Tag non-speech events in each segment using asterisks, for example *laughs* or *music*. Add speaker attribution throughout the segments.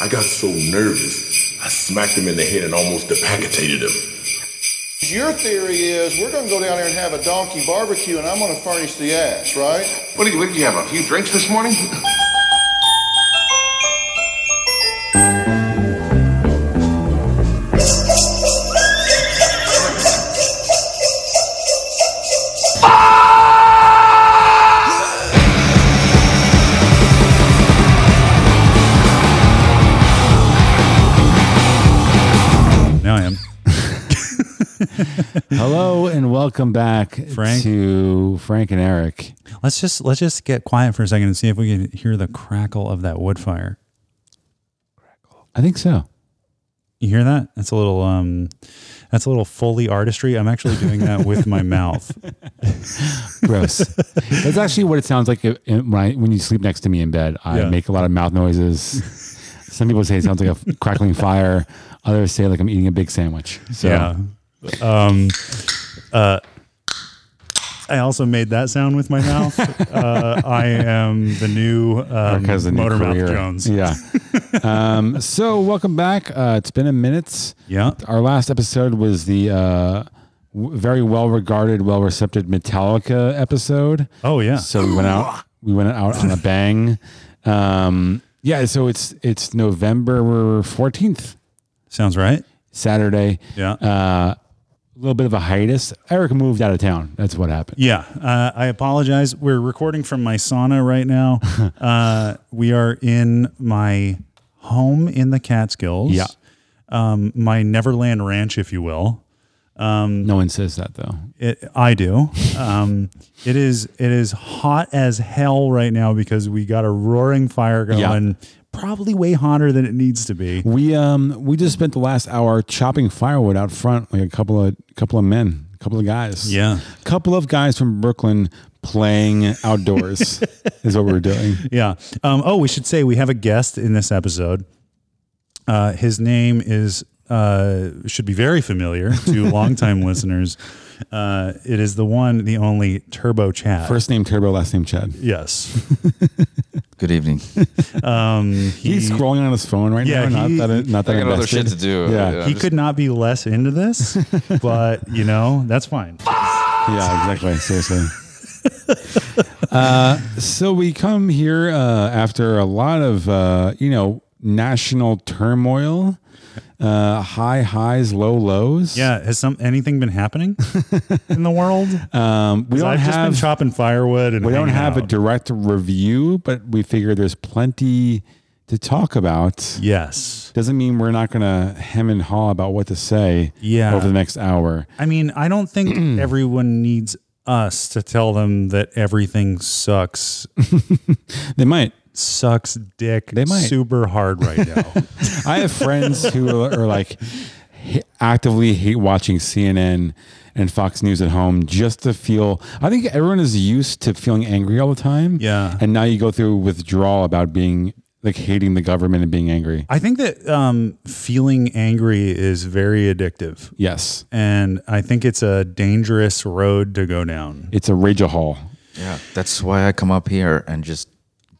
Speaker 1: I got so nervous, I smacked him in the head and almost decapitated him.
Speaker 2: Your theory is we're going to go down there and have a donkey barbecue and I'm going to furnish the ass, right?
Speaker 3: What did, you, what did you have? A few drinks this morning?
Speaker 4: Now I am.
Speaker 5: Hello and welcome back
Speaker 4: Frank.
Speaker 5: to Frank and Eric.
Speaker 4: *laughs* Let's just let's just get quiet for a second and see if we can hear the crackle of that wood fire.
Speaker 5: I think so.
Speaker 4: You hear that? That's a little um that's a little Foley artistry. I'm actually doing that with *laughs* my mouth. *laughs*
Speaker 5: Gross. That's actually what it sounds like if- when I, when you sleep next to me in bed. I
Speaker 4: Yeah.
Speaker 5: make a lot of mouth
Speaker 4: *laughs*
Speaker 5: noises. Some people say it sounds like a crackling fire. Others say like I'm eating a big sandwich. So
Speaker 4: Yeah. Um uh I also made that sound with my *laughs* mouth. Uh, I am the new um,
Speaker 5: Eric has a new
Speaker 4: Motor Mouth
Speaker 5: career.
Speaker 4: Jones. *laughs*
Speaker 5: Yeah. um, so welcome back. Uh, it's been a minute.
Speaker 4: Yeah.
Speaker 5: Our last episode was the uh, w- very well regarded, well received Metallica episode.
Speaker 4: Oh yeah.
Speaker 5: So we went out. We went out
Speaker 4: *laughs*
Speaker 5: on a bang. Um, yeah. So it's it's November fourteenth,
Speaker 4: Sounds right.
Speaker 5: Saturday.
Speaker 4: Yeah.
Speaker 5: Uh, a little bit of a hiatus. Eric moved out of town. That's what happened.
Speaker 4: Yeah, uh, I apologize. We're recording from my sauna
Speaker 5: *laughs*
Speaker 4: right now. uh, we are in my home in the Catskills.
Speaker 5: Yeah.
Speaker 4: Um, my Neverland Ranch, if you will.
Speaker 5: No one says that though.
Speaker 4: It,
Speaker 5: *laughs*
Speaker 4: I do. Um, it is it is hot as hell right now because we got a roaring fire
Speaker 5: Yeah.
Speaker 4: going. Probably way hotter than it needs to be.
Speaker 5: We um we just spent the last hour chopping firewood out front, like a couple of couple of men, a couple of guys.
Speaker 4: Yeah.
Speaker 5: couple of guys from Brooklyn playing
Speaker 4: *laughs*
Speaker 5: outdoors is what we were doing.
Speaker 4: Yeah. Um, oh, we should say we have a guest in this episode. Uh, his name is uh, should be very familiar *laughs* to longtime listeners. Uh, it is the one, the only Turbo Chad.
Speaker 5: First name Turbo, last name Chad. *laughs*
Speaker 4: yes.
Speaker 6: Good evening.
Speaker 4: Um, he
Speaker 5: He's scrolling on his phone right
Speaker 4: Yeah,
Speaker 5: now.
Speaker 4: he-
Speaker 5: not that, not that
Speaker 6: I got other
Speaker 5: invested.
Speaker 6: shit to do.
Speaker 5: Yeah.
Speaker 4: he could not be less
Speaker 5: *laughs*
Speaker 4: into this, but you know that's fine.
Speaker 5: Yeah, exactly. Seriously. uh,
Speaker 6: *laughs*
Speaker 5: so we come here uh, after a lot of uh, you know national turmoil, uh, high highs, low lows.
Speaker 4: Yeah. Has some anything been happening in
Speaker 5: *laughs*
Speaker 4: the world?
Speaker 5: um, we
Speaker 4: 'Cause
Speaker 5: don't
Speaker 4: I've just been
Speaker 5: have
Speaker 4: chopping firewood, and
Speaker 5: we don't
Speaker 4: hanging
Speaker 5: have a
Speaker 4: out.
Speaker 5: direct review, but we figure there's plenty to talk about.
Speaker 4: yes.
Speaker 5: Doesn't mean we're not going to hem and haw about what to say
Speaker 4: Yeah.
Speaker 5: over the next hour.
Speaker 4: I mean, I don't
Speaker 5: *clears throat*
Speaker 4: think everyone needs us to tell them that everything sucks,
Speaker 5: They might.
Speaker 4: sucks dick
Speaker 5: They might.
Speaker 4: super hard right now.
Speaker 5: *laughs* I have friends
Speaker 4: *laughs*
Speaker 5: who are, are like h- actively hate watching CNN and Fox News at home just to feel. I think everyone is used to feeling angry all the time.
Speaker 4: Yeah.
Speaker 5: And now you go through withdrawal about being like hating the government and being angry.
Speaker 4: I think that um, feeling angry is very addictive.
Speaker 5: Yes.
Speaker 4: And I think it's a dangerous road to go down.
Speaker 5: It's a rage hall.
Speaker 6: Yeah, that's why I come up here and just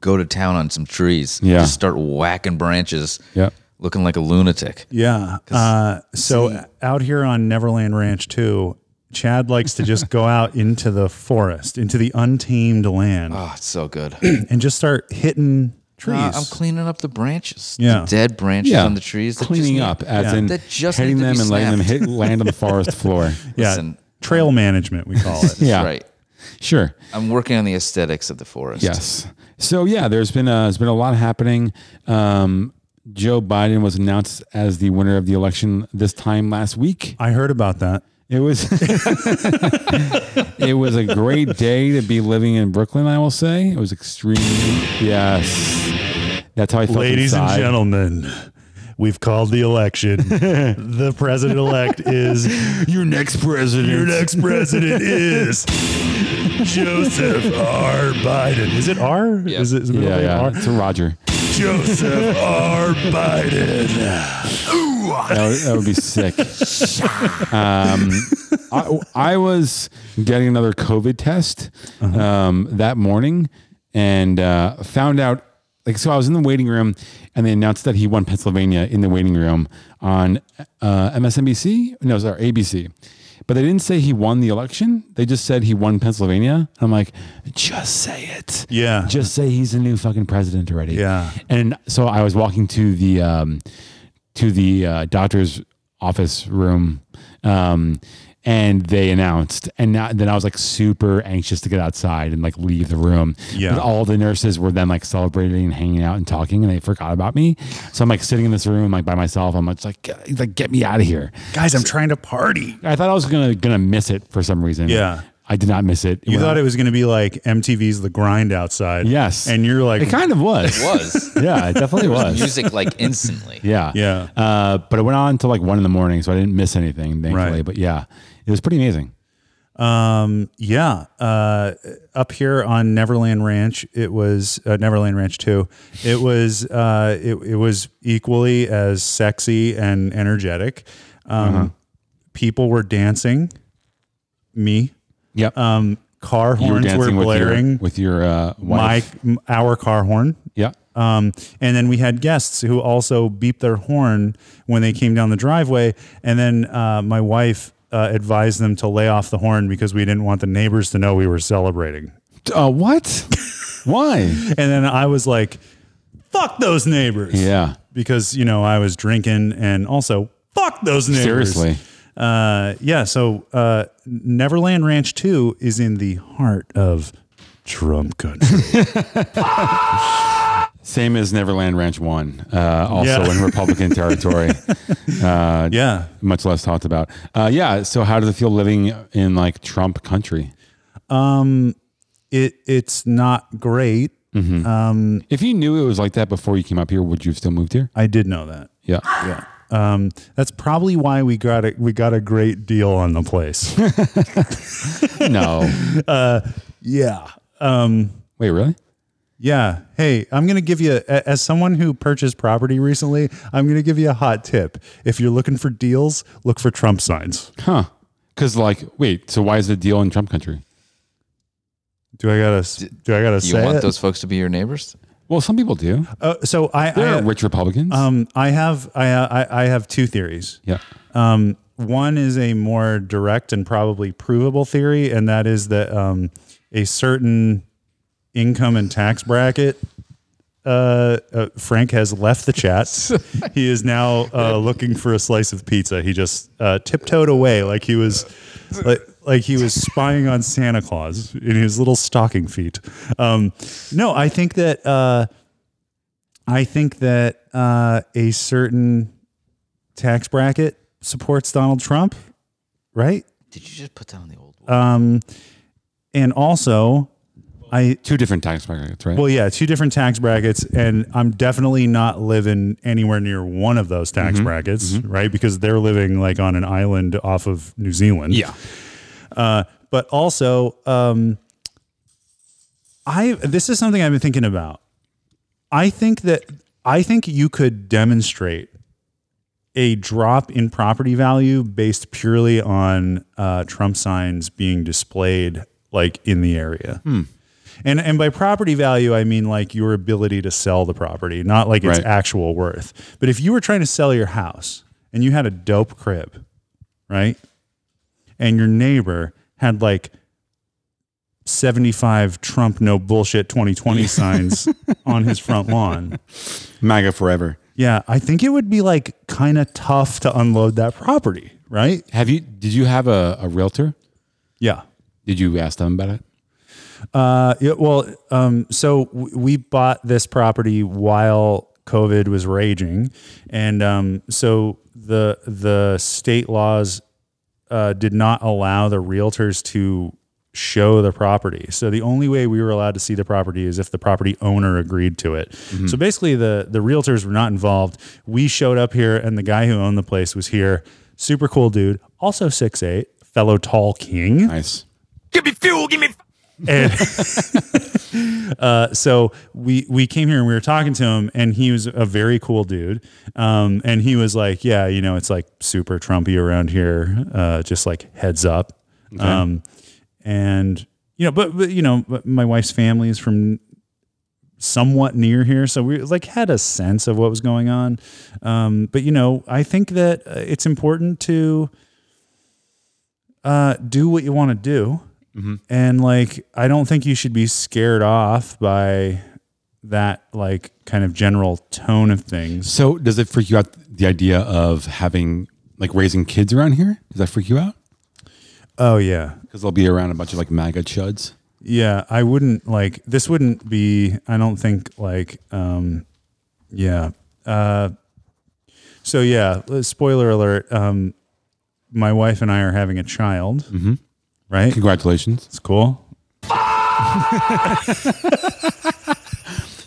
Speaker 6: go to town on some trees.
Speaker 5: Yeah.
Speaker 6: Just start whacking branches.
Speaker 5: Yep.
Speaker 6: Looking like a lunatic.
Speaker 4: Yeah. Uh, so out here on Neverland Ranch, too, Chad likes to just
Speaker 5: *laughs*
Speaker 4: go out into the forest, into the untamed land,
Speaker 5: Ah.
Speaker 6: Oh, it's so
Speaker 5: *clears throat*
Speaker 6: good.
Speaker 4: and just start hitting trees.
Speaker 6: Uh, I'm cleaning up the branches.
Speaker 4: Yeah.
Speaker 6: The dead branches
Speaker 5: Yeah.
Speaker 6: on the trees. that just
Speaker 5: Cleaning
Speaker 6: need-
Speaker 5: up, as in
Speaker 6: That just
Speaker 5: hitting
Speaker 6: need to
Speaker 5: them
Speaker 6: be
Speaker 5: and letting them
Speaker 6: snapped.
Speaker 5: hit land on the
Speaker 6: *laughs*
Speaker 5: forest floor.
Speaker 4: yeah.
Speaker 6: Listen.
Speaker 4: Trail management, we call it.
Speaker 5: *laughs*
Speaker 6: That's
Speaker 5: Yeah.
Speaker 6: right.
Speaker 5: Sure.
Speaker 6: I'm working on the aesthetics of the forest.
Speaker 5: Yes. So yeah, there's been a, there's been a lot happening. Um, Joe Biden was announced as the winner of the election this time last week.
Speaker 4: I heard about that.
Speaker 5: It was *laughs* it was a great day to be living in Brooklyn. I will say it was extremely yes. That's how I felt.
Speaker 4: Ladies
Speaker 5: inside.
Speaker 4: and gentlemen, we've called
Speaker 5: *laughs*
Speaker 4: the election. the president elect is
Speaker 5: your next president.
Speaker 4: your next president is Joseph R. Biden. Is it R? Is it, is it
Speaker 5: Yeah,
Speaker 4: really
Speaker 5: yeah.
Speaker 4: R?
Speaker 5: It's a Roger.
Speaker 4: Joseph R. Biden.
Speaker 5: That would, that would be
Speaker 4: *laughs*
Speaker 5: sick. um, I, I was getting another
Speaker 4: Uh-huh.
Speaker 5: COVID test um, that morning and uh, found out like so I was in the waiting room and they announced that he won Pennsylvania in the waiting room on uh, MSNBC. No, sorry, ABC. But they didn't say he won the election. They just said he won Pennsylvania. I'm like, just say it.
Speaker 4: Yeah.
Speaker 5: Just say he's a new fucking president already.
Speaker 4: Yeah.
Speaker 5: And so I was walking to the um, to the uh, doctor's office room, um, and they announced, and now, then I was like super anxious to get outside and like leave the room.
Speaker 4: Yeah.
Speaker 5: But all the nurses were then like celebrating and hanging out and talking, and they forgot about me. So I'm like sitting in this room like by myself. I'm just like, "Get- like get me out of here.
Speaker 4: Guys, I'm trying to party.
Speaker 5: I thought I was gonna gonna miss it for some reason.
Speaker 4: Yeah.
Speaker 5: I did not miss it.
Speaker 4: You thought it was going to be like MTV's The Grind outside.
Speaker 5: Yes.
Speaker 4: And you're like,
Speaker 5: It kind of
Speaker 4: *laughs*
Speaker 5: was. *laughs*
Speaker 7: was
Speaker 5: yeah, it definitely was.
Speaker 7: music like instantly.
Speaker 5: Yeah.
Speaker 4: Yeah.
Speaker 5: Uh, but it went on until like one in the morning, so I didn't miss anything, thankfully.
Speaker 4: Right.
Speaker 5: But yeah, it was pretty amazing.
Speaker 4: yeah. Uh, up here on Neverland Ranch, it was uh, Neverland Ranch 2. It was uh, it, it was equally as sexy and energetic. Um,
Speaker 5: Uh-huh.
Speaker 4: People were dancing. Me.
Speaker 5: Yep.
Speaker 4: Um, car
Speaker 5: Uh, You
Speaker 4: horns were,
Speaker 5: dancing
Speaker 4: blaring.
Speaker 5: with your, with your uh,
Speaker 4: my
Speaker 5: wife.
Speaker 4: m- our car horn.
Speaker 5: Yeah.
Speaker 4: Um, and then we had guests who also beeped their horn when they came down the driveway. And then uh, my wife uh, advised them to lay off the horn because we didn't want the neighbors to know we were celebrating.
Speaker 5: Uh, what?
Speaker 4: *laughs*
Speaker 5: Why?
Speaker 4: And then I was like, fuck those neighbors.
Speaker 5: Yeah.
Speaker 4: Because, you know, I was drinking and also fuck those neighbors.
Speaker 5: Seriously.
Speaker 4: Uh, yeah. So uh, Neverland Ranch 2 is in the heart of
Speaker 5: *laughs*
Speaker 4: Trump country.
Speaker 5: Same as Neverland Ranch 1, uh, also
Speaker 4: Yeah.
Speaker 5: in
Speaker 4: *laughs*
Speaker 5: Republican territory,
Speaker 4: yeah.
Speaker 5: much less talked about. Uh, yeah. So, how does it feel living in like Trump country?
Speaker 4: It, it's not great.
Speaker 5: If you knew it was like that before you came up here, would you have still moved here?
Speaker 4: I did know that.
Speaker 5: Yeah.
Speaker 4: Yeah. Um, that's probably why we got a we got a great deal on the
Speaker 6: *laughs*
Speaker 4: place. *laughs*
Speaker 5: no.
Speaker 4: yeah. Um,
Speaker 5: Wait, really?
Speaker 4: yeah. Hey, I'm gonna give you a- as someone who purchased property recently, I'm gonna give you a hot tip. If you're looking for deals, look for Trump signs.
Speaker 5: Huh. Because, like, wait, so why is the deal in Trump country?
Speaker 4: Do I gotta do I gotta
Speaker 6: Do you
Speaker 4: say
Speaker 6: want
Speaker 4: it?
Speaker 6: those folks to be your neighbors?
Speaker 5: Well, some people do.
Speaker 4: Uh, so I
Speaker 5: There are
Speaker 4: I,
Speaker 5: rich Republicans.
Speaker 4: um I have I, I I have two theories.
Speaker 5: yeah.
Speaker 4: Um, one is a more direct and probably provable theory, and that is that um, a certain income and tax bracket. Uh, uh, Frank has left the chat. he is now uh, looking for a slice of pizza. He just uh, tiptoed away like he was, like, like he was spying on Santa Claus in his little stocking feet. Um, no, I think that uh, I think that uh, a certain tax bracket supports Donald Trump, right?
Speaker 6: Did you just put down the old one?
Speaker 5: Uh,
Speaker 4: Um, and also, I
Speaker 5: Two different tax brackets, right?
Speaker 4: well, yeah, two different tax brackets, and I'm definitely not living anywhere near one of those tax brackets, right? Because they're living like on an island off of New Zealand.
Speaker 5: yeah.
Speaker 4: Uh, but also, um, I this is something I've been thinking about. I think that I think you could demonstrate a drop in property value based purely on uh, Trump signs being displayed like in the area. And and by property value, I mean like your ability to sell the property, not like its
Speaker 5: Right.
Speaker 4: actual worth. But if you were trying to sell your house and you had a dope crib, right? And your neighbor had like 75 Trump no bullshit 2020 signs on his front lawn.
Speaker 5: MAGA forever.
Speaker 4: Yeah, I think it would be like kind of tough to unload that property, right?
Speaker 5: Have you, did you have a, a realtor?
Speaker 4: Yeah.
Speaker 5: Did you ask them about it?
Speaker 4: Uh, yeah, well, um, so w- we bought this property while COVID was raging, and um, so the the state laws uh, did not allow the realtors to show the property. So the only way we were allowed to see the property is if the property owner agreed to it. So basically, the the realtors were not involved. We showed up here, and the guy who owned the place was here. Super cool dude, also six eight, fellow tall king.
Speaker 5: Nice.
Speaker 4: And uh, so we we came here and we were talking to him, and he was a very cool dude. Um, and he was like, "Yeah, you know, it's like super Trumpy around here. Uh, just like heads up." Um, and you know, but, but you know, but my wife's family is from somewhat near here, so we like had a sense of what was going on. Um, but you know, I think that uh, it's important to uh, do what you want to do, and like I don't think you should be scared off by that like kind of general tone of things.
Speaker 5: So does it freak you out the idea of having like raising kids around here? Does that freak you out?
Speaker 4: Oh yeah,
Speaker 5: Because they'll be around a bunch of like MAGA chuds.
Speaker 4: Yeah, I wouldn't like this wouldn't be I don't think like um yeah. Uh so yeah, uh, spoiler alert, um my wife and I are having a child. Mm-hmm. Right?
Speaker 5: Congratulations.
Speaker 4: It's cool.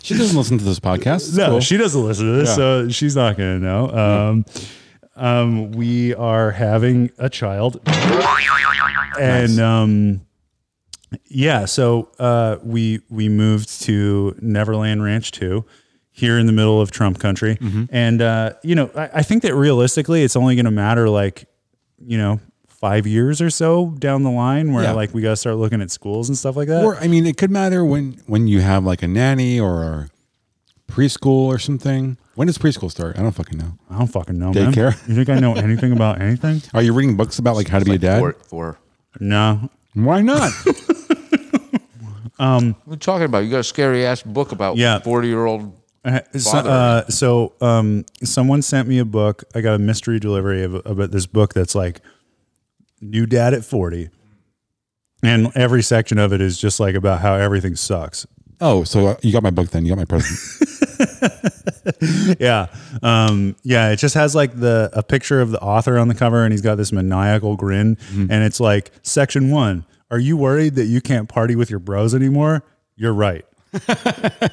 Speaker 5: She doesn't listen to this podcast. It's
Speaker 4: no,
Speaker 5: cool.
Speaker 4: she doesn't listen to this,
Speaker 5: Yeah.
Speaker 4: so she's not gonna know. Um um we are having a child. And um yeah, so uh, we we moved to Neverland Ranch too, here in the middle of Trump country,
Speaker 5: Mm-hmm.
Speaker 4: and uh, you know I, I think that realistically it's only going to matter like you know five years or so down the line where
Speaker 5: Yeah.
Speaker 4: like we got to start looking at schools and stuff like that.
Speaker 5: Or I mean, it could matter when when you have like a nanny or a preschool or something. When does preschool start? I don't fucking know.
Speaker 4: I don't fucking know. man.
Speaker 5: Daycare?
Speaker 4: You think I know anything about
Speaker 5: *laughs*
Speaker 4: anything?
Speaker 5: Are you reading books about like how to be a dad?
Speaker 6: Four, four.
Speaker 4: No.
Speaker 5: Why not?
Speaker 3: What are you talking about? You got a scary ass book about
Speaker 4: Yeah.
Speaker 3: 40 year old.
Speaker 4: Uh, So, uh, so um, someone sent me a book. I got a mystery delivery of, about this book that's like new dad at 40. And every section of it is just like about how everything sucks.
Speaker 5: oh, so uh, you got my book then. You got my *laughs* present.
Speaker 4: *laughs* Yeah. Um, yeah. It just has like the, a picture of the author on the cover and he's got this maniacal grin and it's like section one. Are you worried that you can't party with your bros anymore? You're right.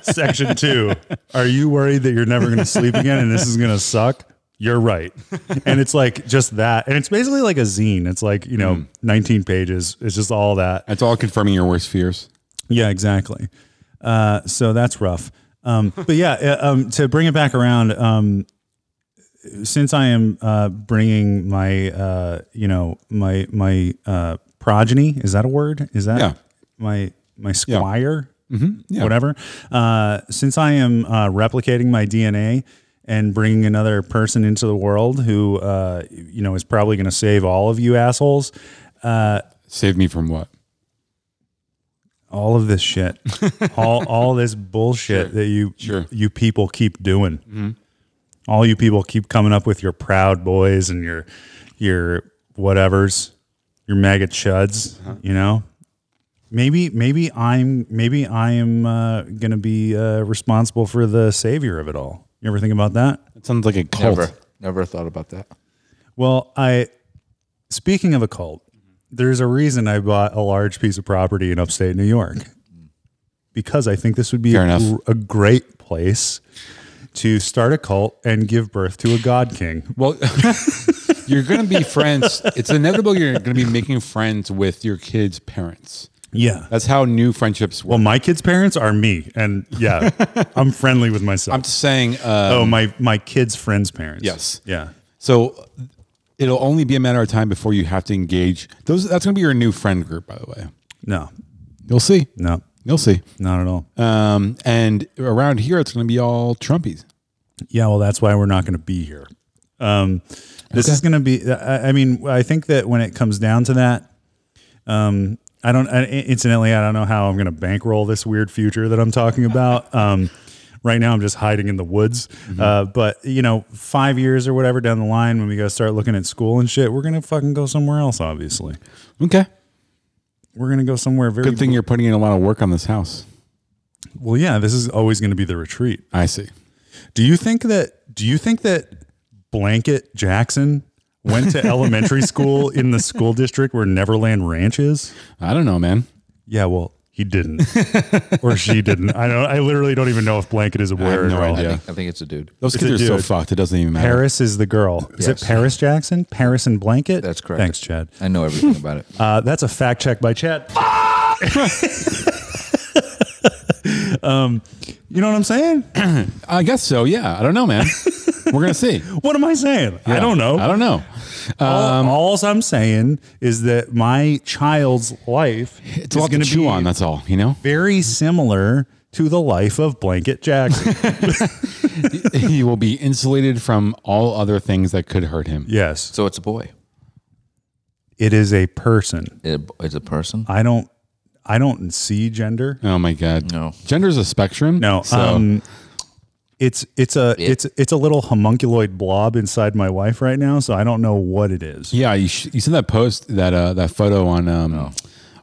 Speaker 4: section two. Are you worried that you're never going to sleep again and this is going to suck? You're right. And it's like just that. And it's basically like a zine. It's like, you know, 19 pages. It's just all that.
Speaker 5: That's all confirming your worst fears.
Speaker 4: Yeah, exactly. Uh, so that's rough. Um, but yeah, *laughs* uh, um, to bring it back around, um, since I am uh, bringing my, uh, you know, my my uh, progeny is that a word? Is that
Speaker 5: Yeah. Mm-hmm.
Speaker 4: my my squire?
Speaker 5: Yeah.
Speaker 4: whatever. Uh, since I am uh, replicating my DNA and bringing another person into the world who, uh, you know, is probably going to save all of you assholes,
Speaker 5: Save me from what?
Speaker 4: all of
Speaker 5: *laughs*
Speaker 4: this shit, all all this bullshit that you
Speaker 5: Sure. Mm-hmm.
Speaker 4: you people keep doing. All you people keep coming up with your proud boys and your your whatevers, your mega chuds.
Speaker 5: Uh-huh.
Speaker 4: You know, maybe maybe I'm maybe I am uh, gonna be uh, responsible for the savior of it all. You ever think about that?
Speaker 5: That sounds like a cult.
Speaker 3: Never, never thought about that.
Speaker 4: Well, I speaking of a cult, there's a reason I bought a large piece of property in upstate New York because I think this would be
Speaker 5: Fair
Speaker 4: a,
Speaker 5: enough.
Speaker 4: gr- a great place to start a cult and give birth to a god king.
Speaker 5: Well, *laughs* you're going to be friends. It's inevitable you're going to be making friends with your kids' parents.
Speaker 4: Yeah.
Speaker 5: That's how new friendships work.
Speaker 4: Well, my kids' parents are me, and
Speaker 5: *laughs*
Speaker 4: yeah, I'm friendly with myself.
Speaker 5: I'm just saying. Uh,
Speaker 4: oh, my my kids' friends' parents.
Speaker 5: Yes.
Speaker 4: Yeah.
Speaker 5: So it'll only be a matter of time before you have to engage. Those That's going to be your new friend group, by the way.
Speaker 4: No.
Speaker 5: You'll see.
Speaker 4: No.
Speaker 5: You'll see.
Speaker 4: Not at all.
Speaker 5: Um, and around here, it's going to be all Trumpies.
Speaker 4: yeah, well, that's why we're not going to be here. Um, this is going to be. I, I mean, I think that when it comes down to that, um, I don't. I, incidentally, I don't know how I'm going to bankroll this weird future that I'm
Speaker 5: *laughs*
Speaker 4: talking about. um, right now, I'm just hiding in the woods.
Speaker 5: Mm-hmm.
Speaker 4: Uh, but you know, five years or whatever down the line, when we go start looking at school and shit, we're going to fucking go somewhere else. Obviously,
Speaker 5: Okay.
Speaker 4: we're going to go somewhere very.
Speaker 5: Good thing you're putting in a lot of work on this house.
Speaker 4: Well, yeah, this is always going to be the retreat.
Speaker 5: I see.
Speaker 4: Do you think that do you think that Blanket Jackson went to elementary school in the school district where Neverland Ranch is?
Speaker 5: I don't know, man.
Speaker 4: Yeah, well, he didn't. or she didn't. I don't I literally don't even know if Blanket is aware
Speaker 5: have no
Speaker 4: at all.
Speaker 5: idea.
Speaker 3: I think, I think it's a dude.
Speaker 5: Those
Speaker 4: It's
Speaker 5: kids
Speaker 4: a
Speaker 5: are so
Speaker 4: dude.
Speaker 5: fucked. It doesn't even matter.
Speaker 4: Paris is the girl. Is it Paris Jackson? Paris and Blanket?
Speaker 3: That's correct.
Speaker 4: Thanks, Chad.
Speaker 6: I know everything about it.
Speaker 4: Uh, that's a fact check by Chad. um, *laughs* Um, you know what I'm saying?
Speaker 5: I guess so. Yeah. I don't know, man. We're gonna see.
Speaker 4: What am I saying? *laughs* I don't know.
Speaker 5: I don't know. Um,
Speaker 4: all, all I'm saying is that my child's life
Speaker 5: *laughs* It's a lot to
Speaker 4: gonna *laughs*
Speaker 5: chew on. That's all. You know.
Speaker 4: very similar to the life of Blanket Jackson.
Speaker 5: *laughs* he will be insulated from all other things that could hurt him.
Speaker 4: yes.
Speaker 6: So it's a boy.
Speaker 4: It is a person.
Speaker 6: It, it's a person.
Speaker 4: I don't I don't see gender.
Speaker 5: Oh my God.
Speaker 6: No.
Speaker 5: Gender is a spectrum.
Speaker 4: No.
Speaker 5: So
Speaker 4: Um it's it's a it's it's a little homunculoid blob inside my wife right now, so I don't know what it is.
Speaker 5: yeah, you, sh- you sent that post, that uh, that photo on um,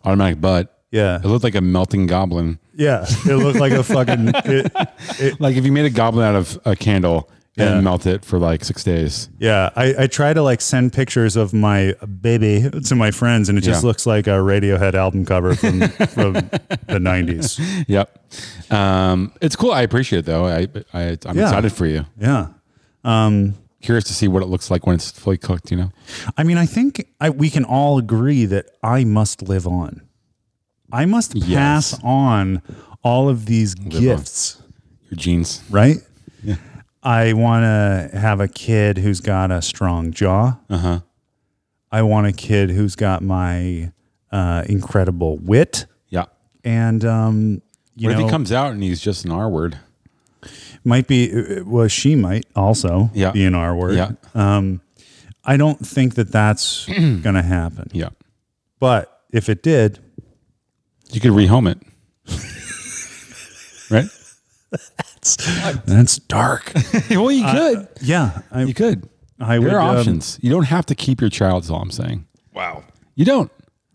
Speaker 5: automatic butt.
Speaker 4: Yeah.
Speaker 5: It looked like a melting goblin.
Speaker 4: Yeah. It looked like a fucking it, it,
Speaker 5: Like if you made a goblin out of a candle
Speaker 4: Yeah.
Speaker 5: and melt it for like six days.
Speaker 4: Yeah, I, I try to like send pictures of my baby to my friends, and it just
Speaker 5: Yeah.
Speaker 4: looks like a Radiohead album cover
Speaker 5: *laughs*
Speaker 4: from from the nineties.
Speaker 5: Yep. Um, it's cool. I appreciate it though. I, I I'm
Speaker 4: Yeah.
Speaker 5: excited for you.
Speaker 4: Yeah,
Speaker 5: Curious to see what it looks like when it's fully cooked. You know.
Speaker 4: I mean, I think I, we can all agree that I must live on. I must pass
Speaker 5: Yes.
Speaker 4: on all of these gifts,
Speaker 5: Your jeans.
Speaker 4: right? I want to have a kid who's got a strong jaw. Uh
Speaker 5: Uh-huh.
Speaker 4: huh. I want a kid who's got my uh, incredible wit.
Speaker 5: Yeah.
Speaker 4: and um, you
Speaker 5: What if
Speaker 4: know,
Speaker 5: he comes out and he's just an R word?
Speaker 4: might be uh, well, she might also
Speaker 5: Yeah.
Speaker 4: be an R word.
Speaker 5: Yeah.
Speaker 4: Um, I don't think that that's going to happen.
Speaker 5: Yeah.
Speaker 4: But if it did,
Speaker 5: You could rehome it.
Speaker 6: *laughs*
Speaker 5: right?
Speaker 4: that's dark.
Speaker 5: well, you could.
Speaker 4: yeah, I,
Speaker 5: you could.
Speaker 4: Uh, I
Speaker 5: There
Speaker 4: would,
Speaker 5: are
Speaker 4: um,
Speaker 5: options. you don't have to keep your child, is all I'm saying. Wow. You don't.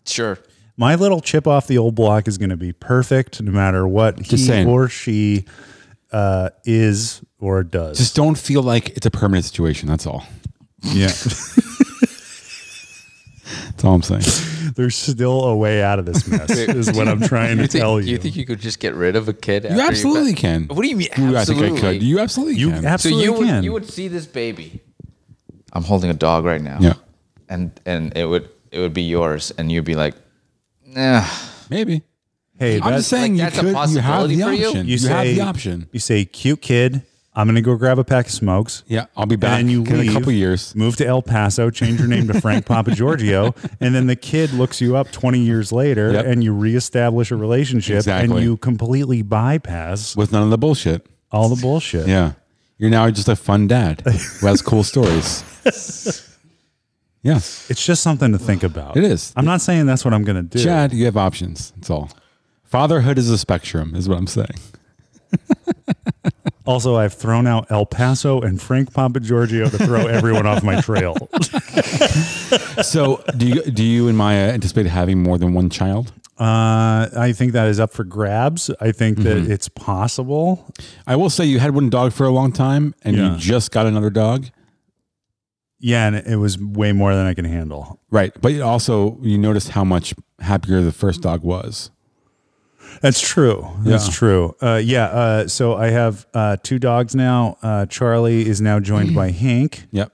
Speaker 6: Sure.
Speaker 4: my little chip off the old block is going to be perfect, no matter what he
Speaker 5: saying.
Speaker 4: or she uh, is or does.
Speaker 5: Just don't feel like it's a permanent situation. That's all.
Speaker 4: yeah, *laughs*
Speaker 5: That's all I'm
Speaker 6: *laughs*
Speaker 5: saying.
Speaker 4: there's still a way out of this mess. is what I'm trying to
Speaker 6: think,
Speaker 4: tell
Speaker 6: do
Speaker 4: you.
Speaker 6: you think you could just get rid of a kid?
Speaker 5: You absolutely can.
Speaker 6: What do you mean?
Speaker 5: Ooh, I think I could.
Speaker 6: absolutely?
Speaker 5: You absolutely
Speaker 4: You
Speaker 5: can.
Speaker 4: ab-
Speaker 6: so you
Speaker 4: absolutely
Speaker 6: would
Speaker 4: can.
Speaker 6: you would see this baby. I'm holding a dog right now.
Speaker 5: Yeah.
Speaker 6: And and it would it would be yours, and you'd be like, nah.
Speaker 5: Maybe.
Speaker 4: hey,
Speaker 5: I'm
Speaker 4: that's-
Speaker 5: just saying
Speaker 6: like,
Speaker 5: you
Speaker 6: that's a
Speaker 5: could. You have
Speaker 6: possibility
Speaker 5: the
Speaker 6: for you?
Speaker 5: option. You, have the option.
Speaker 4: You say, "Cute kid, I'm going to go grab a pack of smokes."
Speaker 5: Yeah, I'll be back
Speaker 4: And then you
Speaker 5: in
Speaker 4: leave,
Speaker 5: a couple years.
Speaker 4: move to El Paso, change your name to Frank
Speaker 5: *laughs*
Speaker 4: Papa Giorgio, and then the kid looks you up 20 years later,
Speaker 5: Yep.
Speaker 4: and you reestablish a relationship,
Speaker 5: Exactly.
Speaker 4: and you completely bypass
Speaker 5: with none of the bullshit.
Speaker 4: all the bullshit.
Speaker 5: Yeah. You're now just a fun dad who has cool
Speaker 4: *laughs*
Speaker 5: stories. Yeah.
Speaker 4: It's just something to think about.
Speaker 5: It is.
Speaker 4: I'm not saying that's what I'm going to do.
Speaker 5: Chad, you have options. That's all. Fatherhood is a spectrum, is what I'm saying.
Speaker 4: Also, I've thrown out El Paso and Frank Papa Giorgio to
Speaker 5: *laughs*
Speaker 4: throw everyone off my trail.
Speaker 5: So, do you do you and Maya anticipate having more than one child?
Speaker 4: Uh, I think that is up for grabs. I think
Speaker 5: Mm-hmm.
Speaker 4: that it's possible.
Speaker 5: I will say you had one dog for a long time, and
Speaker 4: Yeah.
Speaker 5: you just got another dog,
Speaker 4: Yeah, and it was way more than I can handle.
Speaker 5: right? But you also you noticed how much happier the first dog was.
Speaker 4: That's true. That's true. Uh, yeah. Uh, so I have uh, two dogs now. Uh, Charlie is now joined *clears throat* by Hank.
Speaker 5: Yep.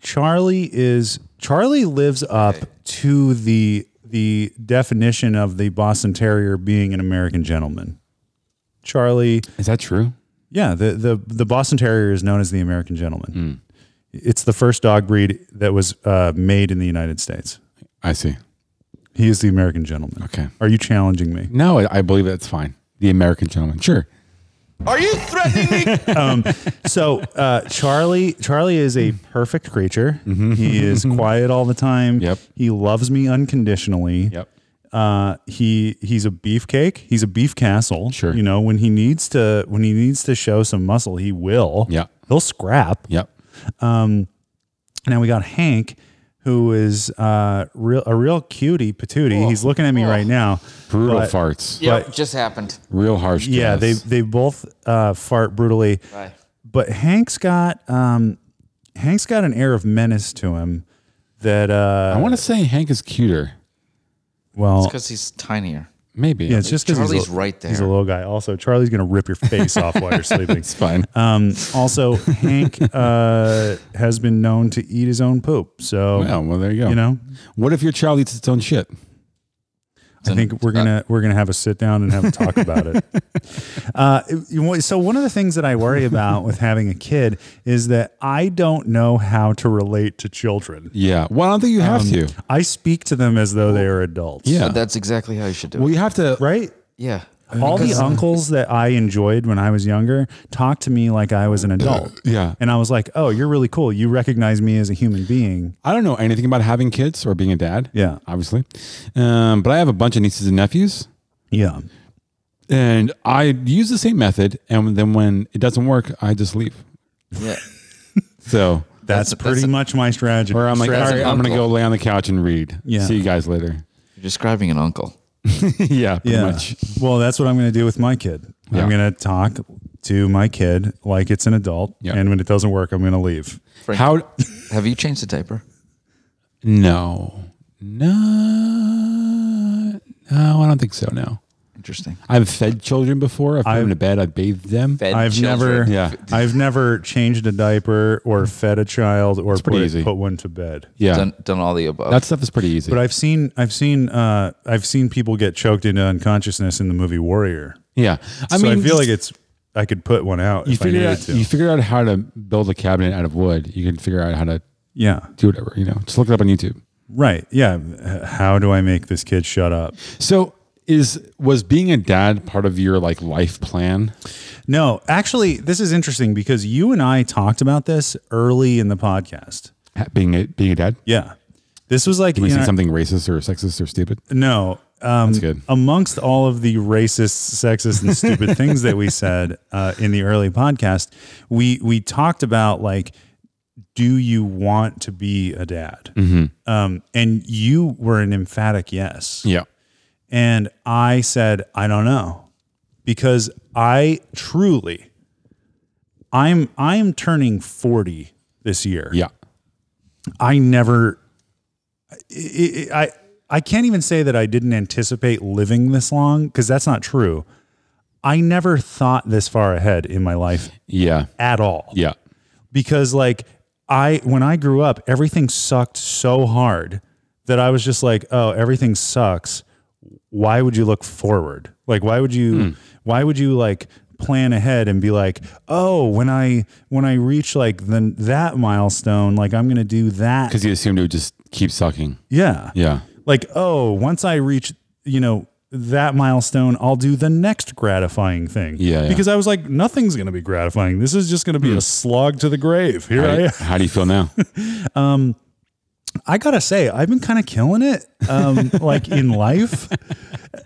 Speaker 4: Charlie is Charlie lives up to the the definition of the Boston Terrier being an American gentleman. Charlie,
Speaker 5: Is that true?
Speaker 4: yeah, the the the Boston Terrier is known as the American gentleman. It's the first dog breed that was uh, made in the United States.
Speaker 5: I see.
Speaker 4: He is the American gentleman.
Speaker 5: Okay.
Speaker 4: Are you challenging me?
Speaker 5: No, I, I believe that's fine. The American gentleman. Sure.
Speaker 4: So uh, Charlie, Charlie is a perfect creature. He is quiet all the time.
Speaker 5: Mm-hmm. Yep.
Speaker 4: He loves me unconditionally. Uh, he he's a beefcake. He's a beef castle.
Speaker 5: Sure.
Speaker 4: You know when he needs to when he needs to show some muscle, he will.
Speaker 5: Yeah.
Speaker 4: He'll scrap.
Speaker 5: Yep.
Speaker 4: Now we got Hank, who is uh real a real cutie patootie. He's looking at me right now.
Speaker 5: Brutal
Speaker 4: But-
Speaker 5: farts.
Speaker 6: Yeah, just happened.
Speaker 5: Real harsh.
Speaker 4: Yeah. They
Speaker 5: jazz.
Speaker 4: they both uh, fart brutally.
Speaker 6: Bye.
Speaker 4: but Hank's got um, Hank's got an air of menace to him that uh,
Speaker 5: I want to say Hank is cuter.
Speaker 4: well,
Speaker 6: Because he's tinier.
Speaker 5: Maybe.
Speaker 4: yeah, it's just because
Speaker 6: Charlie's right there.
Speaker 4: He's a little guy. Also, Charlie's gonna rip your face off while you're sleeping.
Speaker 5: *laughs* it's fine.
Speaker 4: Um, also, Hank uh, has been known to eat his own poop. So
Speaker 5: Well, well, there you go.
Speaker 4: you know,
Speaker 5: what if your child eats its own shit?
Speaker 4: I think we're gonna we're gonna have a sit down and have a talk about it. Uh, you know, so one of the things that I worry about with having a kid is that I don't know how to relate to children.
Speaker 5: Yeah. Um, Well, I don't think you have to.
Speaker 4: I speak to them as though they are adults.
Speaker 5: Yeah.
Speaker 6: But that's exactly how you should do
Speaker 5: well,
Speaker 6: it.
Speaker 5: you have to.
Speaker 4: Right?
Speaker 6: Yeah.
Speaker 4: All the uncles that I enjoyed when I was younger talked to me like I was an adult.
Speaker 5: Yeah.
Speaker 4: And I was like, oh, you're really cool. You recognize me as a human being.
Speaker 5: I don't know anything about having kids or being a dad.
Speaker 4: Yeah.
Speaker 5: Obviously. Um, but I have a bunch of nieces and nephews.
Speaker 4: Yeah.
Speaker 5: And I use the same method. And then when it doesn't work, I just leave.
Speaker 6: Yeah.
Speaker 5: So,
Speaker 4: That's,
Speaker 6: That's-
Speaker 4: pretty
Speaker 6: that's a-
Speaker 4: much my strategy.
Speaker 5: or I'm like, all
Speaker 4: strategy.
Speaker 5: right, I'm going to go
Speaker 6: uncle.
Speaker 5: lay on the couch and read.
Speaker 4: Yeah.
Speaker 5: See you guys later.
Speaker 6: You're describing an uncle.
Speaker 5: *laughs* yeah. Pretty
Speaker 4: yeah.
Speaker 5: much.
Speaker 4: Well, that's what I'm going to do with my kid.
Speaker 5: Yeah.
Speaker 4: I'm going to talk to my kid like it's an adult.
Speaker 5: Yeah.
Speaker 4: And when it doesn't work, I'm going to leave.
Speaker 6: Frank,
Speaker 5: How?
Speaker 6: have you changed the diaper?
Speaker 5: No. No. No, I don't think so. No.
Speaker 6: Interesting.
Speaker 5: I've fed children before. I've put them to bed. I've bathed them.
Speaker 6: Fed
Speaker 4: I've
Speaker 6: children.
Speaker 4: never,
Speaker 5: Yeah.
Speaker 4: I've never changed a diaper or fed a child or put,
Speaker 5: pretty easy.
Speaker 4: put one to bed.
Speaker 5: Yeah.
Speaker 6: done, done all the above.
Speaker 5: That stuff is pretty easy.
Speaker 4: But I've seen, I've seen, uh, I've seen people get choked into unconsciousness in the movie Warrior.
Speaker 5: yeah.
Speaker 4: I mean, so I feel like it's, I could put one out
Speaker 5: you
Speaker 4: if I needed
Speaker 5: figure out
Speaker 4: to.
Speaker 5: you figure out how to build a cabinet out of wood. You can figure out how to
Speaker 4: yeah.
Speaker 5: do whatever. You know, just look it up on YouTube.
Speaker 4: Right. Yeah. H- How do I make this kid shut up?
Speaker 5: So is was being a dad part of your like life plan?
Speaker 4: No, actually, this is interesting because you and I talked about this early in the podcast.
Speaker 5: Ha- Being a being a dad?
Speaker 4: Yeah. This was like,
Speaker 5: Did we
Speaker 4: in
Speaker 5: say
Speaker 4: our-
Speaker 5: something racist or sexist or stupid?
Speaker 4: no, um,
Speaker 5: That's good.
Speaker 4: amongst all of the racist, sexist,
Speaker 5: *laughs*
Speaker 4: and stupid things that we said uh, in the early podcast, we we talked about like, do you want to be a dad?
Speaker 5: Mm-hmm.
Speaker 4: Um, and you were an emphatic yes.
Speaker 5: Yeah.
Speaker 4: And I said, I don't know. Because I truly I'm I'm turning 40 this year.
Speaker 5: Yeah.
Speaker 4: I never I I I- I can't even say that I didn't anticipate living this long because that's not true. I never thought this far ahead in my life
Speaker 5: Yeah.
Speaker 4: at all
Speaker 5: Yeah.
Speaker 4: because like I when I grew up, everything sucked so hard that I was just like, oh, everything sucks. Why would you look forward? Like why would you why would you like plan ahead and be like, "Oh, when I when I reach like then that milestone, like I'm going to do that."
Speaker 5: Because you assumed it would just keep sucking.
Speaker 4: yeah.
Speaker 5: Yeah.
Speaker 4: Like, "Oh, once I reach, you know, that milestone, I'll do the next gratifying thing.
Speaker 5: Yeah, yeah.
Speaker 4: Because I was like, nothing's going to be gratifying. This is just going to be a slog to the grave. Here
Speaker 5: How,
Speaker 4: I am.
Speaker 5: how do you feel now?
Speaker 4: I gotta say, I've been kind of killing it, *laughs* um, like in life,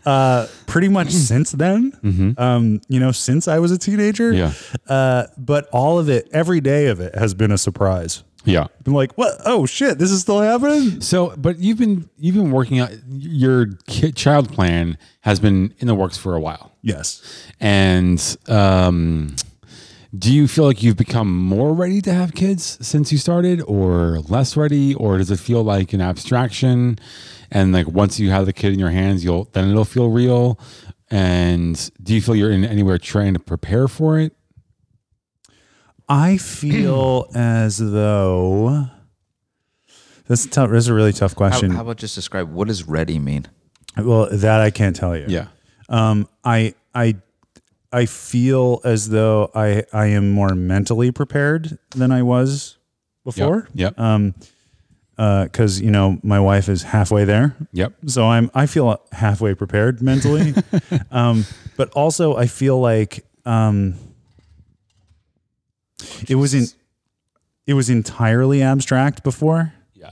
Speaker 4: uh, pretty much since then. Um, you know, since I was a teenager.
Speaker 5: Yeah.
Speaker 4: Uh, but all of it, every day of it, has been a surprise.
Speaker 5: *laughs* Yeah.
Speaker 4: Been like, what? Oh shit, this is still happening.
Speaker 5: So, but you've been you've been working out your ki child plan has been in the works for a while.
Speaker 4: Yes.
Speaker 5: And um, do you feel like you've become more ready to have kids since you started, or less ready, or does it feel like an abstraction? And like once you have the kid in your hands, you'll then it'll feel real. And do you feel you're in anywhere trying to prepare for it?
Speaker 4: I *clears throat* feel as though that's tough. That's a really tough
Speaker 6: How,
Speaker 4: question.
Speaker 6: how about just describe what does ready mean?
Speaker 4: well, that I can't tell you.
Speaker 5: Yeah,
Speaker 4: um, I I I feel as though I I am more mentally prepared than I was before.
Speaker 5: Yep.
Speaker 4: Um, because you know my wife is halfway there,
Speaker 5: Yep.
Speaker 4: so I'm I feel halfway prepared mentally, um, but also I feel like um, it was in it was entirely abstract before.
Speaker 5: Yeah.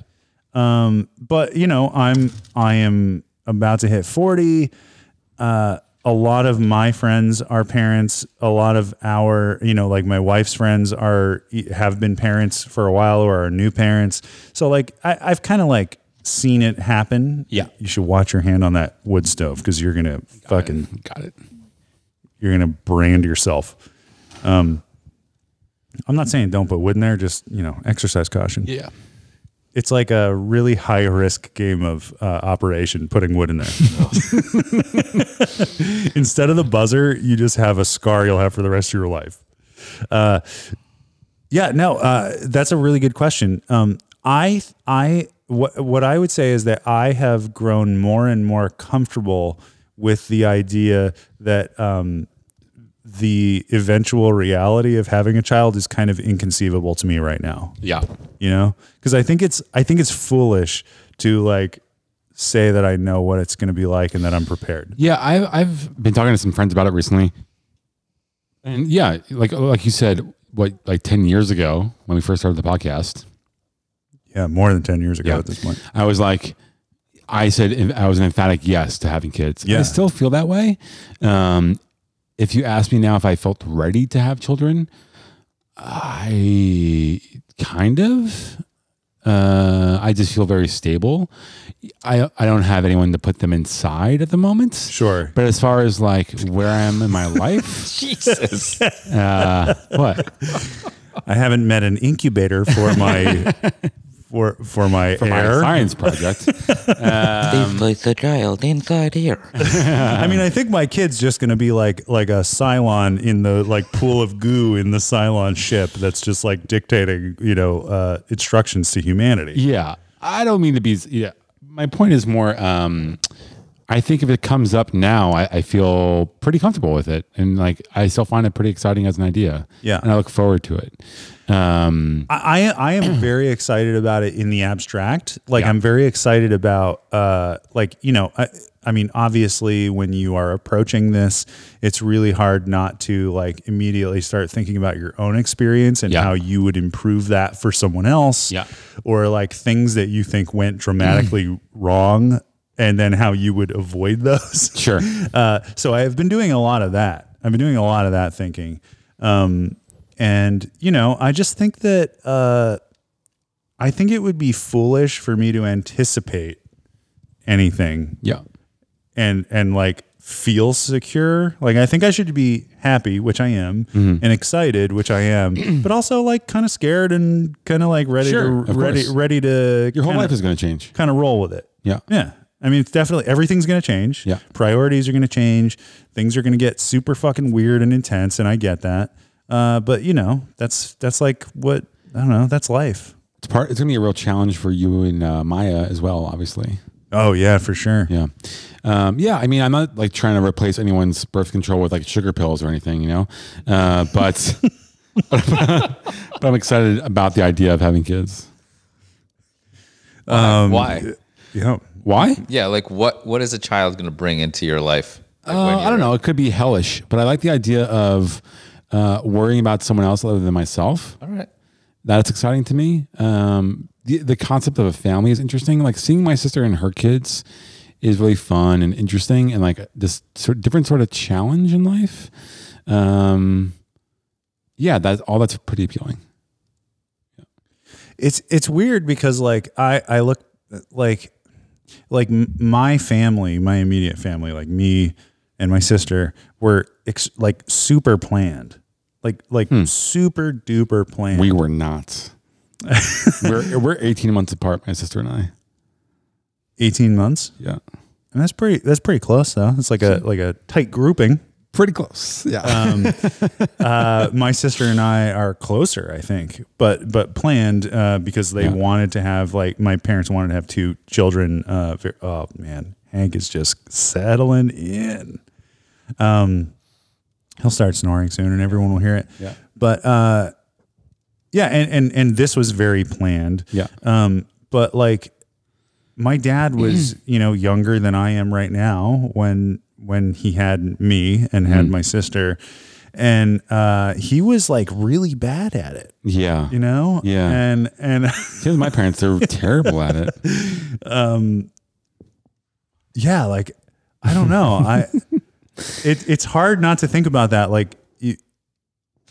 Speaker 4: Um, but you know, I'm I am about to hit 40. Uh, a lot of my friends are parents. A lot of our, you know, like my wife's friends are e, have been parents for a while or are new parents. So like I, I've kind of like seen it happen.
Speaker 5: Yeah.
Speaker 4: You should watch your hand on that wood stove because you're gonna fucking
Speaker 5: Got it.
Speaker 4: you're gonna brand yourself. Um I'm not saying don't put wood in there, just you know, exercise caution
Speaker 5: Yeah.
Speaker 4: it's like a really high risk game of uh, operation putting wood in there. *laughs* Instead of the buzzer, you just have a scar you'll have for the rest of your life. Uh, yeah, no, uh, that's a really good question. Um, I, I, what, what I would say is that I have grown more and more comfortable with the idea that um, the eventual reality of having a child is kind of inconceivable to me right now
Speaker 5: Yeah.
Speaker 4: you know because i think it's i think it's foolish to like say that I know what it's going to be like and that I'm prepared.
Speaker 5: Yeah, I've I've been talking to some friends about it recently, and yeah, like like you said, what like ten years ago when we first started the podcast,
Speaker 4: Yeah, more than ten years ago
Speaker 5: Yeah.
Speaker 4: at this point.
Speaker 5: I was like, I said I was an emphatic yes to having kids.
Speaker 4: Yeah.
Speaker 5: I still feel that way. Um, if you ask me now if I felt ready to have children, I kind of. Uh, I just feel very stable. I I don't have anyone to put them inside at the moment.
Speaker 4: Sure.
Speaker 5: But as far as like where I am in my life,
Speaker 4: *laughs*
Speaker 6: *laughs* Jesus.
Speaker 5: uh, what
Speaker 4: I haven't met an incubator
Speaker 5: *laughs*
Speaker 4: for my for for my
Speaker 5: for my
Speaker 4: heir.
Speaker 5: science project,
Speaker 4: Um,
Speaker 7: They place the child inside here.
Speaker 4: I mean, I think my kid's just going to be like like a Cylon in the like pool of goo in the Cylon ship that's just like dictating, you know, uh, instructions to humanity.
Speaker 5: yeah, I don't mean to be. Yeah, my point is more. Um, I think if it comes up now, I, I feel pretty comfortable with it, and like I still find it pretty exciting as an idea.
Speaker 4: Yeah.
Speaker 5: and I look forward to it. Um,
Speaker 4: I I
Speaker 5: *clears throat*
Speaker 4: I am very excited about it in the abstract. Like
Speaker 5: Yeah.
Speaker 4: I'm very excited about uh like, you know, I I mean, obviously when you are approaching this, it's really hard not to like immediately start thinking about your own experience and
Speaker 5: Yeah.
Speaker 4: how you would improve that for someone else.
Speaker 5: Yeah.
Speaker 4: Or like things that you think
Speaker 5: *clears throat*
Speaker 4: went dramatically wrong and then how you would avoid those. *laughs*
Speaker 5: Sure.
Speaker 4: Uh, so I have been doing a lot of that. I've been doing a lot of that thinking. Um, and, you know, I just think that uh, I think it would be foolish for me to anticipate anything
Speaker 5: yeah,
Speaker 4: and and like feel secure. Like I think I should be happy, which I am,
Speaker 5: Mm-hmm.
Speaker 4: and excited, which
Speaker 5: *clears throat*
Speaker 4: I am, but also like kind of scared and kind of like ready
Speaker 5: Sure,
Speaker 4: to
Speaker 5: of
Speaker 4: ready
Speaker 5: course.
Speaker 4: ready to
Speaker 5: your whole life is going to change.
Speaker 4: kind of roll with it.
Speaker 5: Yeah,
Speaker 4: Yeah. I mean, it's definitely everything's going to change.
Speaker 5: Yeah.
Speaker 4: Priorities are going to change. Things are going to get super fucking weird and intense. And I get that. Uh, but you know, that's, that's like what, I don't know. That's life.
Speaker 5: it's part. It's going to be a real challenge for you and uh, Maya as well, obviously.
Speaker 4: Oh yeah, for sure.
Speaker 5: Yeah. Um, yeah. I mean, I'm not like trying to replace anyone's birth control with like sugar pills or anything, you know, uh, but, *laughs* but I'm excited about the idea of having kids.
Speaker 4: um,
Speaker 6: Why?
Speaker 4: Yeah.
Speaker 5: Why?
Speaker 6: Yeah, like what? What is a child going to bring into your life? Like, when
Speaker 5: Uh, I
Speaker 6: you're-
Speaker 5: don't know. It could be hellish, but I like the idea of uh, worrying about someone else other than myself.
Speaker 6: All right.
Speaker 5: That's exciting to me. Um, the, the concept of a family is interesting. Like seeing my sister and her kids is really fun and interesting, and like this sort different sort of challenge in life. Um, yeah, that's all. That's pretty appealing.
Speaker 4: it's it's weird because like I I look like like m- my family, my immediate family, like me and my sister were ex- like super planned. Like like super duper planned.
Speaker 5: We were *laughs* not. we're we're eighteen months apart, my sister and I.
Speaker 4: 18 months.
Speaker 5: Yeah,
Speaker 4: And that's pretty that's pretty close though. It's like a like a tight grouping.
Speaker 5: pretty close. Yeah,
Speaker 4: Uh, my sister and I are closer, I think, but but planned uh, because they wanted to have like my parents wanted to have two children. Uh, ver- oh man, Hank is just settling in. Um, he'll start snoring soon, and everyone will hear it.
Speaker 5: Yeah.
Speaker 4: But uh, yeah, and and and this was very planned.
Speaker 5: yeah.
Speaker 4: Um, but like my dad was, you know, younger than I am right now when when he had me and had my sister. And uh he was like really bad at it,
Speaker 5: yeah.
Speaker 4: you know?
Speaker 5: Yeah.
Speaker 4: And and *laughs*
Speaker 5: Kids, my parents, *laughs* they're terrible at it.
Speaker 4: yeah, like I don't know. I it it's hard not to think about that. Like you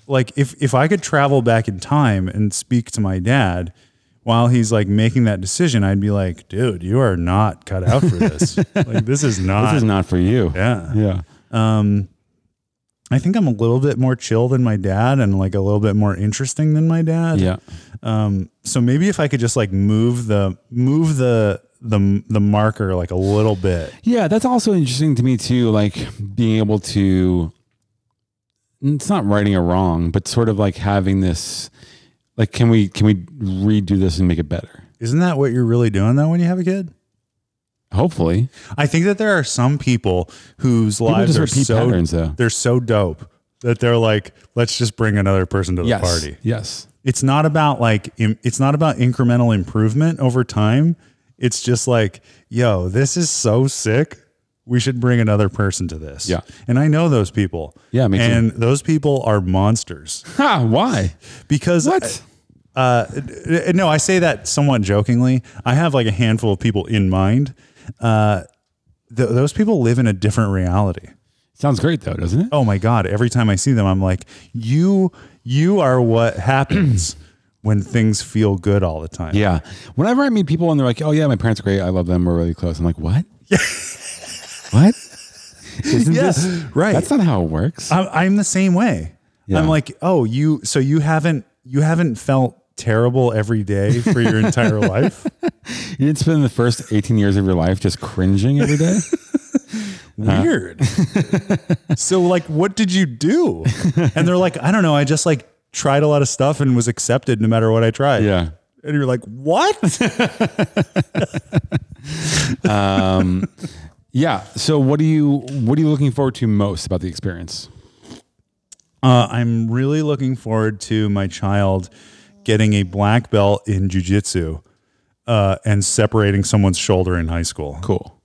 Speaker 4: like if if I could travel back in time and speak to my dad while he's like making that decision, I'd be like, dude, you are not cut out for this. like this is not
Speaker 5: This is not for you.
Speaker 4: yeah.
Speaker 5: Yeah.
Speaker 4: Um I think I'm a little bit more chill than my dad and like a little bit more interesting than my dad.
Speaker 5: Yeah.
Speaker 4: Um, so maybe if I could just like move the move the the the marker like a little bit.
Speaker 5: Yeah. That's also interesting to me, too. Like being able to, it's not righting a wrong, but sort of like having this, like, can we, can we redo this and make it better?
Speaker 4: Isn't that what you're really doing though when you have a kid?
Speaker 5: Hopefully.
Speaker 4: I think that there are some people whose lives
Speaker 5: just
Speaker 4: are
Speaker 5: repeat
Speaker 4: so
Speaker 5: patterns, though.
Speaker 4: they're so dope that they're like, let's just bring another person to the
Speaker 5: Yes.
Speaker 4: party.
Speaker 5: Yes.
Speaker 4: It's not about like im- it's not about incremental improvement over time. it's just like, yo, this is so sick. We should bring another person to this.
Speaker 5: Yeah.
Speaker 4: And I know those people.
Speaker 5: Yeah, me too.
Speaker 4: And those people are monsters
Speaker 5: Ha, why?
Speaker 4: because
Speaker 5: What?
Speaker 4: uh, n- n- no, I say that somewhat jokingly. I have like a handful of people in mind. Uh, th- those people live in a different reality.
Speaker 5: Sounds great though, doesn't it?
Speaker 4: Oh my god! Every time I see them, I'm like, you, you are what happens *clears throat* when things feel good all the time.
Speaker 5: Yeah. Whenever I meet people and they're like, "Oh yeah, my parents are great. I love them. We're really close." I'm like, *laughs* "What? what?
Speaker 4: *laughs*
Speaker 5: Isn't
Speaker 4: Yeah,
Speaker 5: this
Speaker 4: right.
Speaker 5: That's not how it works."
Speaker 4: I'm, I'm the same way.
Speaker 5: Yeah.
Speaker 4: I'm like, oh, you. So you haven't you haven't felt terrible every day for your
Speaker 5: *laughs*
Speaker 4: entire life.
Speaker 5: you didn't spend the first 18 years of your life just cringing every day.
Speaker 4: *laughs* weird. so like, what did you do? And they're like, I don't know. I just like tried a lot of stuff and was accepted no matter what I tried.
Speaker 5: yeah.
Speaker 4: And you're like,
Speaker 5: *laughs*
Speaker 4: what? Uh,
Speaker 5: Yeah. So what do you what are you looking forward to most about the experience?
Speaker 4: Uh, I'm really looking forward to my child getting a black belt in jujitsu uh, and separating someone's shoulder in high school.
Speaker 5: Cool.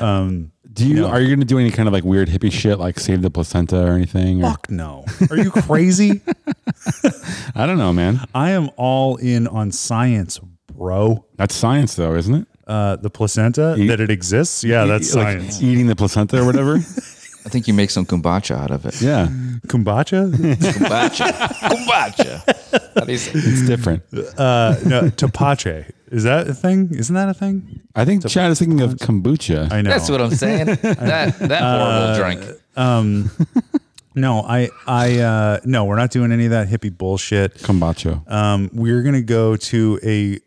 Speaker 5: Um, do you are you going to do any kind of like weird hippie shit like save the placenta or anything? Or,
Speaker 4: Fuck no. Are
Speaker 5: *laughs*
Speaker 4: you crazy?
Speaker 5: I don't know, man.
Speaker 4: I am all in on science, bro.
Speaker 5: That's science though, isn't it?
Speaker 4: Uh, the placenta, that it exists. Yeah,
Speaker 5: *laughs*
Speaker 4: that's
Speaker 5: Like,
Speaker 4: science.
Speaker 5: eating the placenta or
Speaker 4: *laughs*
Speaker 5: whatever.
Speaker 6: I think you make some kombucha out of it.
Speaker 5: yeah.
Speaker 4: Kombucha?
Speaker 6: *laughs* Kombucha. kombucha. How do you say?
Speaker 5: It's different.
Speaker 4: Uh, no, tapache. Is that a thing? Isn't that a thing?
Speaker 5: I think Chad is thinking of kombucha.
Speaker 4: I know.
Speaker 6: That's what I'm saying. That that
Speaker 4: Uh,
Speaker 6: horrible drink.
Speaker 4: no, I, I, uh, no, we're not doing any of that hippie bullshit.
Speaker 5: kombucha.
Speaker 4: Um, we're gonna go to a,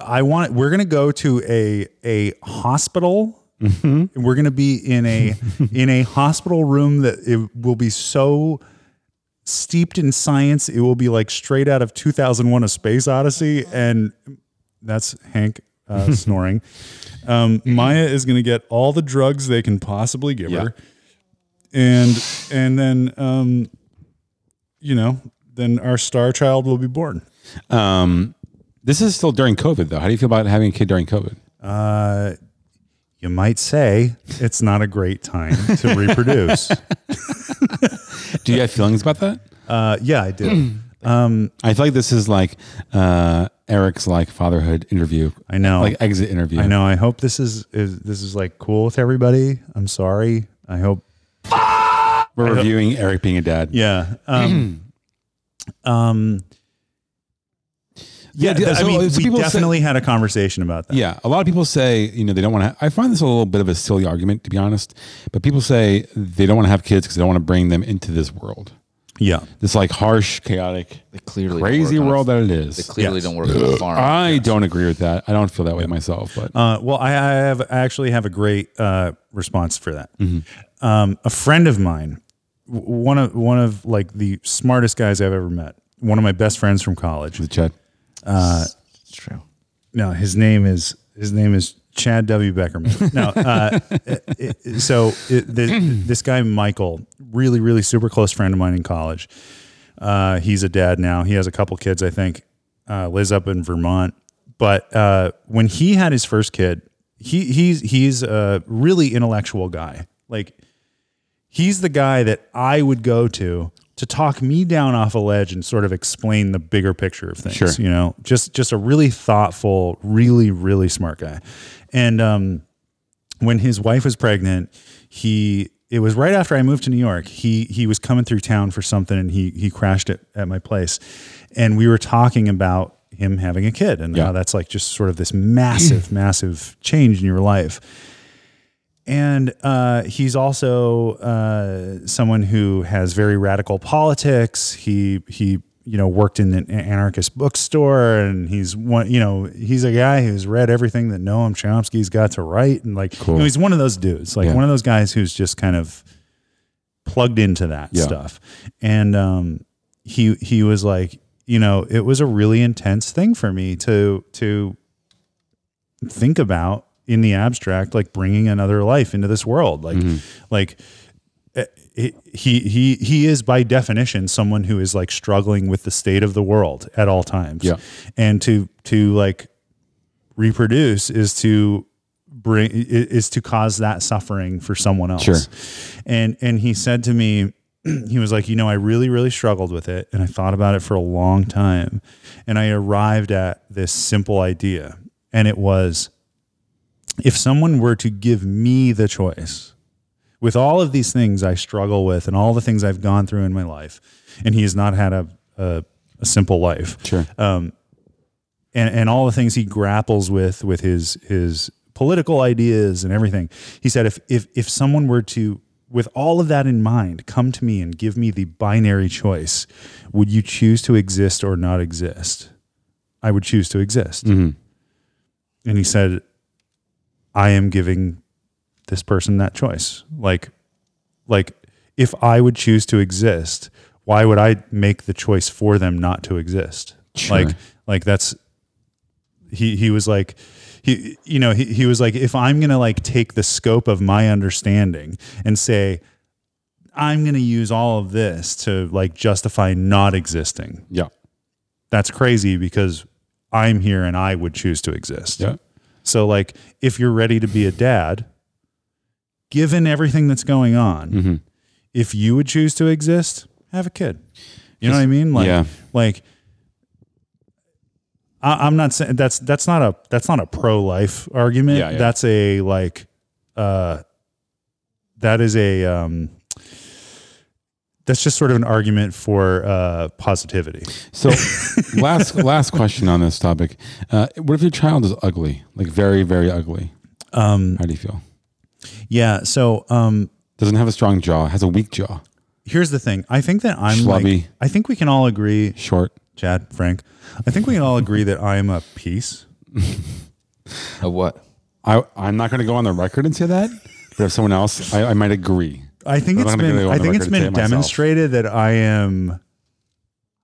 Speaker 4: I want, we're gonna go to a a hospital. And We're gonna be in a in a hospital room that it will be so steeped in science. It will be like straight out of 2001: A Space Odyssey, and that's Hank uh, snoring. Um, Maya is going to get all the drugs they can possibly give her, and and then um, you know, then our star child will be born.
Speaker 5: Um, this is still during COVID, though. How do you feel about having a kid during COVID?
Speaker 4: You might say it's not a great time
Speaker 5: *laughs*
Speaker 4: to reproduce.
Speaker 5: Do you have feelings about that?
Speaker 4: uh, yeah,
Speaker 5: *clears throat*
Speaker 4: I do.
Speaker 5: I feel like this is like uh, Eric's like fatherhood interview,
Speaker 4: I know.
Speaker 5: like exit interview.
Speaker 4: I know. I hope this is, is this is like cool with everybody. I'm sorry. I hope
Speaker 5: We're reviewing Eric being a dad.
Speaker 4: Yeah.
Speaker 5: *clears throat*
Speaker 4: Um, um, yeah,
Speaker 5: dude,
Speaker 4: th- I
Speaker 5: so-
Speaker 4: mean,
Speaker 5: so
Speaker 4: we
Speaker 5: people say-
Speaker 4: definitely had a conversation about that.
Speaker 5: Yeah, a lot of people say you know they don't want to. I find this a little bit of a silly argument to be honest, but people say they don't want to have kids because they don't want to bring them into this world,
Speaker 4: Yeah.
Speaker 5: this like harsh, chaotic,
Speaker 6: They clearly don't
Speaker 5: crazy
Speaker 6: work on a-
Speaker 5: world that it
Speaker 6: They
Speaker 5: is.
Speaker 6: clearly
Speaker 4: Yes. Uh-huh.
Speaker 6: don't work on a farm.
Speaker 5: I don't agree with that. I don't feel that way myself, but
Speaker 4: Uh, well, I, I have I actually have a great uh, response for that.
Speaker 5: Mm-hmm.
Speaker 4: Um, a friend of mine, w- one of one of like the smartest guys I've ever met, one of my best friends from college.
Speaker 5: with Chad.
Speaker 6: It's true.
Speaker 4: No, his name is his name is Chad W. Beckerman. No, uh, *laughs* it- it- so it, the, this guy Michael, really, really super close friend of mine in college. Uh, he's a dad now. He has a couple kids, I think. Uh, lives up in Vermont, but uh, when he had his first kid, he he's he's a really intellectual guy. Like he's the guy that I would go to to talk me down off a ledge and sort of explain the bigger picture of things.
Speaker 5: Sure.
Speaker 4: You know, just just a really thoughtful, really really smart guy. And um, when his wife was pregnant, he it was right after I moved to New York. He he was coming through town for something and he he crashed at, at my place. And we were talking about him having a kid and how that's like just sort of this massive, massive change in your life and uh, he's also uh, someone who has very radical politics. He he you know worked in an anarchist bookstore, and he's one you know he's a guy who's read everything that Noam Chomsky's got to write, and like you know, he's one of those dudes, like one of those guys who's just kind of plugged into that stuff. And um, he he was like, you know, it was a really intense thing for me to to think about in the abstract like bringing another life into this world like like eh, he he he he is by definition someone who is like struggling with the state of the world at all times
Speaker 5: Yeah.
Speaker 4: and to to like reproduce is to bring i- is to cause that suffering for someone else.
Speaker 5: Sure.
Speaker 4: And and he said to me *clears throat* he was like, "You know, I really really struggled with it and I thought about it for a long time and I arrived at this simple idea and it was if someone were to give me the choice with all of these things I struggle with and all the things I've gone through in my life, and he has not had a a, a simple life.
Speaker 5: Sure.
Speaker 4: And and all the things he grapples with with his his political ideas and everything. He said if if if someone were to with all of that in mind, come to me and give me the binary choice. Would you choose to exist or not exist? I would choose to exist. And he said, I am giving this person that choice. Like, like if I would choose to exist, why would I make the choice for them not to exist?
Speaker 5: Sure.
Speaker 4: Like, like that's he he was like he you know he, he was like if I'm gonna like take the scope of my understanding and say I'm gonna use all of this to like justify not existing.
Speaker 5: yeah.
Speaker 4: That's crazy because I'm here and I would choose to exist.
Speaker 5: Yeah.
Speaker 4: So like if you're ready to be a dad, given everything that's going on,
Speaker 5: Mm-hmm.
Speaker 4: if you would choose to exist, have a kid. You know what I mean? Like
Speaker 5: Yeah.
Speaker 4: like I, I'm not saying that's that's not a that's not a pro life argument.
Speaker 5: Yeah, yeah.
Speaker 4: That's a like uh that is a um that's just sort of an argument for uh positivity.
Speaker 5: So, *laughs* last last question on this topic: uh, What if your child is ugly, like very very ugly? Um, How do you feel?
Speaker 4: Yeah. So um
Speaker 5: Doesn't have a strong jaw, has a weak jaw,
Speaker 4: here's the thing. I think that I'm like,
Speaker 5: Schlubby.
Speaker 4: I think we can all agree
Speaker 5: short.
Speaker 4: Chad, Frank, I think we can all agree that I'm a piece.
Speaker 6: A what?
Speaker 5: I I'm not going to go on the record and say that, but if someone else, I, I might agree.
Speaker 4: I think
Speaker 5: I'm
Speaker 4: it's
Speaker 5: not gonna
Speaker 4: been
Speaker 5: go on
Speaker 4: I
Speaker 5: the
Speaker 4: think it's
Speaker 5: record to say
Speaker 4: been
Speaker 5: it myself.
Speaker 4: demonstrated that I am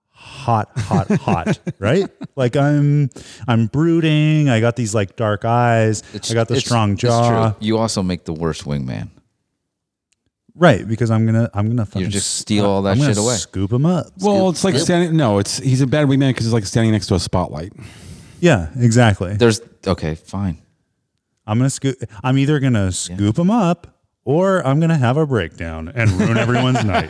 Speaker 4: hot, hot, hot, *laughs* right? Like I'm I'm brooding, I got these like dark eyes, I got the
Speaker 6: It's-
Speaker 4: strong
Speaker 6: it's
Speaker 4: jaw.
Speaker 6: true. You also make the worst wingman.
Speaker 4: Right, because I'm gonna I'm gonna fucking
Speaker 6: just
Speaker 4: s-
Speaker 6: steal all that
Speaker 4: I'm gonna
Speaker 6: shit away.
Speaker 4: Scoop him up.
Speaker 5: Well, it's like standing. No, it's he's a bad wingman because he's like standing next to a spotlight.
Speaker 4: yeah, exactly.
Speaker 6: There's okay, fine.
Speaker 4: I'm gonna scoop I'm either gonna scoop him up or I'm gonna have a breakdown and ruin everyone's night.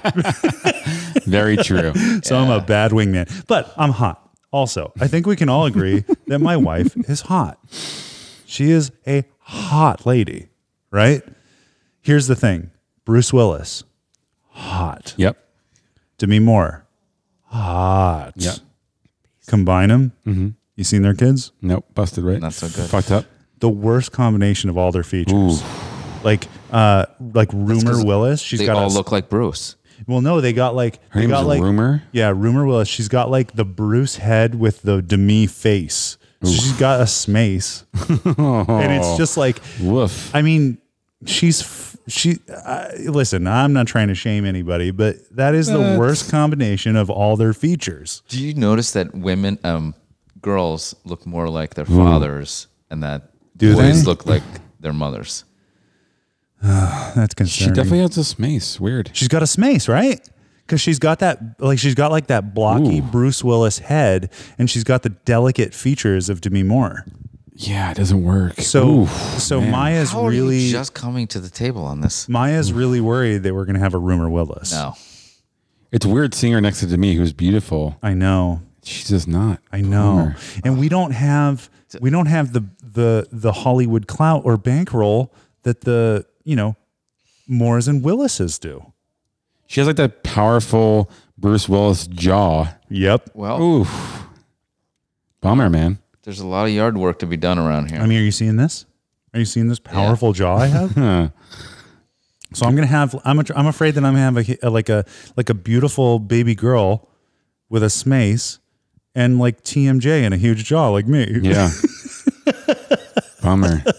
Speaker 5: *laughs* Very true.
Speaker 4: So I'm a bad wingman, but I'm hot. Also, I think we can all agree that my wife is hot. She is a hot lady, right? Here's the thing Bruce Willis, hot.
Speaker 5: yep.
Speaker 4: Demi Moore, hot.
Speaker 5: Yeah.
Speaker 4: Combine them. You seen their kids?
Speaker 5: Nope. Busted. Right.
Speaker 6: Not so good.
Speaker 5: Fucked up.
Speaker 4: The worst combination of all their features. Like, uh, like Rumor Willis. She's
Speaker 6: They
Speaker 4: got
Speaker 6: all
Speaker 4: a,
Speaker 6: look like Bruce.
Speaker 4: Well, no, they got like
Speaker 5: Her
Speaker 4: they
Speaker 5: name
Speaker 4: got
Speaker 5: is
Speaker 4: like
Speaker 5: Rumor?
Speaker 4: Yeah, rumor Willis. She's got like the Bruce head with the Demi face. So she's got
Speaker 5: *laughs*
Speaker 4: a smace, and it's just like
Speaker 5: Woof.
Speaker 4: I mean, she's f- she. I listen, I'm not trying to shame anybody, but that is the worst combination of all their features. *laughs*
Speaker 6: Do you notice that women, um, girls look more like their fathers, and that
Speaker 4: Hmm. Do
Speaker 6: boys
Speaker 4: they?
Speaker 6: look like their mothers?
Speaker 4: That's
Speaker 5: she
Speaker 4: concerning.
Speaker 5: definitely has a smace. Weird.
Speaker 4: She's got a smace, right? Because she's got that, like, she's got like that blocky
Speaker 5: Ooh.
Speaker 4: Bruce Willis head, and she's got the delicate features of Demi Moore.
Speaker 5: Yeah, it doesn't work.
Speaker 4: So,
Speaker 5: Oof,
Speaker 4: so
Speaker 5: man.
Speaker 4: Maya's
Speaker 6: How
Speaker 4: really
Speaker 6: are you just coming to the table on this?
Speaker 4: Maya's really worried that we're going to have a rumor Willis.
Speaker 6: No,
Speaker 5: it's weird seeing her next to me, who's beautiful.
Speaker 4: I know.
Speaker 5: She's just not.
Speaker 4: I know. And we don't have we don't have the the the Hollywood clout or bankroll that the, you know, Moores and Willises do.
Speaker 5: She has like that powerful Bruce Willis jaw.
Speaker 4: Yep.
Speaker 6: well,
Speaker 5: Oof. Bummer, man.
Speaker 6: there's a lot of yard work to be done around here.
Speaker 4: I mean, are you seeing this? Are you seeing this powerful jaw I have?
Speaker 5: *laughs* Huh.
Speaker 4: So I'm gonna have. I'm. A, I'm afraid that I'm gonna have a, like a like a beautiful baby girl with a smace and like TMJ and a huge jaw like me.
Speaker 5: Yeah. Bummer.
Speaker 4: *laughs*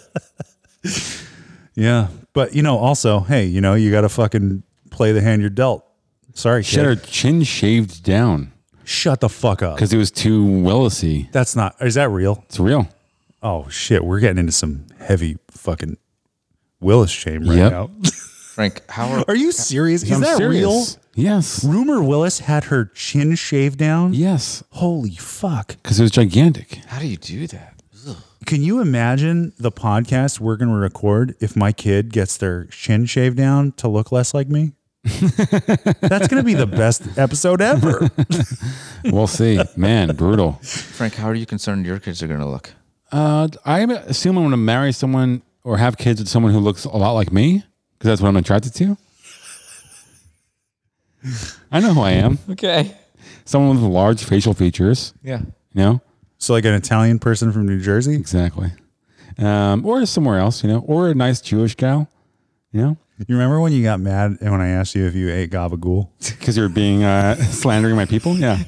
Speaker 4: Yeah, but you know, also, hey, you know, you got to fucking play the hand you're dealt. Sorry, kid.
Speaker 5: She had her chin shaved down
Speaker 4: Shut the fuck up.
Speaker 5: because it was too Willisy.
Speaker 4: That's not. Is that real?
Speaker 5: It's real.
Speaker 4: Oh shit, we're getting into some heavy fucking Willis shame right
Speaker 5: Yep.
Speaker 4: now. *laughs*
Speaker 6: Frank, how are,
Speaker 4: Are you serious? Is
Speaker 5: I'm
Speaker 4: that
Speaker 5: serious.
Speaker 4: real?
Speaker 5: Yes.
Speaker 4: Rumor Willis had her chin shaved down.
Speaker 5: Yes.
Speaker 4: Holy fuck.
Speaker 5: Because it was gigantic.
Speaker 6: how do you do that?
Speaker 4: Can you imagine the podcast we're going to record if my kid gets their chin shaved down to look less like *laughs* me? That's going to be the best episode *laughs* ever.
Speaker 5: We'll see. Man, brutal.
Speaker 6: Frank, how are you concerned your kids are going to look?
Speaker 5: Uh, I assume I'm going to marry someone or have kids with someone who looks a lot like me because that's what I'm attracted to. I know who I am.
Speaker 6: Okay.
Speaker 5: Someone with large facial features.
Speaker 6: Yeah.
Speaker 5: You know
Speaker 4: So, like an Italian person from New Jersey,
Speaker 5: exactly. Um, or somewhere else. You know, or a nice Jewish gal. You know,
Speaker 4: you remember when you got mad and when I asked you if you ate gabagool?
Speaker 5: because you're being uh, *laughs* slandering my people. Yeah.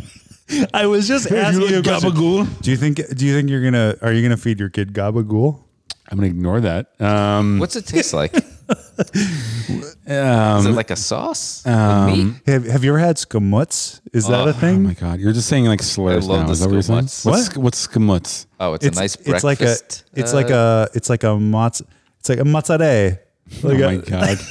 Speaker 4: I was just asking *laughs* you a question. Do you think? Do you think you're gonna? Are you gonna feed your kid gabagool?
Speaker 5: I'm gonna ignore that.
Speaker 4: Hmm.
Speaker 5: Um,
Speaker 6: What's it
Speaker 4: *laughs*
Speaker 6: taste like? Is it
Speaker 4: Um,
Speaker 6: like a sauce? With meat?
Speaker 4: Have Have you ever had skamutz? Is that a
Speaker 5: oh
Speaker 4: thing?
Speaker 5: my god, you're just saying like slurs
Speaker 6: I love
Speaker 5: now.
Speaker 6: the
Speaker 5: Is that what you're saying?
Speaker 6: skamutz.
Speaker 5: What's what's skamutz?
Speaker 6: Oh, it's, a nice
Speaker 4: It's
Speaker 6: breakfast. Uh,
Speaker 4: like a. It's like a. It's like a matz. It's like a matzare. Like
Speaker 5: uh,
Speaker 4: uh,
Speaker 5: oh my
Speaker 4: a-
Speaker 5: god.
Speaker 4: *laughs*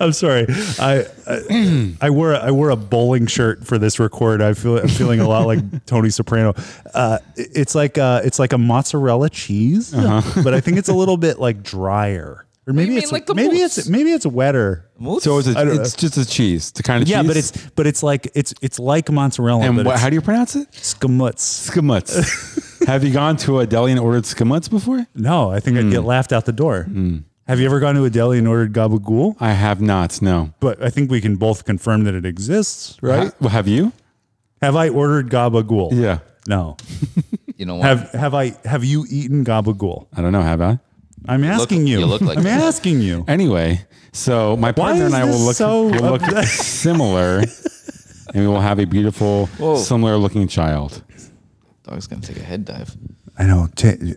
Speaker 4: I'm sorry. I,
Speaker 5: *clears throat*
Speaker 4: I I wore a, I wore a bowling shirt for this record. I feel I'm feeling a
Speaker 5: *laughs*
Speaker 4: lot like Tony Soprano. Uh, it- it's like a, it's like a mozzarella cheese,
Speaker 5: Uh-huh.
Speaker 4: but I think it's a
Speaker 5: *laughs*
Speaker 4: little bit like drier. Or maybe
Speaker 6: mean
Speaker 4: it's
Speaker 6: like the
Speaker 4: maybe
Speaker 6: mousse?
Speaker 4: it's maybe it's wetter.
Speaker 5: So it's
Speaker 4: I
Speaker 5: a,
Speaker 4: don't
Speaker 5: it's just a cheese, the kind of
Speaker 4: Yeah,
Speaker 5: cheese.
Speaker 4: but it's but it's like it's it's like mozzarella.
Speaker 5: and
Speaker 4: but
Speaker 5: wha-
Speaker 4: it's
Speaker 5: how do you pronounce it?
Speaker 4: skamutz? *laughs*
Speaker 5: Skamutz. Have you gone to a deli and ordered skamutz before?
Speaker 4: No, I think I'd
Speaker 5: Hmm.
Speaker 4: get laughed out the door. Have you ever gone to a deli and ordered gabagool?
Speaker 5: I have not. No.
Speaker 4: But I think we can both confirm that it exists, right?
Speaker 5: Ha- well, have you?
Speaker 4: Have I ordered gabagool?
Speaker 5: Yeah.
Speaker 4: No.
Speaker 6: you know what?
Speaker 4: Have have I have you eaten gabagool?
Speaker 5: I don't know. Have I?
Speaker 4: I'm asking you.
Speaker 6: you look like
Speaker 4: I'm
Speaker 6: it.
Speaker 4: asking you.
Speaker 5: Anyway, so my partner
Speaker 4: is
Speaker 5: and I will
Speaker 4: this
Speaker 5: look,
Speaker 4: so
Speaker 5: will look similar, and we will have a beautiful, similar looking child.
Speaker 6: Dog's going to take a head dive.
Speaker 4: I know. T-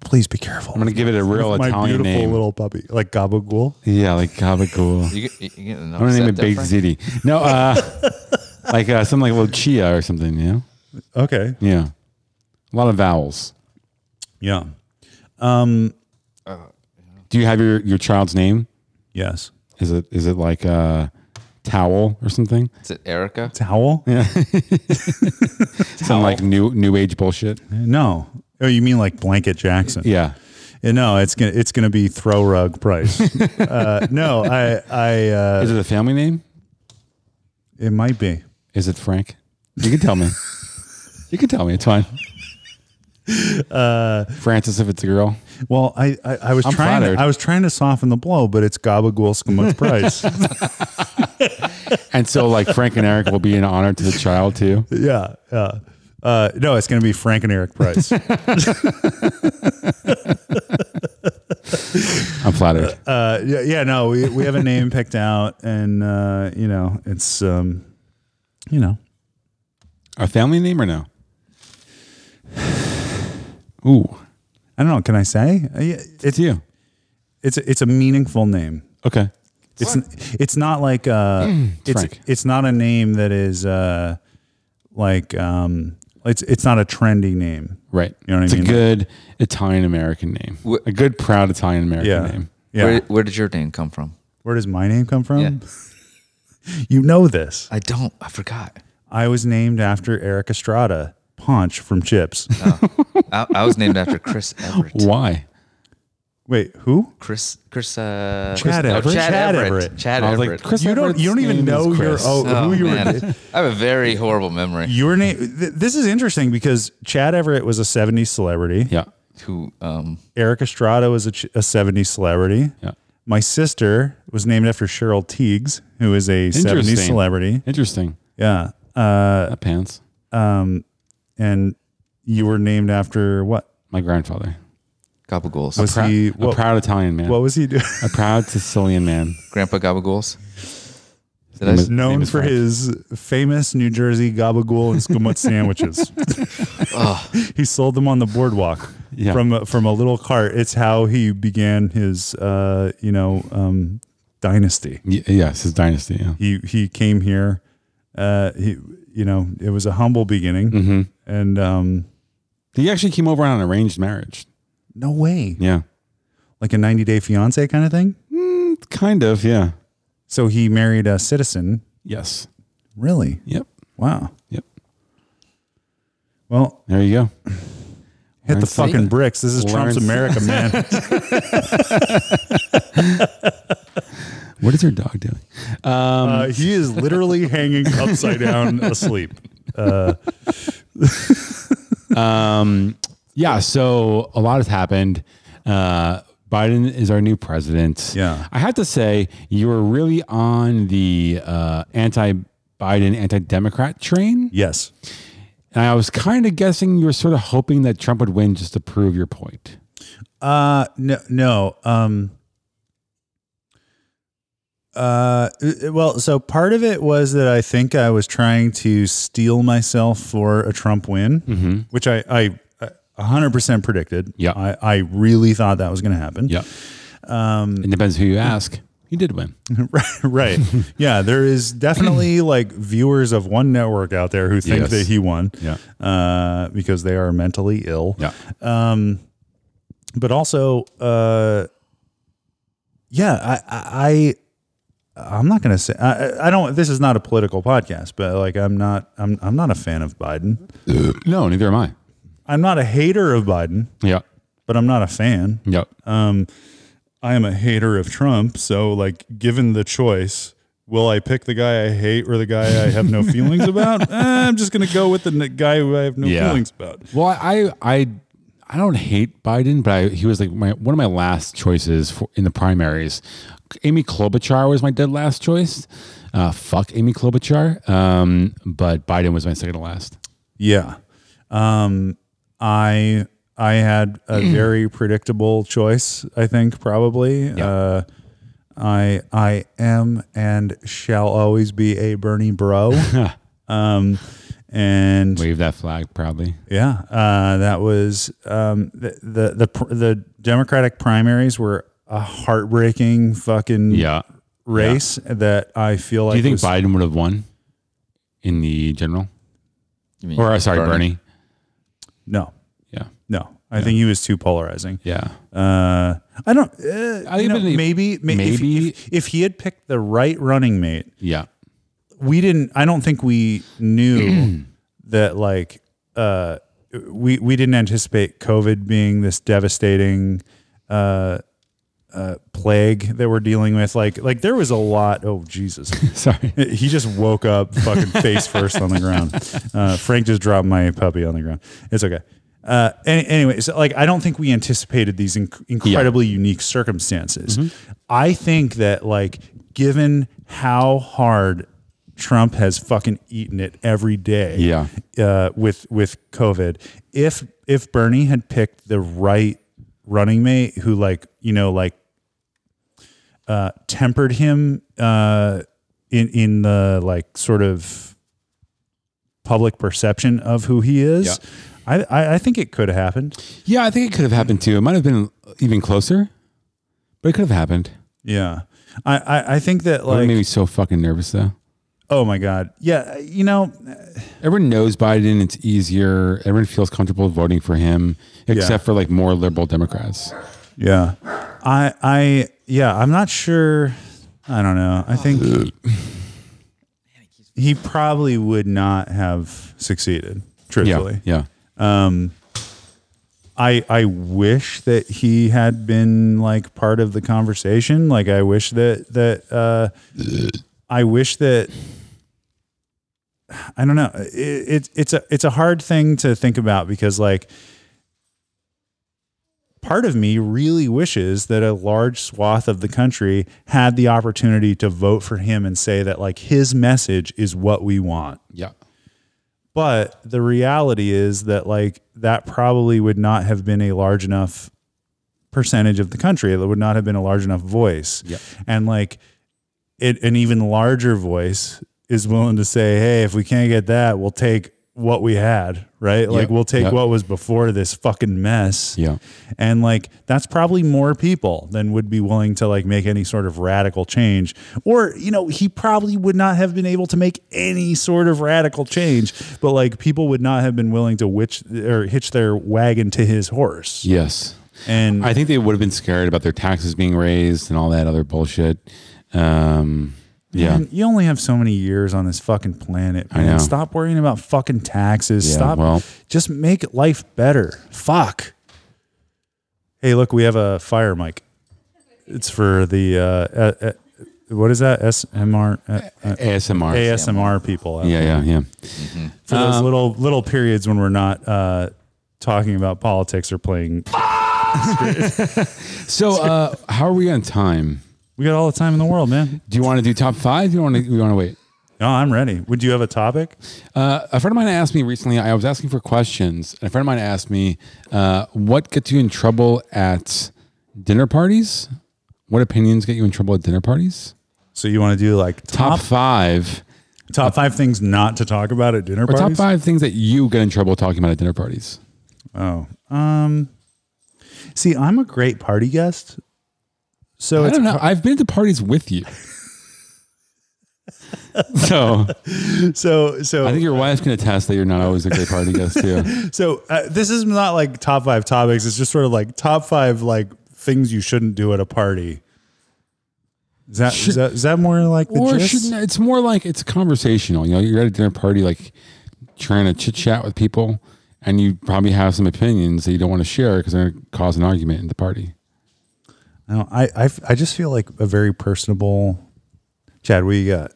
Speaker 4: please be careful.
Speaker 5: I'm gonna give it a real
Speaker 4: With my
Speaker 5: Italian
Speaker 4: beautiful
Speaker 5: name.
Speaker 4: little puppy, like gabagool.
Speaker 5: yeah, like gabagool.
Speaker 6: You, get- you getting
Speaker 5: I'm gonna name it
Speaker 6: upset
Speaker 5: Big
Speaker 6: there, Frank?
Speaker 5: Ziti. No, uh,
Speaker 4: *laughs*
Speaker 5: like uh, something like Lucia or something. You know?
Speaker 4: Okay.
Speaker 5: Yeah. A lot of vowels.
Speaker 4: Yeah.
Speaker 5: Do you have your, your child's name?
Speaker 4: Yes.
Speaker 5: Is it is it like uh, towel or something?
Speaker 6: Is it Erica?
Speaker 4: Towel?
Speaker 5: Some like new new age bullshit.
Speaker 4: No. Oh, you mean like blanket Jackson?
Speaker 5: Yeah.
Speaker 4: Uh, No, it's gonna it's gonna be throw rug *laughs* price. uh, no, I I uh,
Speaker 5: Is it a family name?
Speaker 4: it might be.
Speaker 5: Is it Frank? You can tell me. you can tell me. It's fine.
Speaker 4: Uh,
Speaker 5: Francis, if it's a girl.
Speaker 4: Well, I I, I was
Speaker 5: I'm
Speaker 4: trying
Speaker 5: flattered.
Speaker 4: to, I was trying to soften the blow, but it's gabagool
Speaker 5: *laughs*
Speaker 4: skamut price.
Speaker 5: And so like Frank and Eric will be an honor to the child too.
Speaker 4: Yeah, yeah. Uh, no, it's going to be Frank and
Speaker 5: *laughs*
Speaker 4: Eric Price.
Speaker 5: I'm flattered.
Speaker 4: uh, yeah, yeah. No, we, we have a name picked out, and uh, you know, it's um, you know,
Speaker 5: A family name or no? Ooh.
Speaker 4: I don't know. Can I say Uh, yeah,
Speaker 5: It's you.
Speaker 4: it's it's a meaningful name?
Speaker 5: Okay.
Speaker 4: It's it's not
Speaker 5: *clears throat*
Speaker 4: like uh, it's
Speaker 5: Frank.
Speaker 4: it's not a name that is uh, like um, it's it's not a trendy name.
Speaker 5: Right.
Speaker 4: You know what
Speaker 5: it's
Speaker 4: I mean?
Speaker 5: a good Italian American name.
Speaker 6: Wh-
Speaker 5: a good proud Italian American
Speaker 4: Yeah,
Speaker 5: name.
Speaker 4: yeah.
Speaker 6: Where,
Speaker 4: Where,
Speaker 6: where did your name come from?
Speaker 4: does my name come from?
Speaker 6: Yeah.
Speaker 4: *laughs* You know this.
Speaker 6: I don't. I forgot.
Speaker 4: I was named after Eric Estrada Punch from
Speaker 5: *laughs*
Speaker 4: Chips.
Speaker 5: Oh.
Speaker 6: I, I was named after Chris Everett.
Speaker 5: Why?
Speaker 4: Wait, who?
Speaker 6: Chris, Chris, uh,
Speaker 4: Chad
Speaker 6: no,
Speaker 4: Everett?
Speaker 6: Chad,
Speaker 4: Chad
Speaker 6: Everett.
Speaker 4: Everett.
Speaker 6: Chad
Speaker 5: I was
Speaker 6: Everett.
Speaker 5: like, Chris
Speaker 4: You don't- you don't
Speaker 5: Everett's
Speaker 4: even
Speaker 5: name is
Speaker 4: know your-
Speaker 5: Chris.
Speaker 4: oh,
Speaker 6: oh,
Speaker 4: who you were-
Speaker 6: man. I have a very horrible memory.
Speaker 4: Your name. Th- this is interesting because Chad Everett was a '70s celebrity.
Speaker 5: Yeah.
Speaker 6: Who, um,
Speaker 4: Eric Estrada was a, ch- a '70s celebrity.
Speaker 5: Yeah.
Speaker 4: My sister was named after Cheryl Teagues, who is a
Speaker 5: Interesting.
Speaker 4: '70s celebrity.
Speaker 5: Interesting.
Speaker 4: Yeah. Uh,
Speaker 5: That pants.
Speaker 4: and you were named after what?
Speaker 5: My grandfather.
Speaker 6: Gobble
Speaker 4: Was
Speaker 5: Prou-
Speaker 4: he
Speaker 5: a
Speaker 4: what?
Speaker 5: proud Italian man.
Speaker 4: What was he doing?
Speaker 5: a proud Sicilian man.
Speaker 6: Grandpa Gobblegools. Did
Speaker 5: Name is-
Speaker 6: I,
Speaker 4: Known
Speaker 5: is
Speaker 4: for
Speaker 5: Frank.
Speaker 4: his famous New Jersey gabagool and
Speaker 5: *laughs*
Speaker 4: skumut sandwiches. *laughs* he sold them on the boardwalk
Speaker 5: Yeah.
Speaker 4: from a- from a little cart. It's how he began his uh, you know um, dynasty.
Speaker 5: Y- yes, his dynasty. Yeah.
Speaker 4: He he came here. Uh, he you know it was a humble beginning,
Speaker 5: Mm-hmm.
Speaker 4: and um,
Speaker 5: He actually came over on an arranged marriage.
Speaker 4: no way
Speaker 5: Yeah.
Speaker 4: like a ninety day fiance kind of thing.
Speaker 5: Kind of. Yeah.
Speaker 4: So he married a citizen.
Speaker 5: Yes.
Speaker 4: Really?
Speaker 5: Yep.
Speaker 4: Wow.
Speaker 5: Yep.
Speaker 4: Well,
Speaker 5: There you go.
Speaker 4: hit the
Speaker 5: Lawrence-
Speaker 4: fucking bricks. This is Trump's
Speaker 5: Lawrence-
Speaker 4: America, man.
Speaker 5: *laughs*
Speaker 4: *laughs*
Speaker 5: What is her dog doing?
Speaker 4: Uh, he is *laughs* literally hanging upside down asleep.
Speaker 5: Um, yeah, so a lot has happened. Uh, Biden is our new president.
Speaker 4: Yeah.
Speaker 5: I have to say, you were really on the uh, anti Biden, anti Democrat train.
Speaker 4: Yes.
Speaker 5: And I was kind of guessing you were sort of hoping that Trump would win just to prove your point.
Speaker 4: Uh no no um uh uh, well so part of it was that I think I was trying to steel myself for a Trump win which I I uh, 100% predicted
Speaker 5: Mm-hmm. Yeah.
Speaker 4: I I really thought that was going to happen
Speaker 5: Um, it depends who you ask. He did win.
Speaker 4: right *laughs* right yeah there is
Speaker 5: *clears throat*
Speaker 4: definitely like viewers of one network out there who think
Speaker 5: Yes.
Speaker 4: that he won
Speaker 5: Yeah.
Speaker 4: uh because they are mentally ill
Speaker 5: Yeah.
Speaker 4: but also uh yeah i i, I i'm not gonna say I, I don't this is not a political podcast but like i'm not i'm, I'm not a fan of biden
Speaker 5: No, neither am I.
Speaker 4: i'm not a hater of biden
Speaker 5: Yeah.
Speaker 4: but i'm not a fan Um,
Speaker 5: Yeah.
Speaker 4: i am a hater of trump so like given the choice Will I pick the guy I hate or the guy I have
Speaker 5: *laughs*
Speaker 4: no feelings about? Eh, I'm just going to go with the n- guy who I have no
Speaker 5: Yeah.
Speaker 4: feelings about.
Speaker 5: Well, I I I don't hate Biden, but I, he was like my one of my last choices for in the primaries. Amy Klobuchar was my dead last choice. Uh, fuck Amy Klobuchar. Um, but Biden was my second to last.
Speaker 4: Yeah. Um, I I had
Speaker 5: *clears throat*
Speaker 4: a very predictable choice. I think probably. Uh, I I am and shall always be a Bernie bro.
Speaker 5: *laughs*
Speaker 4: um, and
Speaker 5: Wave that flag proudly.
Speaker 4: yeah, uh, that was um, the, the the pr- the Democratic primaries were a heartbreaking fucking
Speaker 5: Yeah.
Speaker 4: race that I feel like
Speaker 5: Do you think
Speaker 4: was-
Speaker 5: Biden would have won in the general?
Speaker 6: You mean
Speaker 5: Or uh, sorry, Bernie.
Speaker 4: no
Speaker 5: Yeah.
Speaker 4: no I think he was too polarizing.
Speaker 5: Yeah.
Speaker 4: Uh, I don't. Uh,
Speaker 5: I
Speaker 4: you know,
Speaker 5: even-
Speaker 4: maybe, may- if-
Speaker 5: maybe-
Speaker 4: if, if, he had picked the right running mate,
Speaker 5: Yeah.
Speaker 4: we didn't. I don't think we
Speaker 5: *clears throat*
Speaker 4: knew that. Like, uh, we we didn't anticipate COVID being this devastating uh, uh, plague that we're dealing with. Like, like there was a lot. Oh Jesus!
Speaker 5: *laughs* Sorry.
Speaker 4: he just woke up fucking face first on the ground. Uh, Frank just dropped my puppy on the ground. It's okay. Uh, any, anyway, so like I don't think we anticipated these inc- incredibly unique circumstances.
Speaker 5: Mm-hmm.
Speaker 4: I think that like given how hard Trump has fucking eaten it every day,
Speaker 5: Yeah.
Speaker 4: uh, with with COVID, if if Bernie had picked the right running mate who like you know like uh, tempered him uh, in in the like sort of public perception of who he is.
Speaker 5: Yeah.
Speaker 4: I, I I think it could have happened.
Speaker 5: Yeah, I think it could have happened too. It might have been even closer, but it could have happened.
Speaker 4: Yeah, I I, I think that
Speaker 5: Like,
Speaker 4: like
Speaker 5: made me so fucking nervous though.
Speaker 4: oh my god, yeah, you know,
Speaker 5: Everyone knows Biden. It's easier. Everyone feels comfortable voting for him, except for like more liberal Democrats.
Speaker 4: yeah, I I yeah, I'm not sure. I don't know. I think he probably would not have succeeded. Truthfully,
Speaker 5: Yeah, yeah,
Speaker 4: I I wish that he had been like part of the conversation. Like I wish that that uh, I wish that I don't know. It, it, it's a it's a hard thing to think about because like part of me really wishes that a large swath of the country had the opportunity to vote for him and say that like his message is what we want.
Speaker 5: yeah.
Speaker 4: But the reality is that like that probably would not have been a large enough percentage of the country. It would not have been a large enough voice.
Speaker 5: Yep.
Speaker 4: And like it an even larger voice is willing to say, hey, if we can't get that, we'll take what we had, right? Like
Speaker 5: Yep.
Speaker 4: we'll take
Speaker 5: Yep.
Speaker 4: what was before this fucking mess.
Speaker 5: Yeah.
Speaker 4: And like that's probably more people than would be willing to like make any sort of radical change. Or, you know, he probably would not have been able to make any sort of radical change, but like people would not have been willing to which or hitch their wagon to his horse.
Speaker 5: Yes,
Speaker 4: And
Speaker 5: I think they would have been scared about their taxes being raised and all that other bullshit. Um, Yeah.
Speaker 4: Man, you only have so many years on this fucking planet. Man.
Speaker 5: know.
Speaker 4: Stop worrying about fucking taxes.
Speaker 5: Yeah,
Speaker 4: Stop.
Speaker 5: well-
Speaker 4: Just make life better. Fuck. Hey, look, we have a fire mic. It's for the uh, uh, uh, what is that? SMR uh, uh,
Speaker 5: ASMR.
Speaker 4: ASMR people. out
Speaker 5: yeah,
Speaker 4: there.
Speaker 5: yeah, yeah.
Speaker 4: For those little little periods when we're not uh, talking about politics or playing,
Speaker 5: So, uh, how are we on time?
Speaker 4: we got all the time in the world, man.
Speaker 5: Do you want to do top five? Do you want to? We want to wait.
Speaker 4: No, I'm ready. Would you have a topic?
Speaker 5: Uh, a friend of mine asked me recently. I was asking for questions, and a friend of mine asked me, uh, "What gets you in trouble at dinner parties? What opinions get you in trouble at dinner parties?
Speaker 4: So you want to do like
Speaker 5: Top
Speaker 4: top top,
Speaker 5: five
Speaker 4: five things not to talk about at dinner
Speaker 5: or top
Speaker 4: parties?
Speaker 5: five things that you get in trouble talking about at dinner parties?
Speaker 4: Oh, um, see, I'm a great party guest, so
Speaker 5: I
Speaker 4: it's
Speaker 5: don't know. I've been to parties with *laughs* you, so
Speaker 4: so so
Speaker 5: I think your wife can attest that you're not always a great party guest too.
Speaker 4: so. Uh, this is not like top five topics. It's just sort of like top five like things you shouldn't do at a party. Is that is that, is that more like the
Speaker 5: or
Speaker 4: gist?
Speaker 5: shouldn't it's more like it's conversational. You know, you're at a dinner party, like trying to chit chat with people, and you probably have some opinions that you don't want to share because they're going to cause an argument in the party.
Speaker 4: I, don't, I, I f- I just feel like a very personable. Chad, what you got?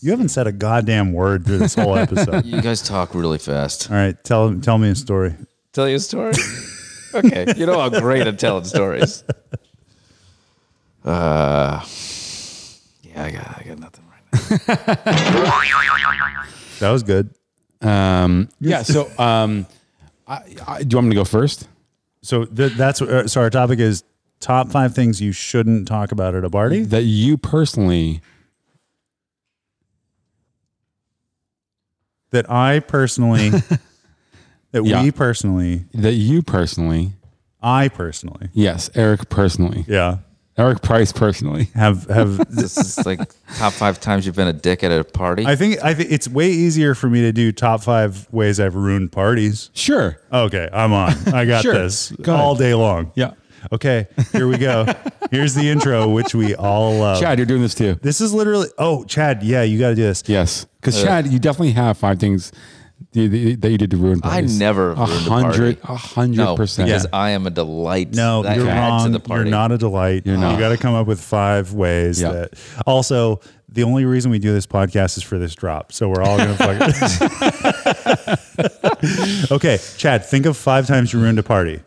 Speaker 4: you haven't said a goddamn word through this whole episode.
Speaker 6: You guys talk really fast.
Speaker 4: All right, tell tell me a story.
Speaker 6: Tell you a story? *laughs* okay. You know I'm great at telling stories. Uh, yeah, I got, I got nothing right now.
Speaker 4: That was good.
Speaker 5: Um, yeah. So,
Speaker 6: *laughs*
Speaker 5: um, I, I, do you want me to go first?
Speaker 4: So th- that's uh, so our topic is top five things you shouldn't talk about at a party.
Speaker 5: That you personally,
Speaker 4: That
Speaker 5: *laughs*
Speaker 4: I personally, that
Speaker 5: Yeah.
Speaker 4: we personally,
Speaker 5: that you personally,
Speaker 4: I personally,
Speaker 5: yes, Eric personally,
Speaker 4: yeah,
Speaker 5: Eric Price
Speaker 6: *laughs*
Speaker 5: personally.
Speaker 4: have have. *laughs*
Speaker 6: This is like top five times you've been a dick at a party.
Speaker 4: I think I think it's way easier for me to do top five ways I've ruined parties.
Speaker 5: Sure.
Speaker 4: Okay, I'm on. I got
Speaker 5: Sure.
Speaker 4: this
Speaker 5: Go
Speaker 4: all
Speaker 5: ahead.
Speaker 4: day long.
Speaker 5: Yeah.
Speaker 4: Okay, here we
Speaker 5: *laughs*
Speaker 4: go. Here's the intro, which we all
Speaker 6: Uh,
Speaker 4: love.
Speaker 5: Chad, you're doing this too.
Speaker 4: This is literally. Oh, Chad. Yeah, you got to do this.
Speaker 5: Yes, because
Speaker 6: uh,
Speaker 5: Chad, you definitely have five things th- th- that you did to ruin parties.
Speaker 6: never
Speaker 5: a
Speaker 6: ruined a
Speaker 5: hundred, a
Speaker 6: party.
Speaker 5: hundred
Speaker 6: no,
Speaker 5: percent.
Speaker 6: because I am a delight.
Speaker 4: No,
Speaker 6: that
Speaker 4: you're
Speaker 6: adds
Speaker 4: wrong.
Speaker 6: To the party.
Speaker 4: You're not a delight. You're
Speaker 5: not.
Speaker 4: You got to come up with five ways
Speaker 5: Yeah.
Speaker 4: that. Also, the only reason we do this podcast is for this drop, so we're all gonna fuck. *laughs* okay, Chad, think of five times you ruined a party.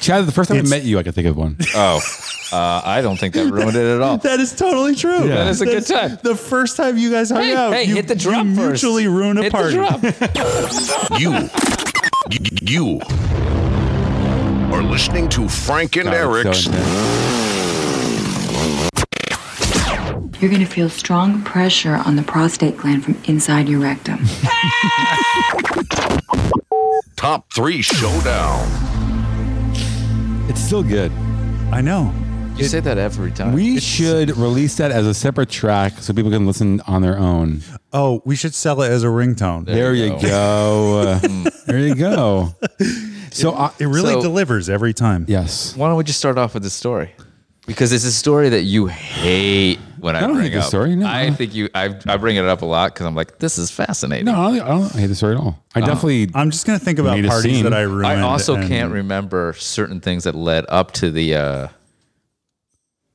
Speaker 5: Chad, the first time
Speaker 4: It's-
Speaker 5: I met you, I could think of one.
Speaker 6: Oh, uh, I don't think that ruined it at all.
Speaker 4: *laughs* That is totally true.
Speaker 5: That
Speaker 6: is a good time.
Speaker 4: The first time you guys hung
Speaker 6: Hey,
Speaker 4: out,
Speaker 6: hey,
Speaker 4: you,
Speaker 6: hit the
Speaker 4: you
Speaker 6: drop first.
Speaker 4: mutually ruined a
Speaker 6: Hit the
Speaker 4: party.
Speaker 6: drop.
Speaker 4: *laughs*
Speaker 1: You, y- y- you are listening to Frank and
Speaker 5: God, it's
Speaker 1: Eric's
Speaker 5: so intense.
Speaker 8: You're going to feel strong pressure on the prostate gland from inside your rectum.
Speaker 1: Top Three Showdown.
Speaker 5: It's still good.
Speaker 4: I know.
Speaker 6: You say that every time.
Speaker 5: We should release that as a separate track so people can listen on their own.
Speaker 4: Oh, we should sell it as a ringtone.
Speaker 5: There, you go.
Speaker 4: *laughs*
Speaker 5: there you go. So, I,
Speaker 4: It really
Speaker 6: So-
Speaker 4: delivers every time.
Speaker 5: yes.
Speaker 6: Why don't we just start off with the story? Because it's a story that you hate when I,
Speaker 5: don't
Speaker 6: bring
Speaker 5: hate the
Speaker 6: up.
Speaker 5: story, no.
Speaker 6: I think you. I, I bring it up a lot because I'm like, this is fascinating.
Speaker 5: No, I don't, I don't hate the story at all. I
Speaker 4: Uh-huh.
Speaker 5: definitely.
Speaker 4: I'm just gonna think about
Speaker 5: Need a
Speaker 4: parties
Speaker 5: scene.
Speaker 4: that I ruined.
Speaker 6: I also
Speaker 4: and-
Speaker 6: can't remember certain things that led up to the uh,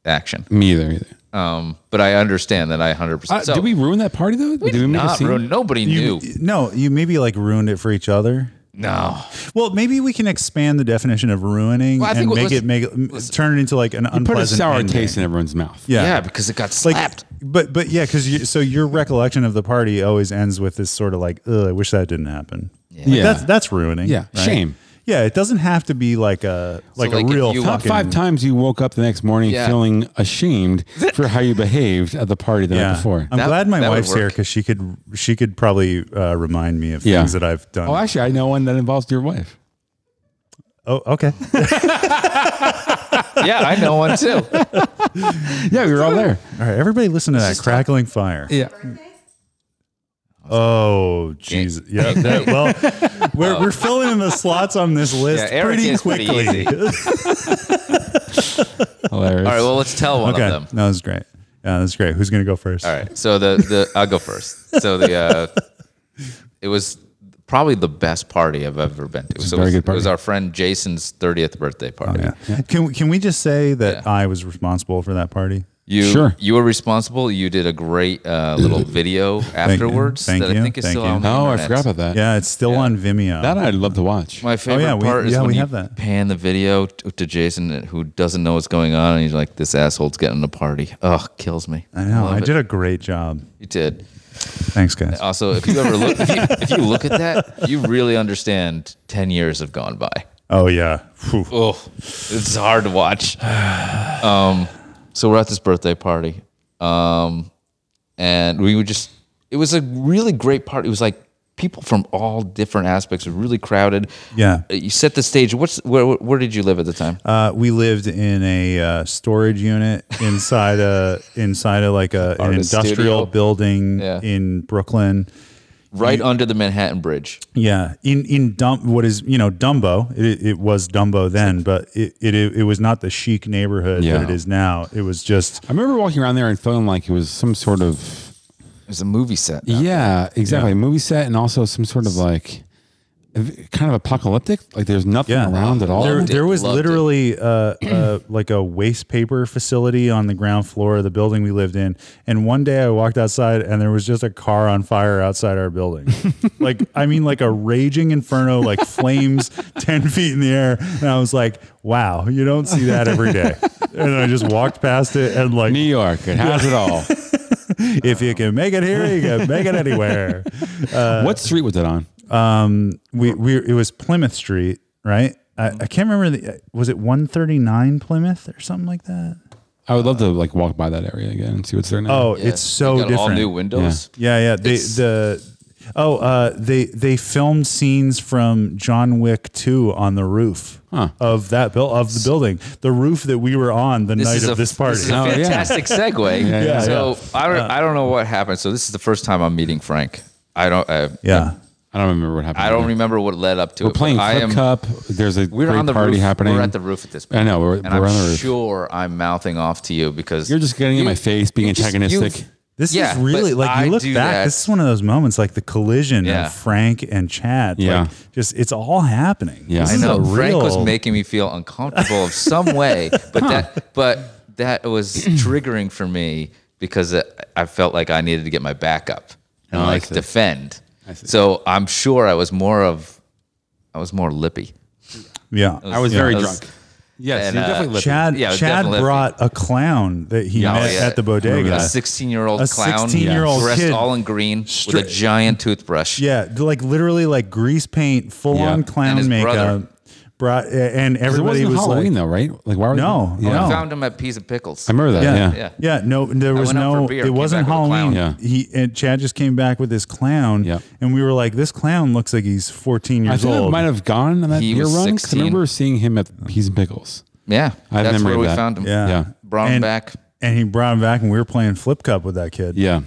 Speaker 6: action.
Speaker 5: me either. either.
Speaker 6: Um, but I understand that I 100.
Speaker 5: Uh,
Speaker 6: percent
Speaker 5: did we ruin that party though?
Speaker 6: We
Speaker 5: did we
Speaker 6: did
Speaker 5: make a
Speaker 6: not
Speaker 5: scene?
Speaker 6: ruin. Nobody
Speaker 4: You, e-,
Speaker 6: knew.
Speaker 4: no, you maybe like ruined it for each other.
Speaker 6: No.
Speaker 4: Well, maybe we can expand the definition of ruining
Speaker 6: Well, I
Speaker 4: and
Speaker 6: think-
Speaker 4: make it
Speaker 6: listen-
Speaker 4: make it, m- turn it into like an
Speaker 5: Put a
Speaker 4: unpleasant
Speaker 5: sour
Speaker 4: ending.
Speaker 5: taste in everyone's mouth.
Speaker 4: Yeah.
Speaker 6: Yeah. because it got
Speaker 4: Like,
Speaker 6: slapped.
Speaker 4: but but yeah, because you, so your recollection of the party always ends with this sort of like, Ugh, I wish that didn't happen. Yeah,
Speaker 5: Yeah.
Speaker 4: that's that's ruining.
Speaker 5: Yeah.
Speaker 4: right?
Speaker 5: Shame.
Speaker 4: Yeah, it doesn't have to be like a like,
Speaker 6: like,
Speaker 4: a
Speaker 6: if
Speaker 4: real
Speaker 6: you-
Speaker 5: Top
Speaker 4: fucking,
Speaker 5: five times you woke up the next morning
Speaker 6: Yeah.
Speaker 5: feeling
Speaker 4: *laughs*
Speaker 5: ashamed for how you behaved at the party the night
Speaker 4: Yeah,
Speaker 5: before.
Speaker 4: I'm
Speaker 6: That-
Speaker 4: glad my
Speaker 6: that would
Speaker 4: wife's here
Speaker 6: work.
Speaker 4: because she could she could probably uh, remind me of
Speaker 5: Yeah.
Speaker 4: things that I've done.
Speaker 5: oh, actually, I know one that involves your wife.
Speaker 4: oh okay.
Speaker 6: yeah, I know one too.
Speaker 5: Yeah, we were all *laughs* there.
Speaker 4: All right, everybody listen to that crackling fire.
Speaker 5: Yeah.
Speaker 4: Oh, jeez. Yeah. that- well,
Speaker 6: *laughs*
Speaker 4: we're, we're filling in the slots on this list
Speaker 6: Oh. Yeah, Eric
Speaker 4: pretty
Speaker 6: is pretty
Speaker 4: quickly.
Speaker 6: easy.
Speaker 5: Hilarious.
Speaker 6: All right, well, let's tell one
Speaker 4: okay.
Speaker 6: of them.
Speaker 4: That was great. Yeah, that's great. Who's going to go first?
Speaker 6: All right. So the the I'll go first. So the uh, it was probably the best party I've ever been to. so
Speaker 5: very
Speaker 6: it was,
Speaker 5: good party.
Speaker 6: it was our friend Jason's 30th birthday party.
Speaker 4: Oh, Yeah. Can we- can we just say that
Speaker 6: Yeah.
Speaker 4: I was responsible for that party?
Speaker 6: You
Speaker 5: Sure.
Speaker 6: you were responsible. You did a great uh,
Speaker 4: *laughs*
Speaker 6: little video
Speaker 4: you.
Speaker 6: afterwards
Speaker 4: Thank
Speaker 6: that
Speaker 4: you.
Speaker 6: I think is
Speaker 4: Thank
Speaker 6: still
Speaker 4: you.
Speaker 6: on the
Speaker 5: Oh, I
Speaker 6: internet.
Speaker 5: forgot about that.
Speaker 4: Yeah, it's still on Vimeo.
Speaker 5: That I'd love to watch.
Speaker 6: My favorite
Speaker 4: Oh, yeah, we-
Speaker 6: part is
Speaker 4: yeah,
Speaker 6: when
Speaker 4: we
Speaker 6: you
Speaker 4: have that.
Speaker 6: pan the video to, to Jason, who doesn't know what's going on, and he's like, "This asshole's getting a party." Ugh, kills me.
Speaker 4: I know.
Speaker 6: Love
Speaker 4: I
Speaker 6: it.
Speaker 4: did a great
Speaker 6: *laughs*
Speaker 4: job.
Speaker 6: You did.
Speaker 4: Thanks, guys.
Speaker 6: Also, if you ever look, if you, if you look at that, you really understand. Ten years have gone by.
Speaker 4: Oh yeah. Phew.
Speaker 6: Oh, it's hard
Speaker 4: *sighs*
Speaker 6: to watch. Um, so we're at this birthday party, um, and we were just. It was a really great party. It was like people from all different aspects. It was really crowded.
Speaker 4: Yeah.
Speaker 6: Uh, You set the stage. What's where? Where did you live at the time?
Speaker 4: Uh, we lived in a uh, storage unit inside a inside a like a, an
Speaker 6: Artist
Speaker 4: industrial
Speaker 6: studio.
Speaker 4: building
Speaker 6: Yeah.
Speaker 4: in Brooklyn.
Speaker 6: right under the Manhattan Bridge.
Speaker 4: Yeah, in in Dum- what is you know Dumbo? It, it was Dumbo then, but it, it it was not the chic neighborhood
Speaker 5: Yeah.
Speaker 4: that it is now. It was just
Speaker 5: I remember walking around there and feeling like it was some sort of
Speaker 6: It was a movie set.
Speaker 5: Yeah, exactly. A movie set and also some sort of like kind of apocalyptic. Like there's nothing
Speaker 4: Yeah.
Speaker 5: around at all.
Speaker 4: there,
Speaker 6: Loved it,
Speaker 4: there was
Speaker 6: loved it.
Speaker 4: literally uh, uh, *clears throat* like a waste paper facility on the ground floor of the building we lived in. And one day I walked outside and there was just a car on fire outside our building.
Speaker 6: *laughs*
Speaker 4: like, I mean, like a raging inferno, like flames *laughs* 10 feet in the air. And I was like, wow, you don't see that every day. And I just walked past it and like,
Speaker 5: New York, it has it
Speaker 6: *laughs*
Speaker 5: all.
Speaker 4: if you can make it here, you can make it
Speaker 6: *laughs*
Speaker 4: anywhere.
Speaker 6: Uh,
Speaker 5: what street was it on?
Speaker 4: We, we, it was Plymouth Street, right? I, I can't remember. The, was it 139 Plymouth or something like that?
Speaker 5: I would love to like walk by that area again and see what's there now.
Speaker 4: Oh, it's so
Speaker 6: got
Speaker 4: different.
Speaker 6: All new windows.
Speaker 4: Yeah, yeah. They, the oh, uh, they they filmed scenes from John Wick Two on the roof of that build of the building, the roof that we were on the night
Speaker 6: is
Speaker 4: of
Speaker 6: a,
Speaker 4: this party.
Speaker 6: This is a
Speaker 5: Oh, yeah.
Speaker 4: *laughs*
Speaker 6: fantastic segue.
Speaker 5: yeah,
Speaker 6: so I,
Speaker 4: Uh,
Speaker 6: I don't know what happened. So this is the first time I'm meeting Frank. I don't. I,
Speaker 4: yeah,
Speaker 5: I don't remember what happened.
Speaker 6: I don't
Speaker 5: there.
Speaker 6: remember what led up to
Speaker 5: We're
Speaker 6: it. but
Speaker 5: playing
Speaker 6: I
Speaker 5: Flip
Speaker 6: am,
Speaker 5: Cup. There's a
Speaker 6: We're
Speaker 5: great
Speaker 6: on the
Speaker 5: party
Speaker 6: roof.
Speaker 5: happening.
Speaker 6: We're at the roof at this point.
Speaker 5: I know, we're-
Speaker 6: and
Speaker 5: we're
Speaker 6: I'm
Speaker 5: on the roof.
Speaker 6: sure I'm mouthing off to you because
Speaker 5: You're just getting in my face, being
Speaker 6: you just-
Speaker 5: antagonistic.
Speaker 6: you've-
Speaker 4: this
Speaker 6: Yeah,
Speaker 4: is really
Speaker 6: but
Speaker 4: like you
Speaker 6: I
Speaker 4: look
Speaker 6: do
Speaker 4: back.
Speaker 6: that.
Speaker 4: This is one of those moments, like the collision
Speaker 6: Yeah.
Speaker 4: of Frank and Chad.
Speaker 5: Yeah.
Speaker 4: like, just it's all happening.
Speaker 5: Yeah.
Speaker 4: This
Speaker 6: I
Speaker 4: is
Speaker 6: know
Speaker 4: a real,
Speaker 6: Frank was making me feel uncomfortable of some
Speaker 5: *laughs*
Speaker 6: way, but that but
Speaker 5: *clears throat*
Speaker 6: that was triggering for me because I I felt like I needed to get my back
Speaker 5: Oh,
Speaker 6: up and like defend. So I'm sure I was more of I was more lippy.
Speaker 4: Yeah,
Speaker 5: I was
Speaker 4: yeah.
Speaker 5: very
Speaker 6: I was-
Speaker 5: drunk. Yes,
Speaker 6: and,
Speaker 5: you're
Speaker 6: uh,
Speaker 5: definitely lipping.
Speaker 4: Chad,
Speaker 6: Yeah, it was
Speaker 4: Chad
Speaker 6: definitely- oh,
Speaker 4: brought a clown that he
Speaker 5: Yeah,
Speaker 4: met
Speaker 5: yeah.
Speaker 4: at the bodega.
Speaker 6: A 16 year old
Speaker 4: A
Speaker 6: clown,
Speaker 4: 16-year-old
Speaker 6: dressed
Speaker 4: kid.
Speaker 6: all in green
Speaker 4: Stra-
Speaker 6: with a giant toothbrush.
Speaker 4: Yeah, th- like literally like grease paint, full
Speaker 5: Yeah.
Speaker 4: on
Speaker 5: And
Speaker 4: clown
Speaker 6: his
Speaker 4: makeup.
Speaker 6: brother.
Speaker 4: Brought a- and
Speaker 5: It
Speaker 4: everybody
Speaker 5: wasn't
Speaker 4: was
Speaker 5: Halloween
Speaker 4: like,
Speaker 5: though, right? Like why? Were
Speaker 4: No,
Speaker 5: yeah.
Speaker 4: no.
Speaker 5: I
Speaker 6: Found him at Peas and Pickles.
Speaker 5: remember that.
Speaker 4: Yeah.
Speaker 5: Yeah.
Speaker 6: Yeah.
Speaker 4: yeah, no, there was
Speaker 6: went out
Speaker 4: no.
Speaker 6: for beer,
Speaker 4: It
Speaker 6: came
Speaker 4: wasn't
Speaker 6: back with a
Speaker 4: Halloween.
Speaker 6: clown.
Speaker 5: Yeah.
Speaker 4: He and Chad just came back with this clown,
Speaker 5: Yeah.
Speaker 4: and we were like, this clown looks like he's 14
Speaker 5: I
Speaker 4: years
Speaker 5: think I
Speaker 4: old.
Speaker 5: might have gone on that
Speaker 6: He
Speaker 5: year
Speaker 6: was
Speaker 5: run. 'cause I
Speaker 6: 16.
Speaker 5: remember seeing him
Speaker 4: *laughs*
Speaker 5: at Peas and Pickles.
Speaker 6: Yeah.
Speaker 5: I have
Speaker 6: That's
Speaker 5: memory
Speaker 6: where
Speaker 5: of
Speaker 6: we
Speaker 5: that.
Speaker 6: found him.
Speaker 4: yeah.
Speaker 5: Yeah.
Speaker 6: Brought him
Speaker 4: And-
Speaker 6: back.
Speaker 4: and he brought him back, and we were playing flip cup with that kid. *laughs*
Speaker 5: Yeah.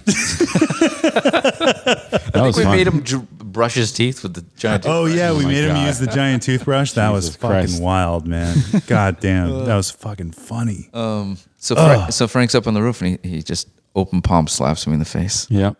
Speaker 5: that
Speaker 6: I
Speaker 5: was
Speaker 6: think we
Speaker 5: fun.
Speaker 6: made him dr- brush his teeth with the giant toothbrush.
Speaker 4: Oh yeah, we
Speaker 5: my
Speaker 4: made him
Speaker 5: God.
Speaker 4: use the giant toothbrush. That was
Speaker 5: Jesus
Speaker 4: fucking
Speaker 5: Christ. *laughs*
Speaker 4: wild, man. God damn, that was fucking funny.
Speaker 6: Uh, So,
Speaker 4: uh.
Speaker 6: Fra- so Frank's up on the roof and he, he just open palm slaps me in the face.
Speaker 5: Yeah.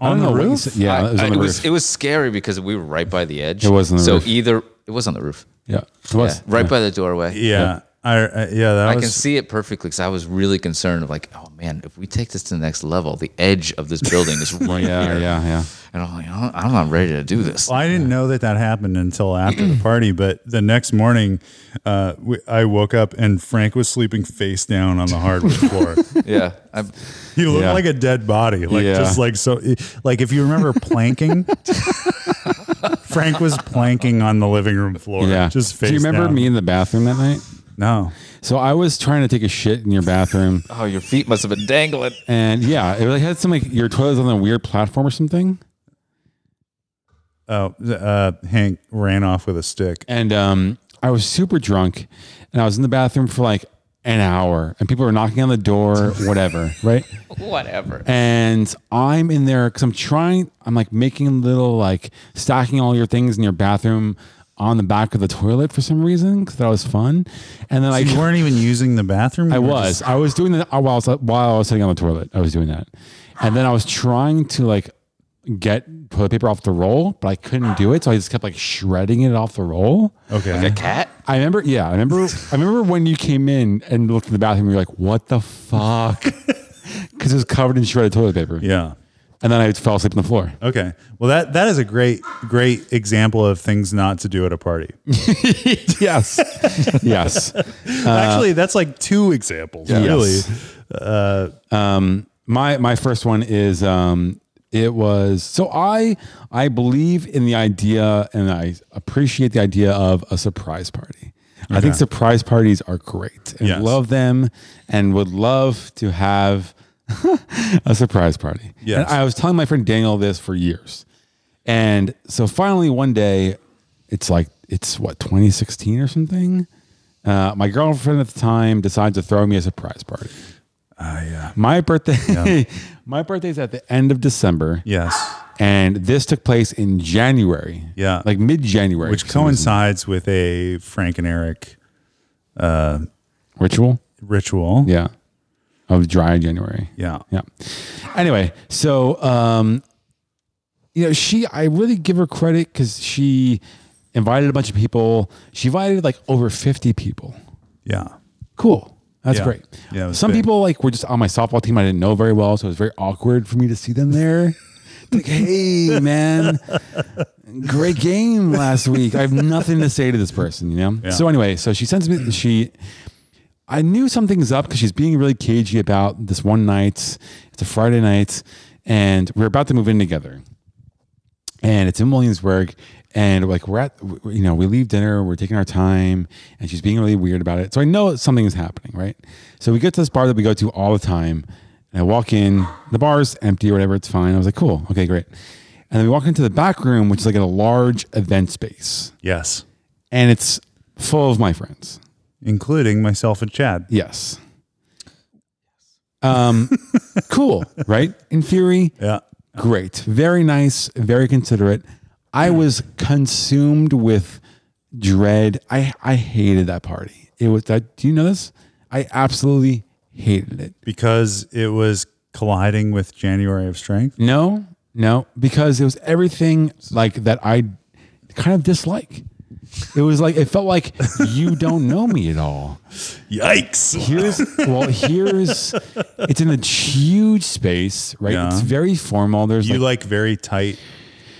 Speaker 5: I don't
Speaker 4: On the
Speaker 5: know what he
Speaker 4: roof?
Speaker 5: said. Yeah,
Speaker 6: I-
Speaker 5: it was
Speaker 6: I-
Speaker 5: on the
Speaker 6: it,
Speaker 5: roof.
Speaker 6: was, it was scary because we were right by the edge.
Speaker 5: It was on the
Speaker 6: so
Speaker 5: roof.
Speaker 6: either it was on the roof.
Speaker 5: yeah, it was.
Speaker 6: Yeah, right by the doorway.
Speaker 4: yeah, I, I yeah, that
Speaker 6: I
Speaker 4: was
Speaker 6: can see it perfectly because I was really concerned of like, oh man, if we take this to the next level, the edge of this building *laughs* is right
Speaker 5: Yeah,
Speaker 6: here.
Speaker 5: yeah, yeah.
Speaker 6: And I'm like, "Oh, I'm not ready to do this.
Speaker 4: Well, I didn't know that that happened until after the party, but the next morning, uh, we, I woke up and Frank was sleeping face down on the
Speaker 5: *laughs*
Speaker 4: hardwood floor.
Speaker 6: *laughs* Yeah. I,
Speaker 4: He looked
Speaker 5: Yeah.
Speaker 4: like a dead body, like
Speaker 5: Yeah.
Speaker 4: just like so, like if you remember planking. *laughs* Frank was planking on the living room floor.
Speaker 5: Yeah.
Speaker 4: just face.
Speaker 5: Do you remember
Speaker 4: down.
Speaker 5: me in the bathroom that night?
Speaker 4: No.
Speaker 5: So I was trying to take a shit in your bathroom,
Speaker 6: oh, your feet must have been dangling.
Speaker 5: and yeah, it like, had some like your toilet was on a weird platform or something,
Speaker 4: Oh, uh, Hank ran off with a stick.
Speaker 5: and um, I was super drunk, and I was in the bathroom for like an hour, and people were knocking on the
Speaker 4: *laughs*
Speaker 5: door, whatever, right?
Speaker 6: Whatever.
Speaker 5: and I'm in there because I'm trying. I'm like making little like stacking all your things in your bathroom on the back of the toilet for some reason because that was fun. And then I *laughs*
Speaker 4: you weren't even using the bathroom.
Speaker 5: I
Speaker 4: You were
Speaker 5: was.
Speaker 4: just-
Speaker 5: I was doing that while I was, while I was sitting on the toilet. I was doing that, and then I was trying to like get toilet paper off the roll, but I couldn't do it, so I just kept like shredding it off the roll.
Speaker 4: okay.
Speaker 6: Cat?
Speaker 5: I remember. Yeah, I remember. I remember when you came in and looked in the bathroom. You're like, "What the fuck?" Because it was covered in shredded toilet paper.
Speaker 4: Yeah.
Speaker 5: And then I fell asleep on the floor.
Speaker 4: Okay. Well, that that is a great great example of things not to do at a party.
Speaker 5: yes. *laughs* yes. Uh,
Speaker 4: Actually, that's like two examples. Really.
Speaker 5: Yes. um, my my first one is um, it was so I I believe in the idea and I appreciate the idea of a surprise party. I think surprise parties are great and
Speaker 4: Yes.
Speaker 5: love them and would love to have *laughs* a surprise party.
Speaker 4: Yes.
Speaker 5: And I was telling my friend Daniel this for years. And so finally one day, it's like it's what 2016 or something. Uh, my girlfriend at the time decides to throw me a surprise party.
Speaker 4: Ah,
Speaker 5: My birthday, *laughs* my birthday's at the end of December,
Speaker 4: Yes.
Speaker 5: and this took place in January.
Speaker 4: Yeah.
Speaker 5: like mid-January,
Speaker 4: Which
Speaker 5: for some reason.
Speaker 4: coincides with a Frank and Eric
Speaker 5: ritual.
Speaker 4: ritual.
Speaker 5: Yeah, of dry January.
Speaker 4: Yeah.
Speaker 5: Yeah. Anyway, so um, you know, she I really give her credit because she invited a bunch of people. She invited like over fifty people.
Speaker 4: Yeah.
Speaker 5: Cool. That's
Speaker 4: Yeah.
Speaker 5: great.
Speaker 4: Yeah, it was
Speaker 5: Some
Speaker 4: big.
Speaker 5: people like were just on my softball team I didn't know very well, so it was very awkward for me to see them there. *laughs* like, hey man, great game last week. I have nothing to say to this person, you know?
Speaker 4: Yeah.
Speaker 5: So anyway, so she sends me she I knew something's up because she's being really cagey about this one night. It's a Friday night, and we're about to move in together and it's in Williamsburg. And like we're at, w- you know, we leave dinner, we're taking our time, and she's being really weird about it. So I know something is happening, right? So we get to this bar that we go to all the time, and I walk in. The bar's empty or whatever, it's fine. I was like, cool, okay, great. And then we walk into the back room, which is like a large event space,
Speaker 4: Yes.
Speaker 5: and it's full of my friends.
Speaker 4: Including myself and Chad.
Speaker 5: Yes. Um, *laughs* cool, right? In theory,
Speaker 4: Yeah.
Speaker 5: Great. Very nice. Very considerate. I was consumed with dread. I, I hated that party. It was that. Do you know this? I absolutely hated it.
Speaker 4: Because it was colliding with January of Strength.
Speaker 5: No, no, because it was everything like that I kind of dislike. It was like, it felt like you don't know me at all.
Speaker 4: Yikes.
Speaker 5: Here's well, here's it's in a huge space, right?
Speaker 4: Yeah.
Speaker 5: It's very formal. There's
Speaker 4: You
Speaker 5: like,
Speaker 4: like very tight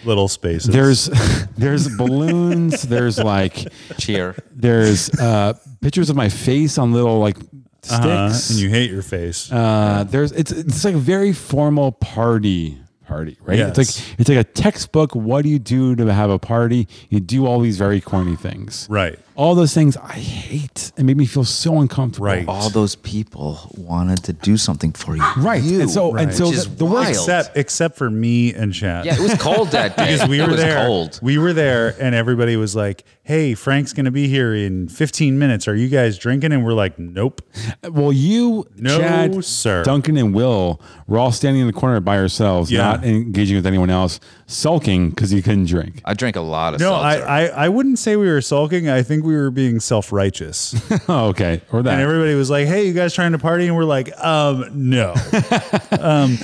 Speaker 4: little spaces.
Speaker 5: there's *laughs* there's balloons, there's like
Speaker 6: Cheer.
Speaker 5: There's uh, pictures of my face on little like sticks.
Speaker 4: Uh-huh. and you hate your face.
Speaker 5: Uh, there's it's it's like a very formal party party, right? It's
Speaker 4: Yes.
Speaker 5: like it's like a textbook. What do you do to have a party? You do all these very corny things,
Speaker 4: right.
Speaker 5: All those things I hate. It made me feel so uncomfortable. Oh,
Speaker 4: Right.
Speaker 6: All those people wanted to do something for you.
Speaker 5: Right.
Speaker 6: You.
Speaker 5: and so and
Speaker 4: Right.
Speaker 5: so
Speaker 6: Which is
Speaker 5: the, the worst
Speaker 6: wild.
Speaker 4: Except except for me and Chad.
Speaker 6: Yeah, it was cold that day.
Speaker 4: because we
Speaker 6: *laughs* it
Speaker 4: were
Speaker 6: was
Speaker 4: there.
Speaker 6: cold.
Speaker 4: We were there, and everybody was like, "Hey, Frank's going to be here in 15 minutes. Are you guys drinking?" And we're like,
Speaker 6: *laughs*
Speaker 4: "Nope."
Speaker 5: Well, you,
Speaker 4: No,
Speaker 5: Chad,
Speaker 4: sir.
Speaker 5: Duncan, and Will were all standing in the corner by ourselves,
Speaker 4: Yeah.
Speaker 5: not engaging with anyone else, sulking because you couldn't drink. *laughs*
Speaker 6: I drank a lot of
Speaker 4: No, I,
Speaker 6: seltzer.
Speaker 4: I I wouldn't say we were sulking. I think we were being self
Speaker 6: *laughs*
Speaker 4: righteous,
Speaker 5: oh, okay. Or that.
Speaker 4: and everybody was like, "Hey, you guys trying to party?" And we're like, "Um,
Speaker 6: *laughs*
Speaker 4: no.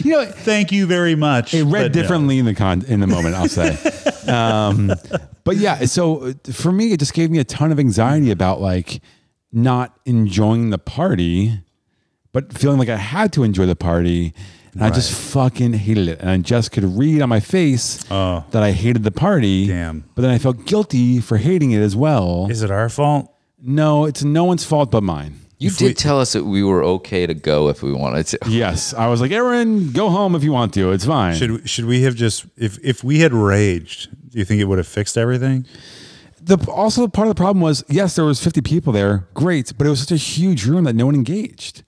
Speaker 5: you know,
Speaker 4: Thank you very much."
Speaker 5: It read
Speaker 4: but no."
Speaker 5: differently in the con in the moment, I'll
Speaker 4: *laughs*
Speaker 5: say. um, but yeah, so uh, for me, it just gave me a ton of anxiety about like not enjoying the party, but feeling like I had to enjoy the party. And I just fucking hated it. And I just could read on my face that I hated the party.
Speaker 4: Oh. Damn.
Speaker 5: But then I felt guilty for hating it as well.
Speaker 4: Is it our fault?
Speaker 5: no, it's no one's fault but mine.
Speaker 6: you did tell us that we were okay to go if we wanted to.
Speaker 5: Yes. I was like, Aaron, go home if you want to. It's fine.
Speaker 4: Should we- should we have just if if we had raged? Do you think it would have fixed everything?
Speaker 5: the also part of the problem was yes, there was fifty people there, great, but it was such a huge room that no one engaged.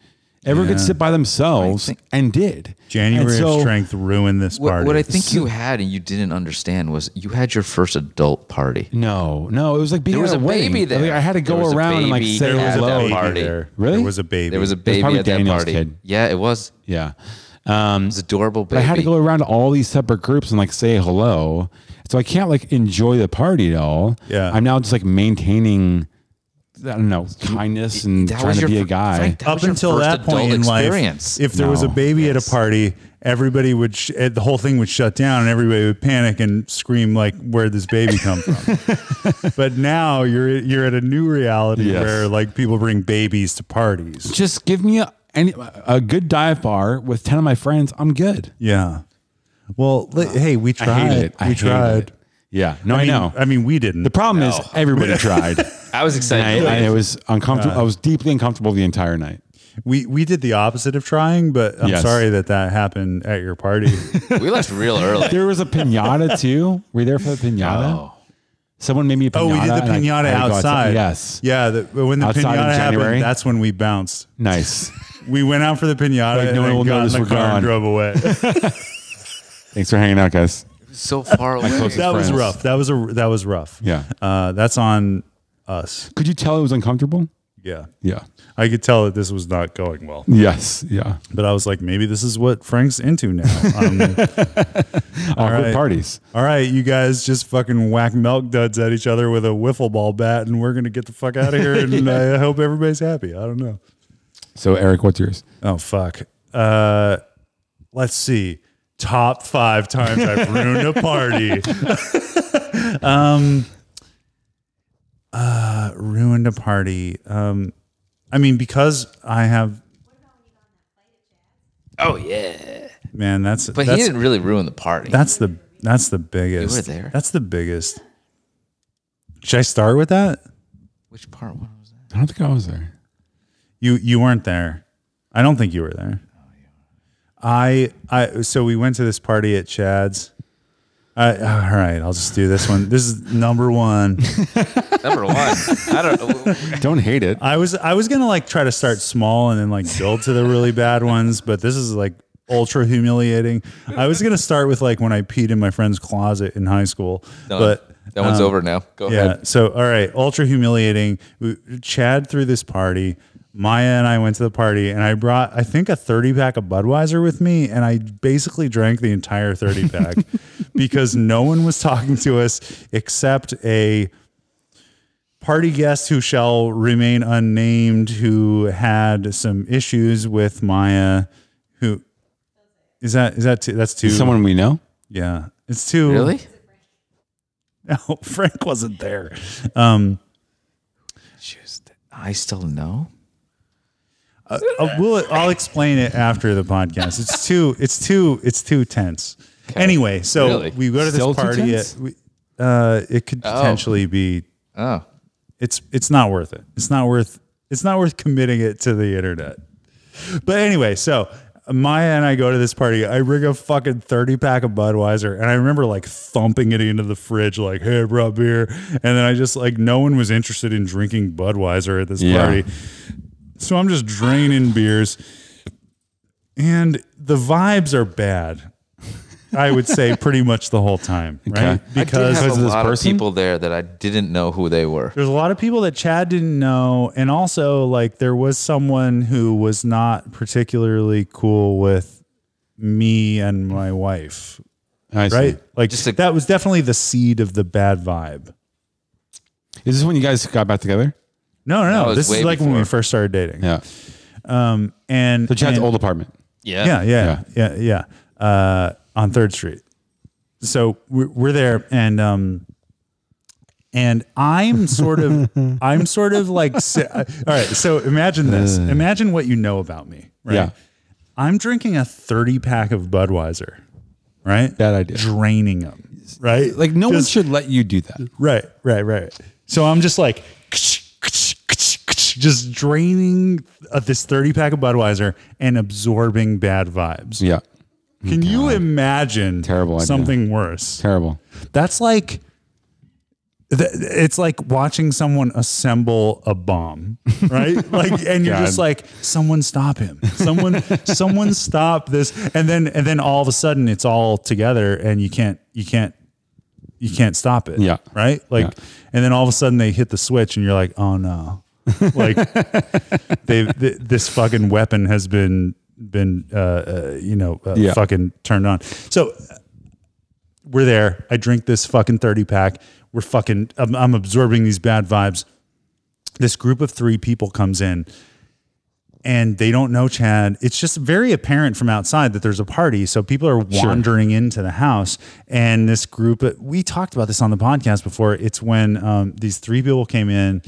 Speaker 5: Everyone could sit by themselves and did.
Speaker 4: January
Speaker 5: And
Speaker 4: of
Speaker 5: so-
Speaker 4: Strength ruined this
Speaker 6: What,
Speaker 4: party.
Speaker 6: what I think you had and you didn't understand was you had your first adult party.
Speaker 5: No, no, it was like being
Speaker 6: There was
Speaker 5: at
Speaker 6: a
Speaker 5: wedding.
Speaker 6: baby there.
Speaker 5: Like, I had to go
Speaker 6: There was a
Speaker 5: around and like
Speaker 6: baby
Speaker 5: say
Speaker 6: there was a
Speaker 5: hello.
Speaker 6: baby. party.
Speaker 4: There.
Speaker 5: Really?
Speaker 4: There was a baby.
Speaker 6: There was a
Speaker 5: was
Speaker 6: baby
Speaker 5: probably
Speaker 6: at that
Speaker 5: Daniel's
Speaker 6: party.
Speaker 5: kid.
Speaker 6: Yeah, it was.
Speaker 5: Yeah. Um,
Speaker 6: It's adorable
Speaker 5: but
Speaker 6: baby.
Speaker 5: I had to go around to all these separate groups and like say hello. So I can't like enjoy the party at all.
Speaker 4: Yeah.
Speaker 5: I'm now just like maintaining, I don't know, kindness and
Speaker 6: That
Speaker 5: trying
Speaker 6: was
Speaker 5: to
Speaker 6: your
Speaker 5: be a
Speaker 6: fir-
Speaker 5: guy.
Speaker 6: Frank, that
Speaker 4: up
Speaker 6: was your
Speaker 4: until
Speaker 6: first
Speaker 4: that point
Speaker 6: adult
Speaker 4: in
Speaker 6: experience.
Speaker 4: life, if there was a
Speaker 5: No.
Speaker 4: baby at a party, everybody would sh- eh, the whole thing would shut down and everybody would panic and scream like, "Where'd this baby come from?"
Speaker 5: *laughs*
Speaker 4: but now you're you're at a new reality
Speaker 5: Yes.
Speaker 4: where like people bring babies to parties.
Speaker 5: just give me a, any, a good dive bar with 10 of my friends. I'm good.
Speaker 4: Yeah. Well, li- hey, we tried.
Speaker 5: I hated it. I
Speaker 4: we
Speaker 5: hated
Speaker 4: tried.
Speaker 5: it. Yeah. No, I,
Speaker 4: mean,
Speaker 5: know.
Speaker 4: I mean, we didn't.
Speaker 5: the problem is *laughs* everybody tried.
Speaker 6: I was excited.
Speaker 5: And
Speaker 6: to
Speaker 5: I, I
Speaker 6: leave.
Speaker 5: was uncomfortable. I was deeply uncomfortable the entire night.
Speaker 4: we we did the opposite of trying, but I'm
Speaker 5: Yes.
Speaker 4: sorry that that happened at your
Speaker 5: *laughs*
Speaker 4: party.
Speaker 6: we left real early.
Speaker 5: There was a *laughs* pinata too. Were you there for the pinata?
Speaker 6: Oh.
Speaker 5: Someone made me a pinata.
Speaker 4: oh, we did the
Speaker 5: and I-
Speaker 4: pinata
Speaker 5: I go
Speaker 4: outside.
Speaker 5: Yes.
Speaker 4: Yeah, the, when the
Speaker 5: Outside in
Speaker 4: pinata
Speaker 5: January?
Speaker 4: happened, that's when we bounced.
Speaker 5: Nice.
Speaker 4: We went out for the pinata
Speaker 5: Like,
Speaker 4: and
Speaker 5: no one
Speaker 4: then
Speaker 5: will
Speaker 4: got
Speaker 5: notice
Speaker 4: in the
Speaker 5: we're
Speaker 4: car
Speaker 5: gone.
Speaker 4: and
Speaker 5: *laughs*
Speaker 4: drove away.
Speaker 5: *laughs* Thanks for hanging out, guys.
Speaker 4: *laughs*
Speaker 6: So far away.
Speaker 5: closest
Speaker 4: that was
Speaker 5: friends.
Speaker 4: rough. That was a that was rough.
Speaker 5: Yeah.
Speaker 4: uh, that's on us.
Speaker 5: Could you tell it was uncomfortable?
Speaker 4: Yeah,
Speaker 5: Yeah.
Speaker 4: I could tell that this was not going well,
Speaker 5: Yes. Yeah.
Speaker 4: but I was like, maybe this is what Frank's
Speaker 5: *laughs*
Speaker 4: into now. Um,
Speaker 5: Awkward
Speaker 4: right.
Speaker 5: parties.
Speaker 4: all right, you guys just fucking whack milk duds at each other with a wiffle ball bat, and we're gonna get the fuck out of here. And
Speaker 5: *laughs*
Speaker 4: I hope everybody's happy. I don't know.
Speaker 5: So Eric, what's yours?
Speaker 4: Oh fuck. Uh, let's see. Top five times I've ruined a
Speaker 6: *laughs*
Speaker 4: party. um, uh, ruined a party. Um, I mean, because I have.
Speaker 6: Oh yeah.
Speaker 4: Man, that's
Speaker 6: But
Speaker 4: that's,
Speaker 6: he didn't really ruin the party.
Speaker 4: that's the that's the biggest.
Speaker 6: were there.
Speaker 4: That's the biggest. Should I start with that?
Speaker 6: Which part? What was that?
Speaker 5: I don't think I was there.
Speaker 4: You you weren't there. I don't think you were there. I I so we went to this party at Chad's. I, all right, I'll just do this one. This is number one.
Speaker 6: Number
Speaker 4: *laughs*
Speaker 6: one. I don't know.
Speaker 5: Don't hate it.
Speaker 4: I was I was gonna like try to start small and then like build to the really bad ones, but this is like ultra humiliating. I was gonna start with like when I peed in my friend's closet in high school,
Speaker 6: Done.
Speaker 4: but
Speaker 6: that one's over now. Go
Speaker 4: Um, yeah.
Speaker 6: ahead.
Speaker 4: So, all right, ultra humiliating. We- Chad threw this party. Maya and I went to the party, and I brought, I think, a 30 pack of Budweiser with me, and I basically drank the entire 30 pack
Speaker 6: *laughs*
Speaker 4: because no one was talking to us except a party guest who shall remain unnamed who had some issues with Maya. Who is that? Is that too? That's too.
Speaker 5: Someone we know.
Speaker 4: Yeah. It's too.
Speaker 6: Really?
Speaker 4: *laughs* No, Frank wasn't there. Um,
Speaker 6: Just, I still know.
Speaker 4: Uh, we'll, I'll explain it after the podcast. It's too, it's too, it's too tense. Anyway, so
Speaker 6: Really?
Speaker 4: we go to this
Speaker 5: Still too
Speaker 4: party.
Speaker 5: tense?
Speaker 4: At, we, uh, it could potentially be.
Speaker 6: Oh.
Speaker 4: It's it's not worth it. It's not worth. It's not worth committing it to the internet. But anyway, so uh, Maya and I go to this party. I bring a fucking 30 pack of Budweiser and I remember like thumping it into the fridge, like, hey, I brought beer. And then I just like, no one was interested in drinking Budweiser at this
Speaker 5: Yeah.
Speaker 4: party. So I'm just draining beers and the vibes are bad. I would say pretty much the
Speaker 5: *laughs*
Speaker 4: whole time, right?
Speaker 6: I did have
Speaker 5: of
Speaker 6: a
Speaker 5: this
Speaker 6: lot
Speaker 5: person?
Speaker 6: of people there that I didn't know who they
Speaker 4: *laughs*
Speaker 6: were.
Speaker 4: there's a lot of people that Chad didn't know, and also like there was someone who was not particularly cool with me and my wife,
Speaker 5: I see.
Speaker 4: right? Like
Speaker 6: Just a-
Speaker 4: that was definitely the seed of the bad vibe.
Speaker 5: Is this when you guys got back together?
Speaker 4: No, no,
Speaker 6: That
Speaker 4: no.
Speaker 6: was
Speaker 4: this is
Speaker 6: way
Speaker 4: like when we
Speaker 6: before.
Speaker 4: first started dating.
Speaker 5: Yeah.
Speaker 4: Um, and
Speaker 5: So Chad's
Speaker 4: and-
Speaker 5: old apartment.
Speaker 4: yeah, yeah, yeah, yeah, Uh, on Third Street. So we're, we're there, and um, and I'm
Speaker 5: *laughs*
Speaker 4: sort of, I'm sort of like, si- uh, all right. So imagine this. Imagine what you know about me. Right?
Speaker 5: Uh. Yeah.
Speaker 4: I'm drinking a 30 pack of Budweiser. Right.
Speaker 5: Bad idea.
Speaker 4: Draining them. Right.
Speaker 5: Like no one
Speaker 4: Just-
Speaker 5: should let you do that.
Speaker 4: Right, right, right. So I'm just like, just draining uh, this 30 pack of Budweiser and absorbing bad vibes.
Speaker 5: Yeah.
Speaker 4: Can you imagine
Speaker 5: Terrible idea.
Speaker 4: something worse? *laughs*
Speaker 5: Terrible.
Speaker 4: That's like th- it's like watching someone assemble a bomb, *laughs* right? like and you're just
Speaker 5: God.
Speaker 4: like someone stop him.
Speaker 5: *laughs*
Speaker 4: Someone someone stop this and then and then all of a sudden it's all together and you can't you can't you can't stop it.
Speaker 5: Yeah.
Speaker 4: Right? Like
Speaker 5: Yeah.
Speaker 4: and then all of a sudden they hit the switch and you're like, "Oh no." like they th- this fucking weapon has been been uh, uh, you know uh,
Speaker 5: Yeah.
Speaker 4: fucking turned on. So uh, we're there. I drink this fucking thirty pack. We're fucking. I'm, I'm absorbing these bad vibes. This group of three people comes in. And they don't know Chad. It's just very apparent from outside that there's a party. So people are wandering into the house. And this group, uh, we talked about this on the podcast before. It's when um, these three people came in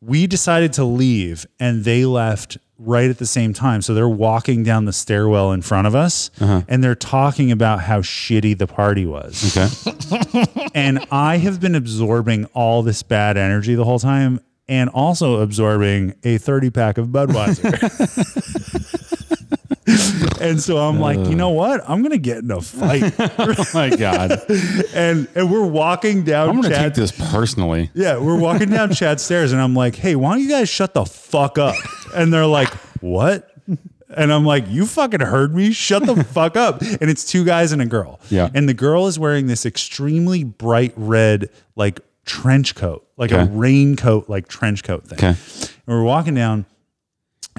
Speaker 4: we decided to leave and they left right at the same time. So they're walking down the stairwell in front of us
Speaker 5: Uh-huh.
Speaker 4: and they're talking about how shitty the party was.
Speaker 5: Okay.
Speaker 4: *laughs* and I have been absorbing all this bad energy the whole time and also absorbing a 30 pack of Budweiser. *laughs* and so I'm like, you know what? I'm going to get in a fight.
Speaker 5: *laughs* Oh my God.
Speaker 4: and, and we're walking down
Speaker 5: *laughs* I'm going to take
Speaker 4: Chad's-
Speaker 5: this personally.
Speaker 4: yeah, we're
Speaker 5: *laughs*
Speaker 4: walking down Chad's stairs, and I'm like, "Hey, why don't you guys shut the fuck up?" And they're like, "What?" And I'm like, "You fucking heard me? Shut
Speaker 5: *laughs*
Speaker 4: the fuck up!" And it's two guys and a girl.
Speaker 5: Yeah.
Speaker 4: And the girl is wearing this extremely bright red, like trench coat, like a
Speaker 5: Okay.
Speaker 4: raincoat, like trench coat thing.
Speaker 5: Okay.
Speaker 4: And we're walking down,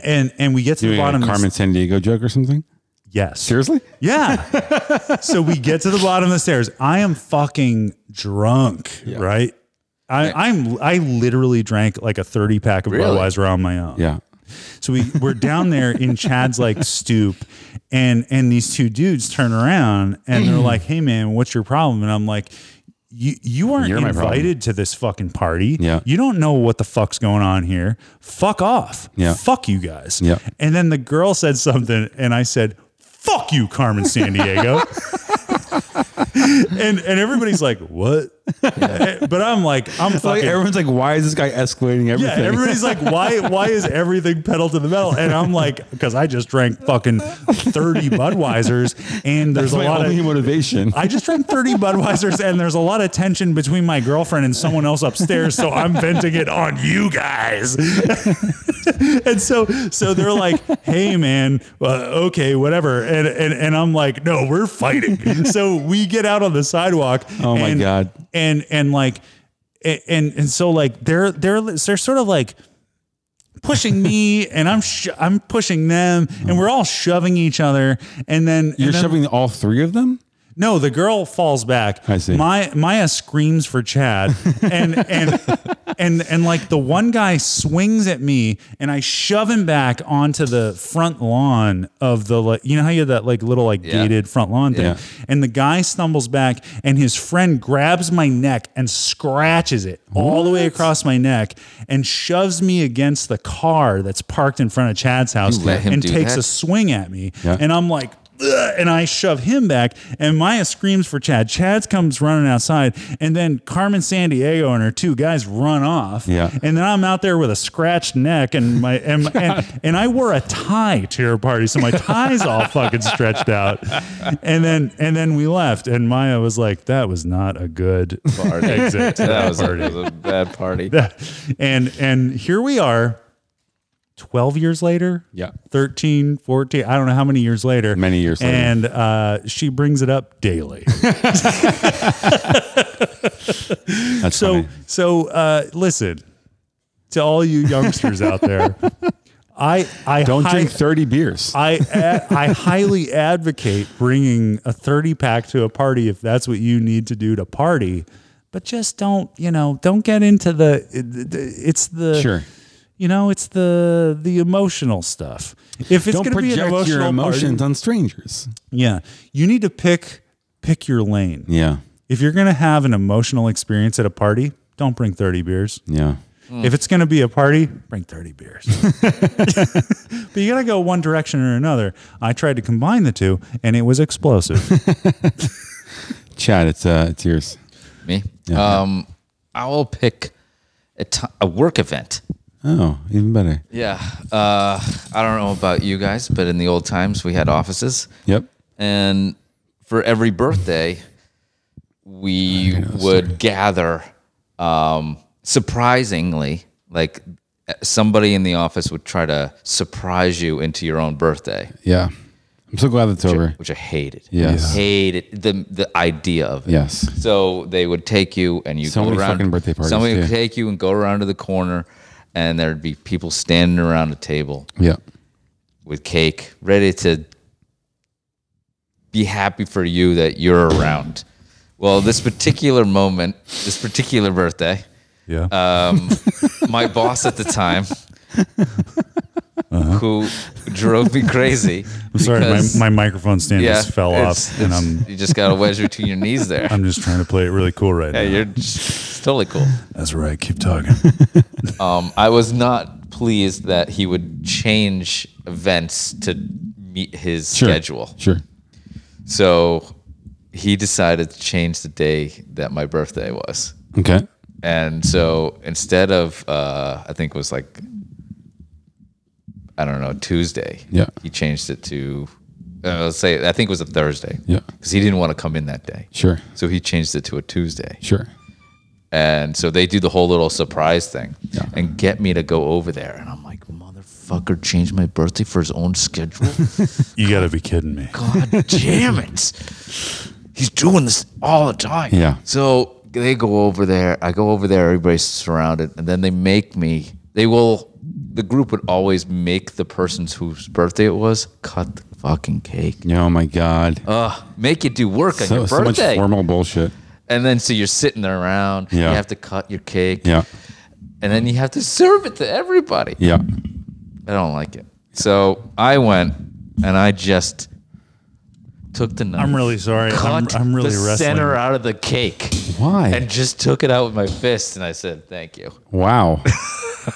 Speaker 4: and and we get to
Speaker 5: Doing
Speaker 4: the bottom.
Speaker 5: a
Speaker 4: of
Speaker 5: Carmen
Speaker 4: this-
Speaker 5: San Diego joke or something?
Speaker 4: yes.
Speaker 5: Seriously?
Speaker 4: Yeah. so we get to the bottom of the stairs. I am fucking drunk, right? I, I'm I literally drank like a 30 pack of Budweiser on my own.
Speaker 5: Yeah.
Speaker 4: So we we're down there in Chad's like stoop, and and these two dudes turn around and they're like, "Hey man, what's your problem?" And I'm like. You, you aren't
Speaker 5: You're my problem."
Speaker 4: invited to this fucking party.
Speaker 5: Yeah.
Speaker 4: You don't know what the fuck's going on here. Fuck off.
Speaker 5: Yeah.
Speaker 4: Fuck you guys.
Speaker 5: Yeah.
Speaker 4: And then the girl said something and I said, fuck you, Carmen San Diego. *laughs* and and everybody's like, what? But I'm like, I'm fucking
Speaker 5: like, why is this guy escalating everything? *laughs*
Speaker 4: yeah, everybody's like, why why is everything pedal to the metal? And I'm like, because I just drank fucking 30 Budweisers and there's
Speaker 5: That's my
Speaker 4: a lot
Speaker 5: only
Speaker 4: of
Speaker 5: motivation.
Speaker 4: I just drank 30 Budweisers and there's a lot of tension between my girlfriend and someone else upstairs, so I'm venting it on you guys. *laughs* and so so they're like, "Hey man, uh, okay, whatever." And and and I'm like, "No, we're fighting." so we get out on the sidewalk.
Speaker 5: Oh, my
Speaker 4: and-
Speaker 5: God.
Speaker 4: And and like and and, and so like they're they're they're sort of like pushing me and I'm sho I'm pushing them and we're all shoving each other and then and
Speaker 5: You're
Speaker 4: then-
Speaker 5: shoving all three of them?
Speaker 4: no, the girl falls back.
Speaker 5: I see.
Speaker 4: My Maya screams for Chad, and and
Speaker 6: *laughs*
Speaker 4: and and like the one guy swings at me, and I shove him back onto the front lawn of the like, you know how you have that like little like gated front lawn thing,
Speaker 5: Yeah.
Speaker 4: and the guy stumbles back, and his friend grabs my neck and scratches it all the way across my neck, and shoves me against the car that's parked in front of Chad's house,
Speaker 6: let him
Speaker 4: and
Speaker 6: do
Speaker 4: takes
Speaker 6: that?
Speaker 4: a swing at me and I'm like "Ugh," and I shove him back and Maya screams for Chad. Chad comes running outside and then Carmen San Diego and her two guys run off.
Speaker 5: Yeah.
Speaker 4: And then I'm out there with a scratched neck and my
Speaker 6: *laughs*
Speaker 4: and, and, and I wore a tie to your party. So my tie's
Speaker 6: *laughs*
Speaker 4: all fucking stretched out. And then and then we left and Maya was like, that was not a good *laughs*
Speaker 6: Party.
Speaker 4: exit. to
Speaker 6: That was a,
Speaker 4: party."
Speaker 6: was a bad party.
Speaker 4: *laughs* and and here we are 12 years later
Speaker 5: Yeah.
Speaker 4: 13 14 i don't know how many years later
Speaker 5: Many years later.
Speaker 4: and uh, she brings it
Speaker 5: *laughs*
Speaker 4: up daily
Speaker 5: That's
Speaker 4: so
Speaker 5: funny.
Speaker 4: so uh, listen to all you youngsters
Speaker 5: *laughs*
Speaker 4: out there i i
Speaker 5: Don't
Speaker 4: hi-
Speaker 5: drink 30 beers.
Speaker 4: I a- I highly advocate bringing a 30 pack to a party if that's what you need to do to party, but just don't, you know, don't get into the it's the
Speaker 5: Sure.
Speaker 4: You know, it's the the emotional stuff. If it's
Speaker 5: Don't
Speaker 4: going to be an
Speaker 5: project
Speaker 4: emotional
Speaker 5: your emotions
Speaker 4: party,
Speaker 5: on strangers.
Speaker 4: yeah, you need to pick pick your lane.
Speaker 5: Yeah.
Speaker 4: If you're going to have an emotional experience at a party, don't bring 30 beers.
Speaker 5: Yeah.
Speaker 4: Mm. If it's going to be a party, bring 30
Speaker 6: *laughs*
Speaker 4: beers. *laughs* but you got to go one direction or another. I tried to combine the two and it was
Speaker 6: *laughs*
Speaker 4: explosive.
Speaker 5: Chad, it's uh, it's yours.
Speaker 6: Me? Um, I will pick a ti- a work event.
Speaker 5: Oh, even better.
Speaker 6: Yeah. Uh, I don't know about you guys, but in the old times, we had offices.
Speaker 5: Yep.
Speaker 6: And for every birthday, we would gather. Um, surprisingly, like eh, somebody in the office would try to surprise you into your own birthday,
Speaker 5: Yeah. I'm so glad it's over.
Speaker 6: which I hated.
Speaker 5: Yes.
Speaker 6: hated the the idea of it.
Speaker 5: Yes.
Speaker 6: So they would take you and you
Speaker 5: So
Speaker 6: go
Speaker 5: many
Speaker 6: around.
Speaker 5: fucking birthday parties,
Speaker 6: Somebody would
Speaker 5: too.
Speaker 6: take you and go around to the corner, and there'd be people standing around a table.
Speaker 5: Yeah.
Speaker 6: with cake, ready to be happy for you that you're around. Well, this particular moment, this particular birthday,
Speaker 4: Yeah. *laughs*
Speaker 6: um, my boss at the time,
Speaker 4: Uh-huh.
Speaker 6: who drove me
Speaker 4: *laughs*
Speaker 6: crazy.
Speaker 4: I'm sorry, my,
Speaker 6: because-
Speaker 4: my microphone stand just fell off,
Speaker 6: it's-
Speaker 4: and
Speaker 6: it's-
Speaker 4: I'm
Speaker 6: you just got to wedge between your knees there.
Speaker 4: *laughs* I'm just trying to play it really cool right
Speaker 6: yeah,
Speaker 4: now.
Speaker 6: you're it's totally cool.
Speaker 4: That's right. Keep
Speaker 6: *laughs*
Speaker 4: talking.
Speaker 6: Um, I was not pleased that he would change events to meet his
Speaker 5: Sure.
Speaker 6: schedule.
Speaker 5: Sure.
Speaker 6: So he decided to change the day that my birthday was.
Speaker 5: Okay.
Speaker 6: And so instead of, uh, I think it was like, I don't know, Tuesday.
Speaker 5: Yeah.
Speaker 6: He changed it to, uh, let's say, I think it was a Thursday.
Speaker 5: Yeah.
Speaker 6: Because he didn't want to come in that day.
Speaker 5: Sure.
Speaker 6: So he changed it to a Tuesday.
Speaker 5: Sure.
Speaker 6: And so they do the whole little surprise thing
Speaker 5: Yeah.
Speaker 6: and get me to go over there. And I'm like, motherfucker changed my birthday for his own schedule.
Speaker 5: *laughs*
Speaker 4: You got to be kidding me.
Speaker 6: God damn it. He's doing this all the time.
Speaker 5: Yeah.
Speaker 6: So they go over there. I go over there. Everybody's surrounded. And then they make me, they will, the group would always make the person's whose birthday it was cut the fucking cake.
Speaker 5: Yeah, oh my God.
Speaker 6: Ugh, make you do work on
Speaker 5: so,
Speaker 6: your
Speaker 5: so much
Speaker 6: birthday.
Speaker 5: formal bullshit.
Speaker 6: and then so you're sitting there around.
Speaker 5: Yeah.
Speaker 6: You have to cut your cake.
Speaker 5: Yeah.
Speaker 6: And then you have to serve it to everybody.
Speaker 5: Yeah.
Speaker 6: I don't like it. So I went and I just took the knife.
Speaker 4: I'm really sorry. I'm,
Speaker 6: cut
Speaker 4: I'm really
Speaker 6: the
Speaker 4: wrestling.
Speaker 6: center out of the cake
Speaker 5: Why?
Speaker 6: and just took it out with my fist and I said thank you. *laughs*
Speaker 5: wow.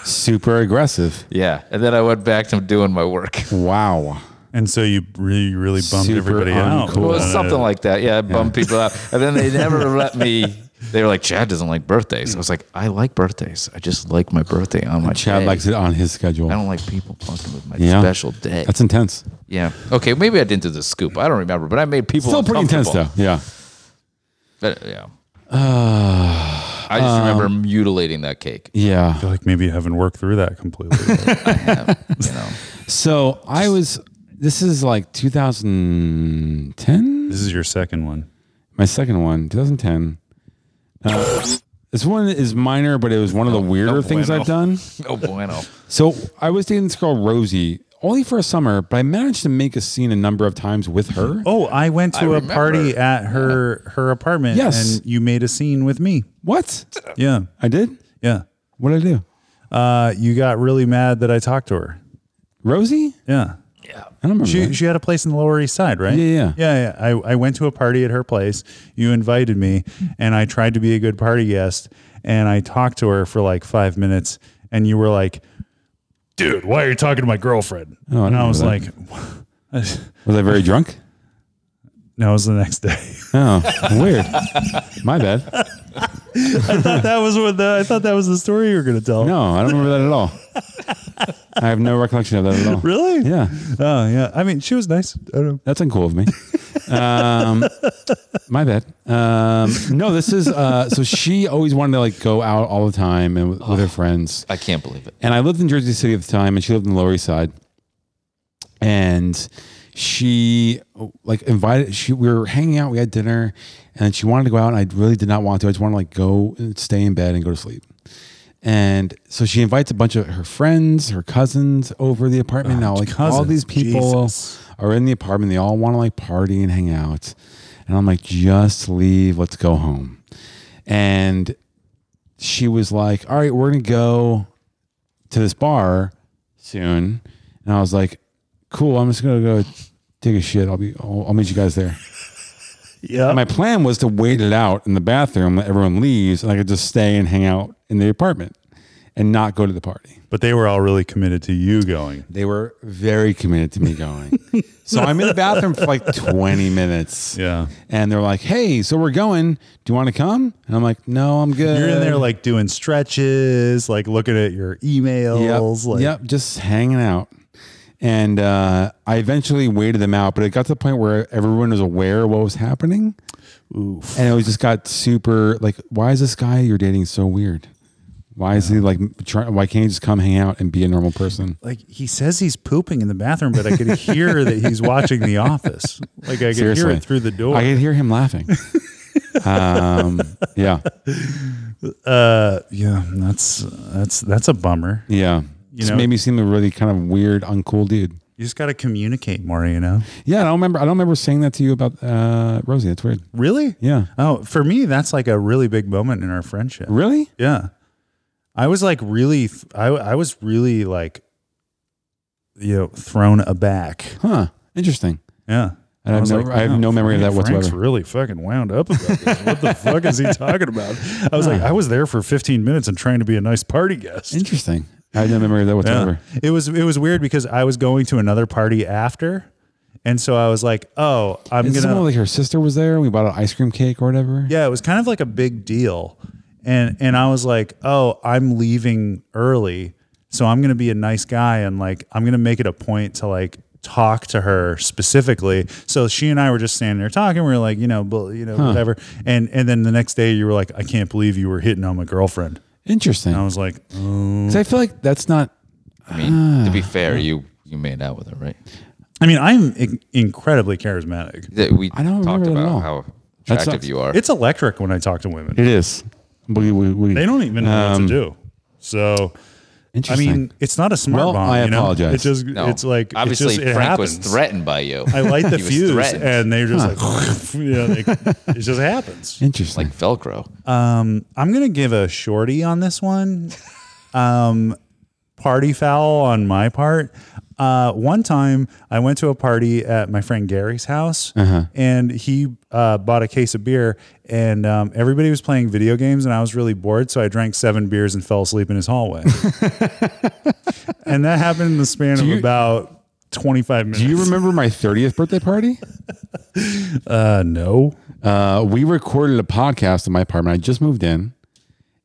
Speaker 5: Super aggressive.
Speaker 6: Yeah, and then I went back to doing my work.
Speaker 5: Wow.
Speaker 4: And so you really, really bummed
Speaker 5: Super
Speaker 4: everybody out.
Speaker 5: uncool.
Speaker 6: Well,
Speaker 5: Uh,
Speaker 6: something like that. Yeah, I bumped people out, and then
Speaker 5: *laughs*
Speaker 6: they never let me. They were like, "Chad doesn't like birthdays." I was like, "I like birthdays. I just like my birthday on my
Speaker 5: Chad
Speaker 6: day.
Speaker 5: likes it on his schedule.
Speaker 6: I don't like people fucking with my
Speaker 5: Yeah.
Speaker 6: special day."
Speaker 5: That's intense.
Speaker 6: yeah. Okay, maybe I didn't do the scoop. I don't remember, but I made people
Speaker 5: Still pretty intense though.
Speaker 6: uncomfortable.
Speaker 5: Yeah.
Speaker 6: But, yeah.
Speaker 5: Uh,
Speaker 6: I
Speaker 5: um,
Speaker 6: just remember mutilating that cake.
Speaker 5: Yeah.
Speaker 4: I feel like maybe you haven't worked through that completely.
Speaker 6: *laughs*
Speaker 5: *laughs*
Speaker 6: You know.
Speaker 5: So I was. This is like 2010.
Speaker 4: this is your second one.
Speaker 5: My second one, 2010. Uh, this one is minor, but it was one of the weirder things I've done.
Speaker 6: Oh bueno.
Speaker 5: So I was dating this girl Rosie only for a summer, but I managed to make a scene a number of times with her.
Speaker 4: Oh, I went to a
Speaker 6: remember.
Speaker 4: party at her her apartment.
Speaker 5: Yes.
Speaker 4: and you made a scene with me.
Speaker 5: What?
Speaker 4: Yeah,
Speaker 5: I did?
Speaker 4: yeah.
Speaker 5: What did I do?
Speaker 4: Uh, you got really mad that I talked to her.
Speaker 5: Rosie?
Speaker 4: Yeah.
Speaker 5: I don't remember.
Speaker 4: She,
Speaker 5: that.
Speaker 4: she had a place in the Lower East Side, right?
Speaker 5: Yeah, yeah.
Speaker 4: yeah. yeah. I, I went to a party at her place. You invited me, and I tried to be a good party guest. And I talked to her for like five minutes, and you were like, "Dude, why are you talking to my girlfriend?"
Speaker 5: Oh, I
Speaker 4: and I
Speaker 5: remember
Speaker 4: was
Speaker 5: that.
Speaker 4: like,
Speaker 5: was I very drunk?
Speaker 4: "No, it was the next day." *laughs*
Speaker 5: Oh, weird. My bad.
Speaker 4: that was what the, I thought that was the story you were going to tell.
Speaker 5: No, I don't remember that at all. I have no recollection of that at all.
Speaker 4: Really?
Speaker 5: Yeah.
Speaker 4: Oh yeah. I mean, she was nice. I don't know.
Speaker 5: That's uncool of me. Um, my bad. Um, no, this is uh, so she always wanted to like go out all the time and with,
Speaker 4: Oh.
Speaker 5: with her friends.
Speaker 6: I can't believe it.
Speaker 5: and I lived in Jersey City at the time, and she lived in the Lower East Side. And she like invited. She we were hanging out. We had dinner, and she wanted to go out, and I really did not want to. I just wanted to like go and stay in bed and go to sleep. And so she invites a bunch of her friends, her cousins over the apartment. now, like all
Speaker 4: Ah, cousins.
Speaker 5: these people
Speaker 4: Jesus.
Speaker 5: are in the apartment. They all want to like party and hang out. And I'm like, just leave. Let's go home. And she was like, all right, we're going to go to this bar soon. And I was like, cool. I'm just going to go take a shit. I'll be, I'll, I'll meet you guys there.
Speaker 4: Yeah.
Speaker 5: And my plan was to wait it out in the bathroom, let everyone leaves, and I could just stay and hang out in the apartment and not go to the party
Speaker 4: but they were all really committed to you going.
Speaker 5: they were very committed to me going. *laughs* so I'm in the bathroom for like 20 minutes.
Speaker 4: Yeah.
Speaker 5: And they're like, hey, so we're going. Do you want to come? And I'm like, no, I'm good.
Speaker 4: You're in there like doing stretches, like looking at your
Speaker 5: yep,
Speaker 4: emails. Like,
Speaker 5: yep, just hanging out. And uh, I eventually waited them out, but it got to the point where everyone was aware of what was happening. Oof. And it was just got super like, why is this guy you're dating so weird? Why is he like, try, why can't he just come hang out and be a normal person?
Speaker 4: Like he says he's pooping in the bathroom, but I could hear that he's watching The Office. Like I could hear it through the door.
Speaker 5: I could hear him
Speaker 4: *laughs*
Speaker 5: laughing. um, yeah,
Speaker 4: uh, yeah, that's that's that's a bummer.
Speaker 5: yeah. Just
Speaker 4: know-
Speaker 5: made me seem a really kind of weird, uncool dude.
Speaker 4: You just got to communicate more, you know?
Speaker 5: Yeah, I don't remember. I don't remember saying that to you about uh, Rosie. That's weird.
Speaker 4: Really?
Speaker 5: Yeah.
Speaker 4: Oh, for me, that's like a really big moment in our friendship.
Speaker 5: Really?
Speaker 4: Yeah. I was like really, I, I was really like, you know, thrown aback.
Speaker 5: Huh. Interesting.
Speaker 4: Yeah.
Speaker 5: And I have
Speaker 4: was
Speaker 5: no- I have no memory of
Speaker 4: Frank-
Speaker 5: that
Speaker 4: Frank's
Speaker 5: whatsoever.
Speaker 4: really fucking wound up about this.
Speaker 5: *laughs*
Speaker 4: What the fuck is he talking about? I was like, I was there for 15 minutes and trying to be a nice party guest.
Speaker 5: Interesting. I have no memory of that whatsoever.
Speaker 4: Yeah. It was it was weird because I was going to another party after, and so I was like, "Oh, I'm
Speaker 5: It's
Speaker 4: gonna."
Speaker 5: someone like her sister was there. and We bought an ice cream cake or whatever.
Speaker 4: yeah, it was kind of like a big deal, and and I was like, "Oh, I'm leaving early, so I'm gonna be a nice guy and like I'm gonna make it a point to like." talk to her specifically so she and i were just standing there talking we were like you know but you know whatever and and then the next day you were like i can't believe you were hitting on my girlfriend
Speaker 5: Interesting.
Speaker 4: i was like oh.
Speaker 5: 'Cause I feel like that's not.
Speaker 6: I mean,
Speaker 4: Ah,
Speaker 6: to be fair, you you made out with her, right?
Speaker 4: i mean i'm in- incredibly charismatic
Speaker 6: That we
Speaker 5: I don't
Speaker 6: talked
Speaker 5: remember that at all.
Speaker 6: about how
Speaker 5: That's
Speaker 6: attractive
Speaker 5: not-
Speaker 6: you are.
Speaker 4: it's electric when i talk to women
Speaker 5: It is. We, we, we,
Speaker 4: They don't even know what
Speaker 5: Um,
Speaker 4: to do. So I
Speaker 5: Interesting.
Speaker 4: mean, it's not a smart
Speaker 5: Well,
Speaker 4: bomb.
Speaker 5: I
Speaker 4: you know?
Speaker 5: apologize.
Speaker 4: It just
Speaker 6: No.
Speaker 4: it's like
Speaker 6: obviously
Speaker 4: it just, it
Speaker 6: Frank
Speaker 4: happens.
Speaker 6: was threatened by you.
Speaker 4: I light the
Speaker 6: *laughs* He was
Speaker 4: fuse,
Speaker 6: threatened.
Speaker 4: and they're just like, *laughs* you know, like, it just happens.
Speaker 5: interesting.
Speaker 6: like Velcro.
Speaker 4: Uh, I'm gonna give a shorty on this one. Um, party foul on my part. Uh, one time, I went to a party at my friend Gary's house,
Speaker 5: Uh-huh.
Speaker 4: and he uh, bought a case of beer, and um, everybody was playing video games, and I was really bored, so I drank seven beers and fell asleep in
Speaker 5: *laughs*
Speaker 4: his hallway. and that happened in the span of
Speaker 5: you-
Speaker 4: about 25 minutes.
Speaker 5: do you remember my 30th birthday party?
Speaker 4: Uh, no.
Speaker 5: Uh, we recorded a podcast in my apartment. I just moved in,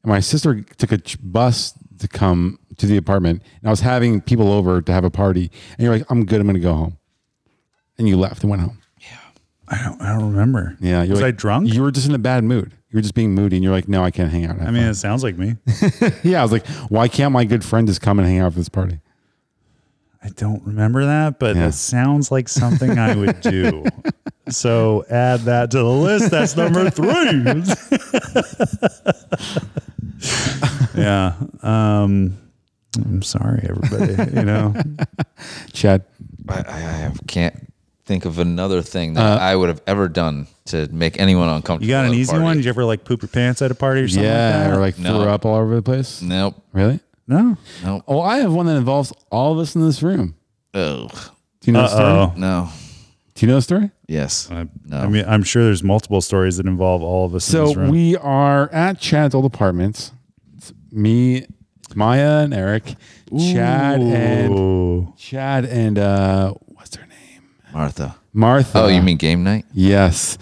Speaker 5: and my sister took a ch- bus to come to the apartment. And I was having people over to have a party, and you're like, "I'm good. I'm going to go home," and you left and went home.
Speaker 4: I don't, I don't remember.
Speaker 5: Yeah, you're
Speaker 4: Was
Speaker 5: like,
Speaker 4: I drunk?
Speaker 5: You were just in a bad mood. You were just being moody, and you're like, "No, I can't hang out."
Speaker 4: I mean, it sounds like me.
Speaker 5: yeah, I was like, "Why can't my good friend just come and hang out for this party?"
Speaker 4: I don't remember that, but
Speaker 5: Yeah.
Speaker 4: that sounds like something I
Speaker 5: *laughs*
Speaker 4: would do. So add that to the list. That's number three. *laughs* yeah. Um, I'm sorry, everybody. You know,
Speaker 5: Chad,
Speaker 6: I, I, I can't think of another thing that I would have ever done to make anyone uncomfortable.
Speaker 4: Uh, you got
Speaker 6: at
Speaker 4: an
Speaker 6: a
Speaker 4: easy
Speaker 6: party.
Speaker 4: one? Did you ever like poop your pants at a party or something
Speaker 5: yeah,
Speaker 4: like that?
Speaker 5: or like
Speaker 6: No. Mm.
Speaker 5: threw up all over the place.
Speaker 6: Nope.
Speaker 5: Really?
Speaker 4: no.
Speaker 5: Oh, I have one that involves all of us in this room.
Speaker 6: Oh
Speaker 5: Do you know the
Speaker 4: Uh
Speaker 5: story?
Speaker 6: no.
Speaker 5: Do you know the story?
Speaker 6: Yes. no.
Speaker 4: I mean, I'm sure there's multiple stories that involve all of us. in
Speaker 5: So
Speaker 4: this room.
Speaker 5: we are at Chad's old apartments. It's me, Maya, and Eric. Chad and
Speaker 4: Ooh.
Speaker 5: Chad and uh, what's her name?
Speaker 6: Martha.
Speaker 5: Martha.
Speaker 4: uh,
Speaker 6: Oh, you mean game night?
Speaker 5: yes?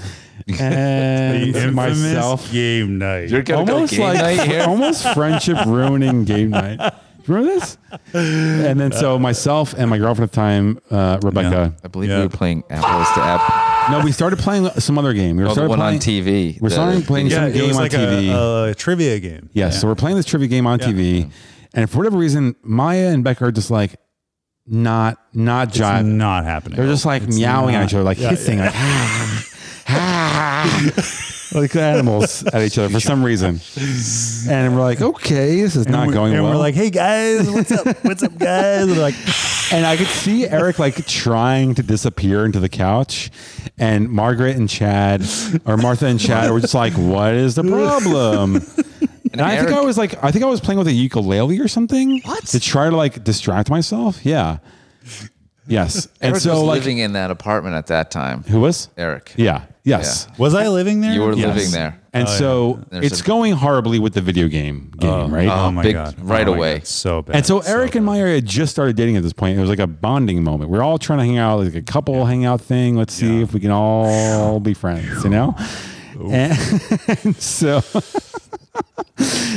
Speaker 4: the infamous
Speaker 5: and myself.
Speaker 4: game night.
Speaker 6: gonna
Speaker 5: almost like *laughs* almost friendship ruining game night. Do you remember this? And then so myself and my girlfriend at the time, uh, Rebecca.
Speaker 6: I believe
Speaker 4: Yeah.
Speaker 6: we were playing apples to apples.
Speaker 5: No, we started playing some other game. We were
Speaker 6: Oh, the
Speaker 5: started
Speaker 6: one
Speaker 5: playing
Speaker 6: on TV.
Speaker 5: We're
Speaker 6: The-
Speaker 5: starting playing
Speaker 4: yeah,
Speaker 5: some
Speaker 4: it
Speaker 5: game
Speaker 4: was
Speaker 5: on
Speaker 4: like
Speaker 5: TV.
Speaker 4: A, uh, a trivia game.
Speaker 5: Yeah, so we're playing this trivia game on TV, and for whatever reason, Maya and Becca are just like not not
Speaker 4: It's
Speaker 5: jiving.
Speaker 4: not happening.
Speaker 5: They're just like meowing at each other, like hissing, like "Ah, *laughs* like animals at each other for some reason. And we're like, okay, this is not
Speaker 4: we're-
Speaker 5: going
Speaker 4: and
Speaker 5: well.
Speaker 4: we're like, hey guys, what's up? What's up, guys? And they're like,
Speaker 5: and I could see Eric like trying to disappear into the couch, and Margaret and Chad, or Martha and Chad, were just like, "What is the
Speaker 6: *laughs*
Speaker 5: problem?" And I think
Speaker 6: Eric-
Speaker 5: I was like, I think I was playing with a ukulele or something. What? To try to like distract myself. Yeah. Yes. and
Speaker 6: Eric was
Speaker 5: so like,
Speaker 6: living in that apartment at that time.
Speaker 5: who was?
Speaker 6: Eric.
Speaker 5: Yeah. Yes.
Speaker 4: was I living there?
Speaker 6: You were
Speaker 4: Yes.
Speaker 6: living there.
Speaker 5: And so
Speaker 6: There's
Speaker 5: it's
Speaker 6: a-
Speaker 5: going horribly with the video game game, right?
Speaker 4: Oh, Oh my
Speaker 6: Big-
Speaker 4: god!
Speaker 6: right
Speaker 4: Oh my
Speaker 6: away.
Speaker 4: God, so bad.
Speaker 5: And so Eric and Maya had just started dating at this point. It was like a bonding moment. We're all trying to hang out, like a couple hangout thing. Let's see if we can all be friends, you know? And, and *laughs* so,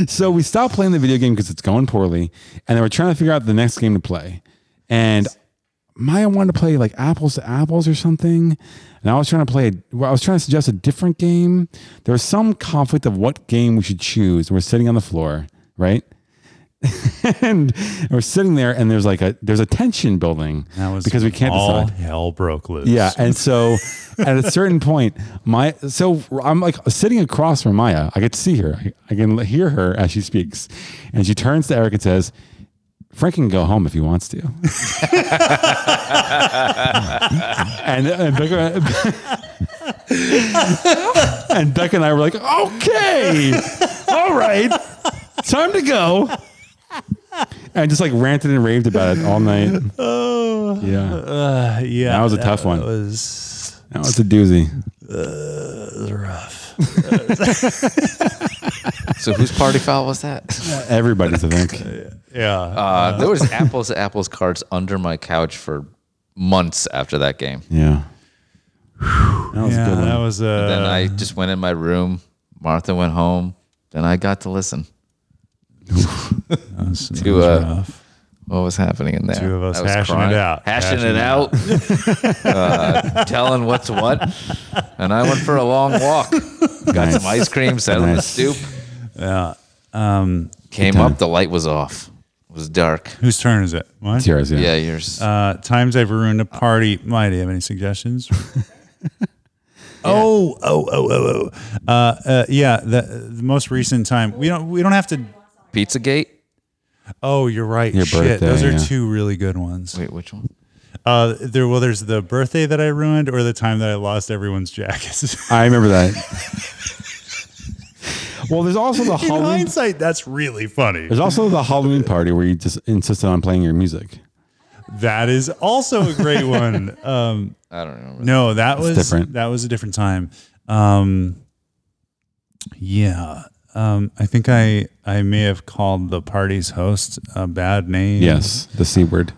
Speaker 5: so we stopped playing the video game because it's going poorly, and then we're trying to figure out the next game to play. And Maya wanted to play like apples to apples or something, and I was trying to play. well, I was trying to suggest a different game. There was some conflict of what game we should choose. We're sitting on the floor, right? *laughs* and we're sitting there, and there's like a there's a tension building
Speaker 4: That was
Speaker 5: because we can't
Speaker 4: all
Speaker 5: decide.
Speaker 4: hell broke loose.
Speaker 5: Yeah, and *laughs* so at a certain point, my so I'm like sitting across from Maya. I could see her. I, I can hear her as she speaks, and she turns to Eric and says, Frank can go home if he wants *laughs* to. and, and Becca and Becca and I were like, okay, all right, time to go. And just like ranted and raved about it all night.
Speaker 4: Oh,
Speaker 5: Yeah,
Speaker 4: uh, yeah.
Speaker 5: That was a tough one.
Speaker 4: was-
Speaker 5: that was a doozy.
Speaker 4: that was rough.
Speaker 6: So whose party foul was that?
Speaker 5: Everybody's, I think.
Speaker 4: Yeah.
Speaker 6: *laughs* Uh, there was apples to apples cards under my couch for months after that game.
Speaker 5: Yeah. That was
Speaker 4: yeah,
Speaker 5: a good one.
Speaker 4: that was uh,
Speaker 6: Then I just went in my room. Martha went home. Then I got to listen.
Speaker 4: that was, that
Speaker 6: to,
Speaker 4: was
Speaker 6: uh,
Speaker 4: rough.
Speaker 6: What was happening in there?
Speaker 4: Two of us
Speaker 6: I was
Speaker 4: hashing it out.
Speaker 6: hashing,
Speaker 4: Hashing
Speaker 6: it
Speaker 4: it
Speaker 6: out,
Speaker 4: *laughs*
Speaker 6: uh, telling what's what. And I went for a long walk, got some ice cream, sat on the
Speaker 5: Nice.
Speaker 6: stoop.
Speaker 4: Um,
Speaker 6: Came up, the light was off. It was dark.
Speaker 4: whose turn is it? Mine?
Speaker 5: It's yours, yeah.
Speaker 6: Yeah, yours.
Speaker 4: Uh, times I've ruined a party. Mike, do you have any
Speaker 6: *laughs*
Speaker 4: suggestions? *laughs* Oh, oh, oh, oh, oh. Uh, uh, yeah, the, the most recent time we don't we don't have to.
Speaker 6: Pizzagate.
Speaker 4: Oh, you're right.
Speaker 5: Your
Speaker 4: Shit,
Speaker 5: birthday,
Speaker 4: those are
Speaker 5: yeah.
Speaker 4: two really good ones.
Speaker 6: Wait, which one?
Speaker 4: Uh, there, well, there's the birthday that I ruined, or the time that I lost everyone's *laughs* jackets.
Speaker 5: I remember
Speaker 4: *laughs*
Speaker 5: that. well, there's also the
Speaker 4: In
Speaker 5: Halloween.
Speaker 4: hindsight, that's really funny.
Speaker 5: There's also the Halloween party where you just insisted on playing your music.
Speaker 4: That is also a
Speaker 5: *laughs*
Speaker 4: great one. Um,
Speaker 6: I don't remember.
Speaker 4: No, that was
Speaker 5: different.
Speaker 4: That was a different time. Um, yeah, um, I think I I may have called the party's host a bad name.
Speaker 5: Yes, the C word.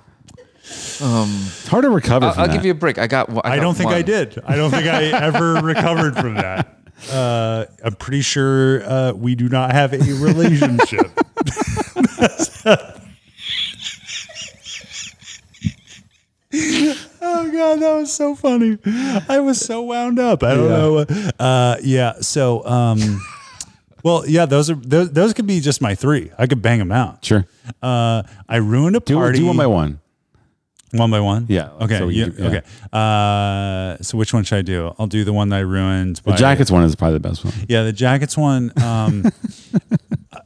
Speaker 6: Um,
Speaker 5: It's hard to recover
Speaker 6: I'll,
Speaker 5: from
Speaker 6: I'll
Speaker 5: that.
Speaker 6: give you a break. I got. one-
Speaker 4: I
Speaker 6: got
Speaker 4: don't think I
Speaker 6: one.
Speaker 4: did. I don't think
Speaker 5: *laughs*
Speaker 4: I ever recovered from that. Uh, I'm pretty sure uh, we do not have a relationship. *laughs* oh god, that was so funny. I was so wound up. I don't know. Uh, yeah. So, um, well, yeah. Those are those. Those could be just my three. I could bang them out.
Speaker 5: sure.
Speaker 4: Uh, I ruined a
Speaker 5: Do,
Speaker 4: party.
Speaker 5: do one by one.
Speaker 4: One by one?
Speaker 5: Yeah,
Speaker 4: Okay.
Speaker 5: so we
Speaker 4: you-
Speaker 5: do- yeah.
Speaker 4: Okay. Uh, so which one should I do? I'll do the one that I ruined.
Speaker 5: The jackets one is probably the best one.
Speaker 4: Yeah, the jackets one.
Speaker 5: *laughs*
Speaker 4: Um,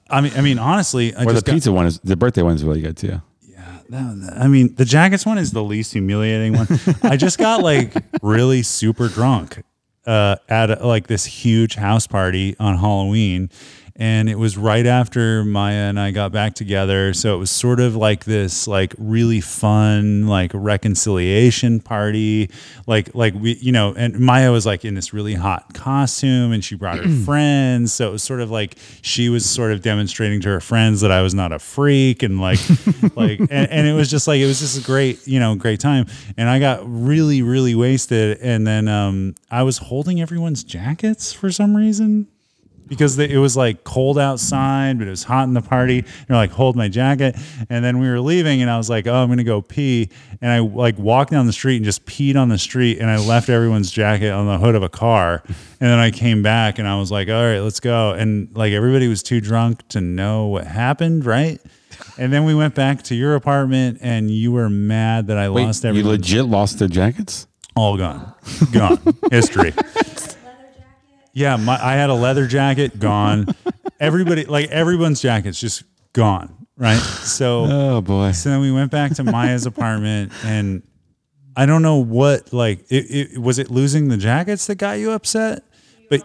Speaker 4: I mean, I mean, honestly, I
Speaker 5: Or the
Speaker 4: just got-
Speaker 5: pizza one is the birthday one is really good too.
Speaker 4: I mean, the jackets one is the least humiliating one. I just got like really super drunk uh, at like this huge house party on Halloween. And it was right after Maya and I got back together. So it was sort of like this like really fun like reconciliation party. Like like we you know, and Maya was like in this really hot costume and she brought her friends. So it was sort of like she was sort of demonstrating to her friends that I was not a freak and like like and, and it was just like it was just a great you know great time and i got really really wasted and then um i was holding everyone's jackets for some reason because they, it was like cold outside but it was hot in the party and they're like hold my jacket and then we were leaving and i was like oh i'm gonna go pee and i like walked down the street and just peed on the street and i left everyone's jacket on the hood of a car and then i came back and i was like all right let's go and like everybody was too drunk to know what happened right and then we went back to your apartment, and you were mad that I
Speaker 5: Wait,
Speaker 4: lost
Speaker 5: you
Speaker 4: everything.
Speaker 5: legit lost their jackets?
Speaker 4: All gone, gone. History. Yeah, my, I had a leather jacket gone. Everybody, like everyone's jackets, just gone. Right. So.
Speaker 5: Oh boy.
Speaker 4: So then we went back to Maya's apartment, and I don't know what like it, it was. It losing the jackets that got you upset, but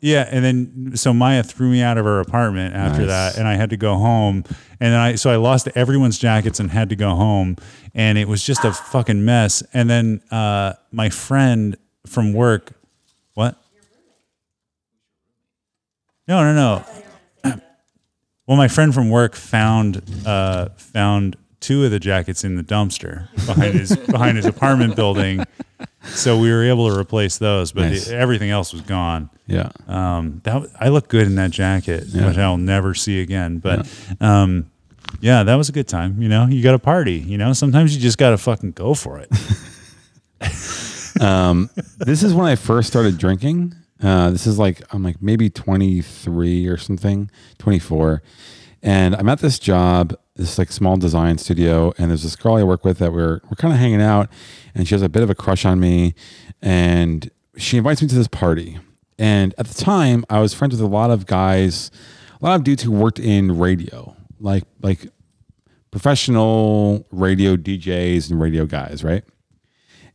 Speaker 4: yeah. And then so Maya threw me out of her apartment after
Speaker 5: Nice.
Speaker 4: that, and I had to go home. And I so I lost everyone's jackets and had to go home, and it was just a fucking mess. And then uh, my friend from work, what? No, no, no. *clears throat* Well, my friend from work found uh, found two of the jackets in the dumpster
Speaker 5: *laughs*
Speaker 4: behind his behind his apartment building, so we were able to replace those. But
Speaker 5: Nice.
Speaker 4: the- everything else was gone.
Speaker 5: Yeah.
Speaker 4: Um, that w- I look good in that jacket, which I'll never see again. But yeah. Um, yeah, that was a good time. You know, you got to party. You know, sometimes you just got to fucking go for
Speaker 6: *laughs*
Speaker 4: it.
Speaker 5: this is when I first started drinking. Uh, this is like I'm like maybe 23 or something, 24, and I'm at this job, this like small design studio, and there's this girl I work with that we're we're kind of hanging out, and she has a bit of a crush on me, and she invites me to this party, and at the time I was friends with a lot of guys, a lot of dudes who worked in radio, like like professional radio DJs and radio guys, right?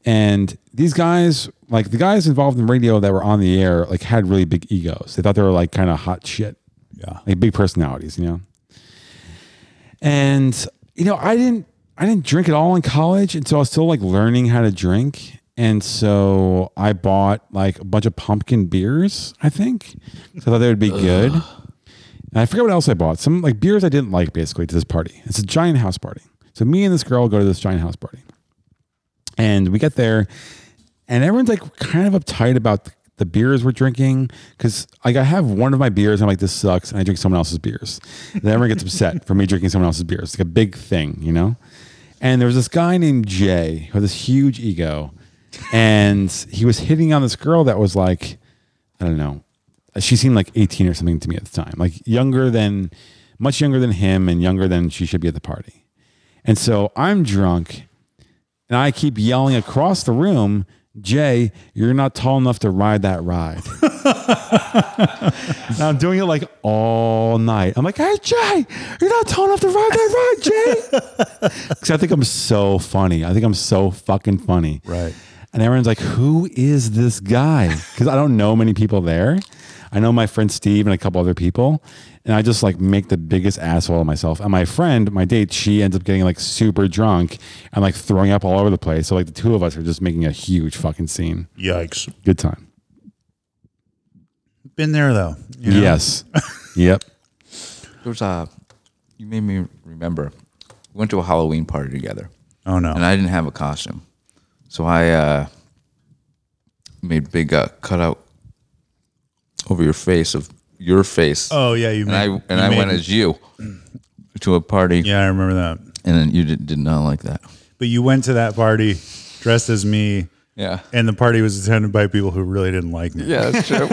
Speaker 5: And these guys, like the guys involved in radio that were on the air, like had really big egos. They thought they were like kind of hot shit. Yeah. Like big personalities, you know? And you know, I didn't I didn't drink at all in college, and so I was still like learning how to drink. And so I bought like a bunch of pumpkin beers, I think. So I thought they would be good. And I forget what else I bought. Some like beers I didn't like basically to this party. It's a giant house party. So me and this girl go to this giant house party. And we get there, and everyone's like kind of uptight about th- the beers we're drinking because like I have one of my beers, I'm like this sucks, and I drink someone else's beers. And then everyone gets upset for me drinking someone else's beers. It's like a big thing, you know. And there was this guy named Jay who had this huge ego, and he was hitting on this girl that was like, I don't know, she seemed like 18 or something to me at the time, like younger than, much younger than him, and younger than she should be at the party. And so I'm drunk and I keep yelling across the room, Jay, you're not tall enough to ride that ride. and I'm doing it like all night. I'm like, hey, Jay, you're not tall enough to ride that ride, Jay. Because I think I'm so funny. I think I'm so fucking funny. Right. And everyone's like, who is this guy? Because I don't know many people there. I know my friend Steve and a couple other people. And I just like make the biggest asshole of myself. And my friend, my date, she ends up getting like super drunk and like throwing up all over the place. So like the two of us are just making a huge fucking scene.
Speaker 4: Yikes.
Speaker 5: Good time.
Speaker 4: Been there though. you know?
Speaker 5: Yes. yep.
Speaker 6: There's a. You made me remember. We went to a Halloween party together,
Speaker 4: Oh no.
Speaker 6: and I didn't have a costume, so I uh, made big uh, cutout over your face of your face.
Speaker 4: oh yeah, you.
Speaker 6: and I
Speaker 4: made-
Speaker 6: and
Speaker 4: you
Speaker 6: I
Speaker 4: made-
Speaker 6: went as you *clears throat* to a party,
Speaker 4: *laughs* Yeah, I remember that.
Speaker 6: and then you did, did not like that.
Speaker 4: But you went to that party dressed as me,
Speaker 6: Yeah,
Speaker 4: and the party was attended by people who really didn't like me.
Speaker 6: yeah,
Speaker 4: *laughs*
Speaker 6: that's true.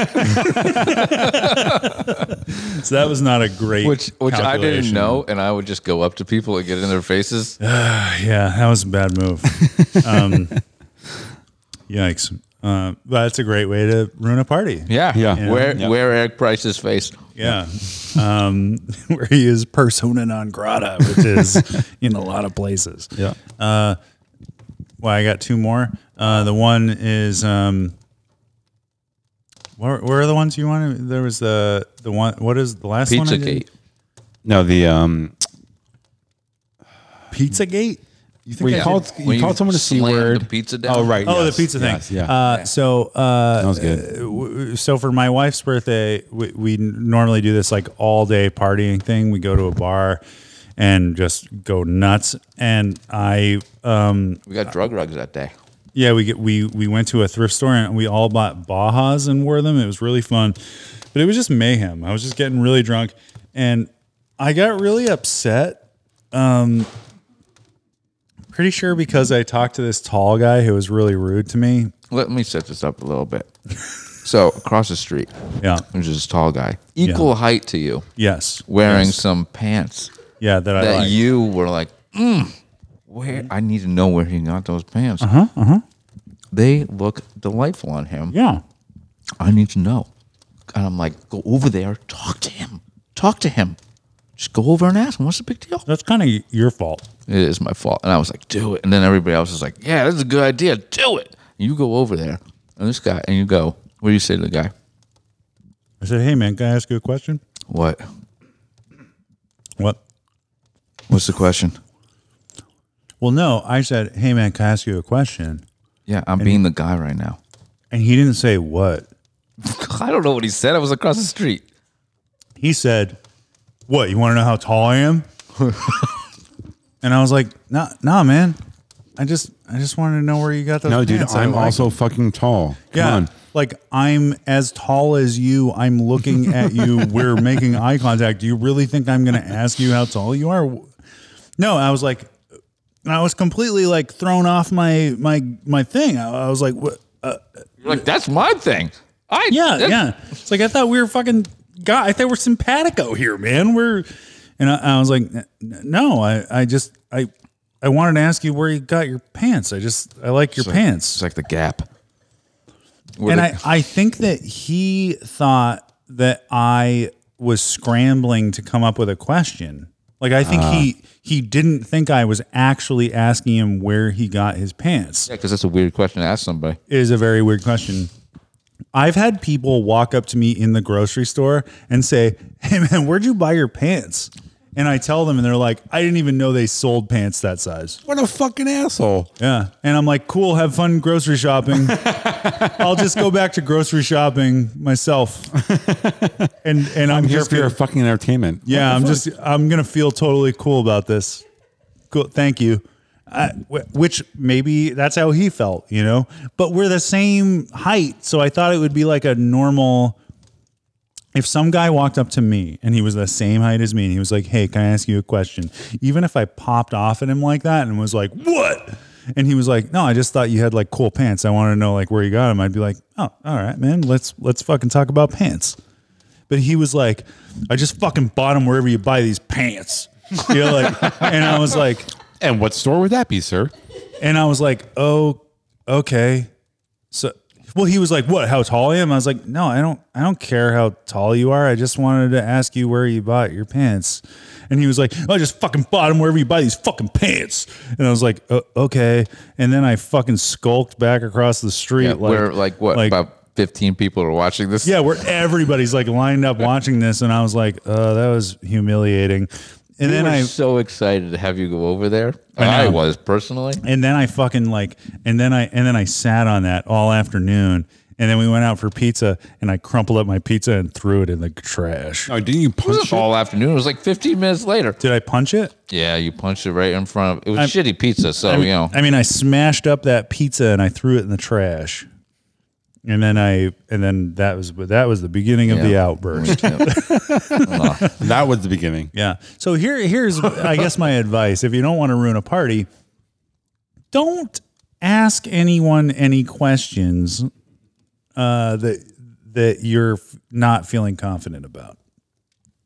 Speaker 4: So that was not a great.
Speaker 6: which which I didn't
Speaker 4: calculation.
Speaker 6: know, and I would just go up to people and get in their faces.
Speaker 4: Yeah, that was a bad move. um, yikes. Uh, but that's a great way to ruin a party.
Speaker 6: Yeah,
Speaker 5: Yeah.
Speaker 6: Where where Eric Price's face?
Speaker 4: Yeah. Um, *laughs* where he is persona non grata, which is in a lot of places.
Speaker 5: Yeah.
Speaker 4: Well, I got two more. Uh, the one is um, where, where are the ones you wanted? There was the the one. What is the last one? I
Speaker 6: Pizza
Speaker 4: did?
Speaker 6: Gate.
Speaker 5: No, the um
Speaker 4: Pizza Gate. You think
Speaker 5: where
Speaker 4: I
Speaker 5: you
Speaker 4: did-
Speaker 5: called you
Speaker 6: When you
Speaker 5: called someone a C
Speaker 6: slammed the
Speaker 5: word.
Speaker 6: pizza down?
Speaker 5: Oh right.
Speaker 4: Oh,
Speaker 5: yes,
Speaker 4: the pizza thing.
Speaker 5: yes, yeah.
Speaker 4: Uh, so,
Speaker 5: that
Speaker 4: uh,
Speaker 5: was good.
Speaker 4: so for my wife's birthday, we, we normally do this like all day partying thing. We go to a bar and just go nuts. And I, um,
Speaker 6: We got drug rugs that day.
Speaker 4: yeah, we get we we went to a thrift store and we all bought Bajas and wore them. It was really fun, but it was just mayhem. I was just getting really drunk, and I got really upset. Um, pretty sure because I talked to this tall guy who was really rude to me.
Speaker 6: Let me set this up a little bit. So across the street,
Speaker 4: Yeah.
Speaker 6: there's this tall guy, equal height to you,
Speaker 4: Yes.
Speaker 6: wearing some pants
Speaker 4: Yeah, that, I
Speaker 6: that
Speaker 4: like.
Speaker 6: you were like, mm, where? I need to know where he got those pants.
Speaker 4: Uh-huh,
Speaker 6: They look delightful on him.
Speaker 4: yeah.
Speaker 6: I need to know. And I'm like, go over there, talk to him, talk to him. Just go over and ask him. What's the big deal?
Speaker 4: That's kind of your fault.
Speaker 6: It is my fault. And I was like, do it. And then everybody else was like, yeah, this is a good idea. Do it. And you go over there, and this guy, and you go, what do you say to the guy?
Speaker 4: I said, "Hey man, can I ask you a question?"
Speaker 6: What?
Speaker 4: What?
Speaker 6: What's the question?
Speaker 4: Well, no, I said, "Hey man, can I ask you a question?"
Speaker 6: Yeah, I'm being the guy right now. *laughs*
Speaker 4: And he didn't say what.
Speaker 6: I don't know what he said. I was across the street.
Speaker 4: He said, "What? You want to know how tall I am?" *laughs* and I was like, "Nah, nah, man. I just, I just wanted to know where you got those."
Speaker 5: No, dude,
Speaker 4: pants. I
Speaker 5: I'm
Speaker 4: like
Speaker 5: also fucking tall. Come
Speaker 4: Yeah.
Speaker 5: on.
Speaker 4: Like I'm as tall as you. I'm
Speaker 5: *laughs*
Speaker 4: looking at you. We're making eye contact. Do you really think I'm going to ask you how tall you are? No, I was like, I was completely like thrown off my my my thing. I, I was like, what?
Speaker 6: You're like, that's my thing. I
Speaker 4: Yeah,
Speaker 6: that-
Speaker 4: yeah. It's like I thought we were fucking God. I thought we're simpatico here, man. We're and I, I was like, "N- no, I I just I I wanted to ask you where you got your pants. I just I like your pants.
Speaker 6: It's like the gap.
Speaker 4: and
Speaker 6: *laughs*
Speaker 4: I, I think that he thought that I was scrambling to come up with a question. Like I think he he didn't think I was actually asking him where he got his pants.
Speaker 3: Yeah, because that's a weird question to ask somebody.
Speaker 4: Is a very weird question. I've had people walk up to me in the grocery store and say, "Hey man, where'd you buy your pants?" And I tell them and they're like, "I didn't even know they sold pants that size."
Speaker 5: What a fucking asshole.
Speaker 4: Yeah. And I'm like, cool, have fun
Speaker 5: *laughs*
Speaker 4: grocery shopping. I'll just go back to grocery shopping
Speaker 5: *laughs*
Speaker 4: myself. And and I'm,
Speaker 5: I'm here
Speaker 4: just
Speaker 5: for your
Speaker 4: gonna-
Speaker 5: fucking entertainment.
Speaker 4: Yeah, I'm just I'm gonna feel totally cool about this. Cool, thank you. I, wh- which maybe that's how he felt, you know. But we're the same height, so I thought it would be like a normal. If some guy walked up to me and he was the same height as me, and he was like, "Hey, can I ask you a question?" Even if I popped off at him like that and was like, "What?" and he was like, "No, I just thought you had like cool pants. I want to know like where you got them." I'd be like, "Oh, all right, man. Let's let's fucking talk about pants." but he was like, I just fucking bought them wherever you buy these pants. You know, like, and I was like,
Speaker 5: And what store would that be, sir?
Speaker 4: and I was like, oh, okay. So, well, he was like, what, how tall I am? I was like, no, I don't, I don't care how tall you are. I just wanted to ask you where you bought your pants. And he was like, I just fucking bought them wherever you buy these fucking pants. And I was like, "Oh, okay. And then I fucking skulked back across the street.
Speaker 6: Yeah, where like what about 15 people are watching this?
Speaker 4: yeah, where everybody's like lined up watching this, and I was like, "Oh, that was humiliating." And
Speaker 6: We
Speaker 4: then
Speaker 6: were
Speaker 4: I
Speaker 6: so excited to have you go over there.
Speaker 4: I
Speaker 6: I,
Speaker 4: know.
Speaker 6: was personally.
Speaker 4: and then I fucking like and then I and then I sat on that all afternoon, and then we went out for pizza, and I crumpled up my pizza and threw it in the trash.
Speaker 5: Oh, didn't you
Speaker 6: It
Speaker 5: punch
Speaker 6: was all afternoon. It was like 15 minutes later.
Speaker 4: Did I punch it?
Speaker 6: Yeah, you punched it right in front of. It was shitty pizza, so you know.
Speaker 4: I mean, I smashed up that pizza and I threw it in the trash. And then I, and then that was, that was the beginning of the *laughs*
Speaker 6: Yeah.
Speaker 4: outburst.
Speaker 5: That was the beginning.
Speaker 4: Yeah. So here, here's I guess my advice: if you don't want to ruin a party, don't ask anyone any questions uh, that that you're f- not feeling confident about.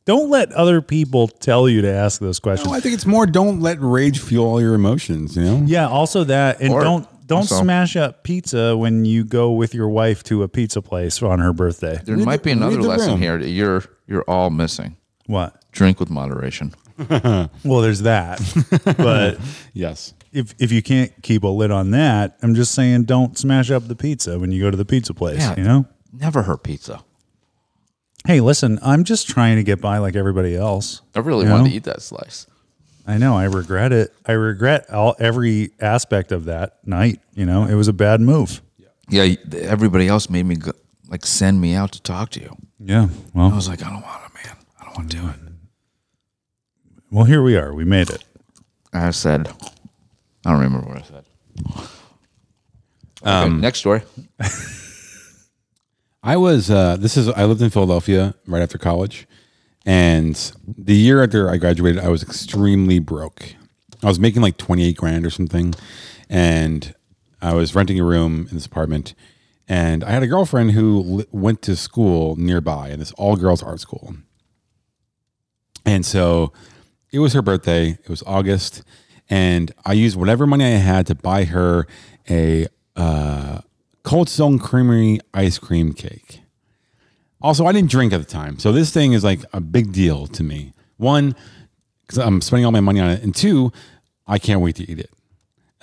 Speaker 4: Don't let other people tell you to ask those questions.
Speaker 5: No, I think it's more don't let rage fuel all your emotions, you know?
Speaker 4: yeah. Also that, and
Speaker 6: Or-
Speaker 4: don't don't
Speaker 6: also-
Speaker 4: smash up pizza when you go with your wife to a pizza place on her birthday.
Speaker 6: there might be another
Speaker 5: read the
Speaker 6: lesson
Speaker 5: room.
Speaker 6: here that you're you're all missing.
Speaker 4: What?
Speaker 6: Drink with moderation.
Speaker 4: Well, there's that, *laughs* but.
Speaker 5: Yes.
Speaker 4: if if you can't keep a lid on that, I'm just saying don't smash up the pizza when you go to the pizza place,
Speaker 6: Yeah.
Speaker 4: you know?
Speaker 6: Never hurt pizza.
Speaker 4: Hey, listen, I'm just trying to get by like everybody else.
Speaker 6: I really
Speaker 4: You
Speaker 6: wanted
Speaker 4: know?
Speaker 6: to eat that slice.
Speaker 4: I know, I regret it. I regret all every aspect of that night, you know. It was a bad move.
Speaker 6: Yeah, y- th- everybody else made me go, like send me out to talk to you.
Speaker 4: Yeah.
Speaker 6: I
Speaker 4: Well,
Speaker 6: was like, I don't want it, man. I don't want to do it.
Speaker 4: well, here we are. We made it.
Speaker 6: I said, I don't remember what I said. Okay, next story.
Speaker 5: I was uh, this is I lived in Philadelphia right after college, and the year after I graduated, I was extremely broke. I was making like twenty eight grand or something, and I was renting a room in this apartment. And I had a girlfriend who li- went to school nearby in this all girls art school, and so it was her birthday. It was August, and I used whatever money I had to buy her a uh, Cold Stone Creamery ice cream cake. Also, I didn't drink at the time, so this thing is like a big deal to me. One, because I'm spending all my money on it, and two, I can't wait to eat it.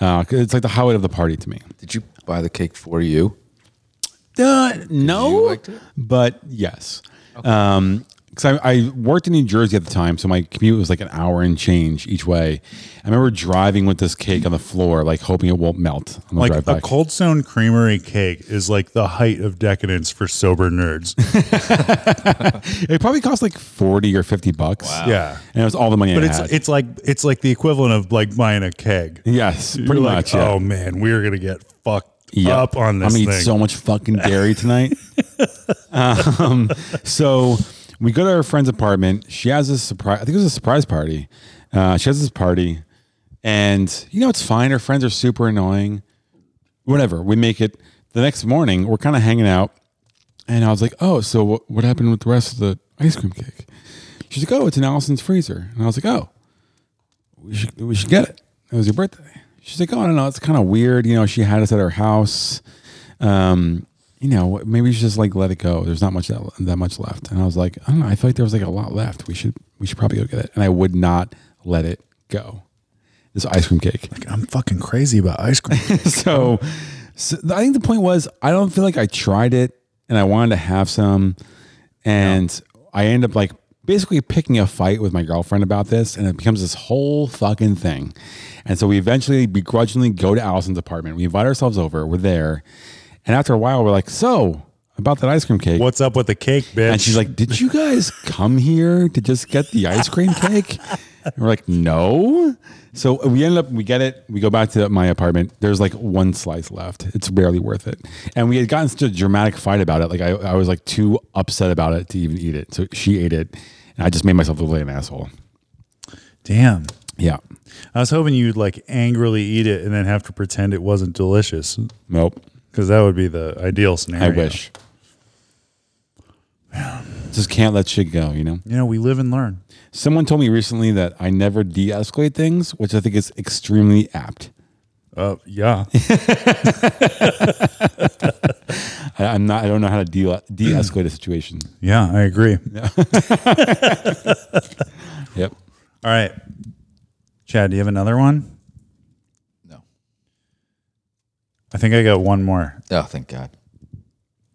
Speaker 5: Uh, 'cause it's like the highlight of the party to me.
Speaker 6: Did you buy the cake for you?
Speaker 5: Uh, no,
Speaker 6: liked it?
Speaker 5: but yes. Um, because I, I worked in New Jersey at the time, so my commute was like an hour and change each way. I remember driving with this cake on the floor, like hoping it won't melt. On the
Speaker 4: Like
Speaker 5: drive
Speaker 4: a
Speaker 5: back.
Speaker 4: cold stone creamery cake is like the height of decadence for sober
Speaker 5: *laughs*
Speaker 4: nerds.
Speaker 5: it probably cost like forty or fifty bucks.
Speaker 4: Yeah.
Speaker 5: and it was all the money
Speaker 4: But
Speaker 5: I
Speaker 4: it's
Speaker 5: had.
Speaker 4: it's like it's like the equivalent of like buying a keg.
Speaker 5: yes, pretty
Speaker 4: You're like,
Speaker 5: much. yeah.
Speaker 4: Oh man, we're gonna get fucked
Speaker 5: Yep.
Speaker 4: up on this
Speaker 5: I'm gonna
Speaker 4: thing.
Speaker 5: eat so much fucking dairy
Speaker 4: *laughs*
Speaker 5: tonight. um, so we go to her friend's apartment. She has a surprise. I think it was a surprise party. Uh, she has this party, and you know it's fine. Her friends are super annoying. Whatever. We make it. The next morning, we're kind of hanging out, and I was like, "Oh, so what, what happened with the rest of the ice cream cake?" She's like, "Oh, it's in Allison's freezer," and I was like, "Oh." we should we should get it. It was your birthday. She's like, oh, I don't know. It's kind of weird. You know, she had us at her house. Um, you know, maybe we should just like let it go. There's not much that, that much left. And I was like, I don't know. I feel like there was like a lot left. We should we should probably go get it. And I would not let it go. This ice cream cake.
Speaker 4: I'm fucking crazy about ice cream.
Speaker 5: *laughs* so, so I think the point was I don't feel like I tried it and I wanted to have some. And I end up like basically picking a fight with my girlfriend about this and it becomes this whole fucking thing. And so we eventually begrudgingly go to Allison's apartment. We invite ourselves over. We're there. And after a while, we're like, so about that ice cream cake.
Speaker 4: *laughs* What's up with the cake, bitch?
Speaker 5: And she's like, "Did you guys come here to just get the ice cream cake?" And we're like, "No." So we end up we get it. We go back to my apartment. There's like one slice left. It's barely worth it. And we had gotten such a dramatic fight about it. Like I, I was like too upset about it to even eat it. So she ate it, and I just made myself look like an asshole.
Speaker 4: damn.
Speaker 5: Yeah.
Speaker 4: I was hoping you'd like angrily eat it and then have to pretend it wasn't delicious
Speaker 5: Nope.
Speaker 4: because that would be the ideal scenario.
Speaker 5: I wish. Just can't let shit go, you know.
Speaker 4: You know, we live and learn.
Speaker 5: Someone told me recently that I never de-escalate things, which I think is extremely apt.
Speaker 4: Uh,
Speaker 5: *laughs*
Speaker 4: yeah.
Speaker 5: I, I'm not. I don't know how to de escalate a situation.
Speaker 4: yeah, I agree.
Speaker 5: Yep.
Speaker 4: All right. Chad, do you have another one?
Speaker 6: No.
Speaker 4: I think I got one more.
Speaker 6: Oh, thank God.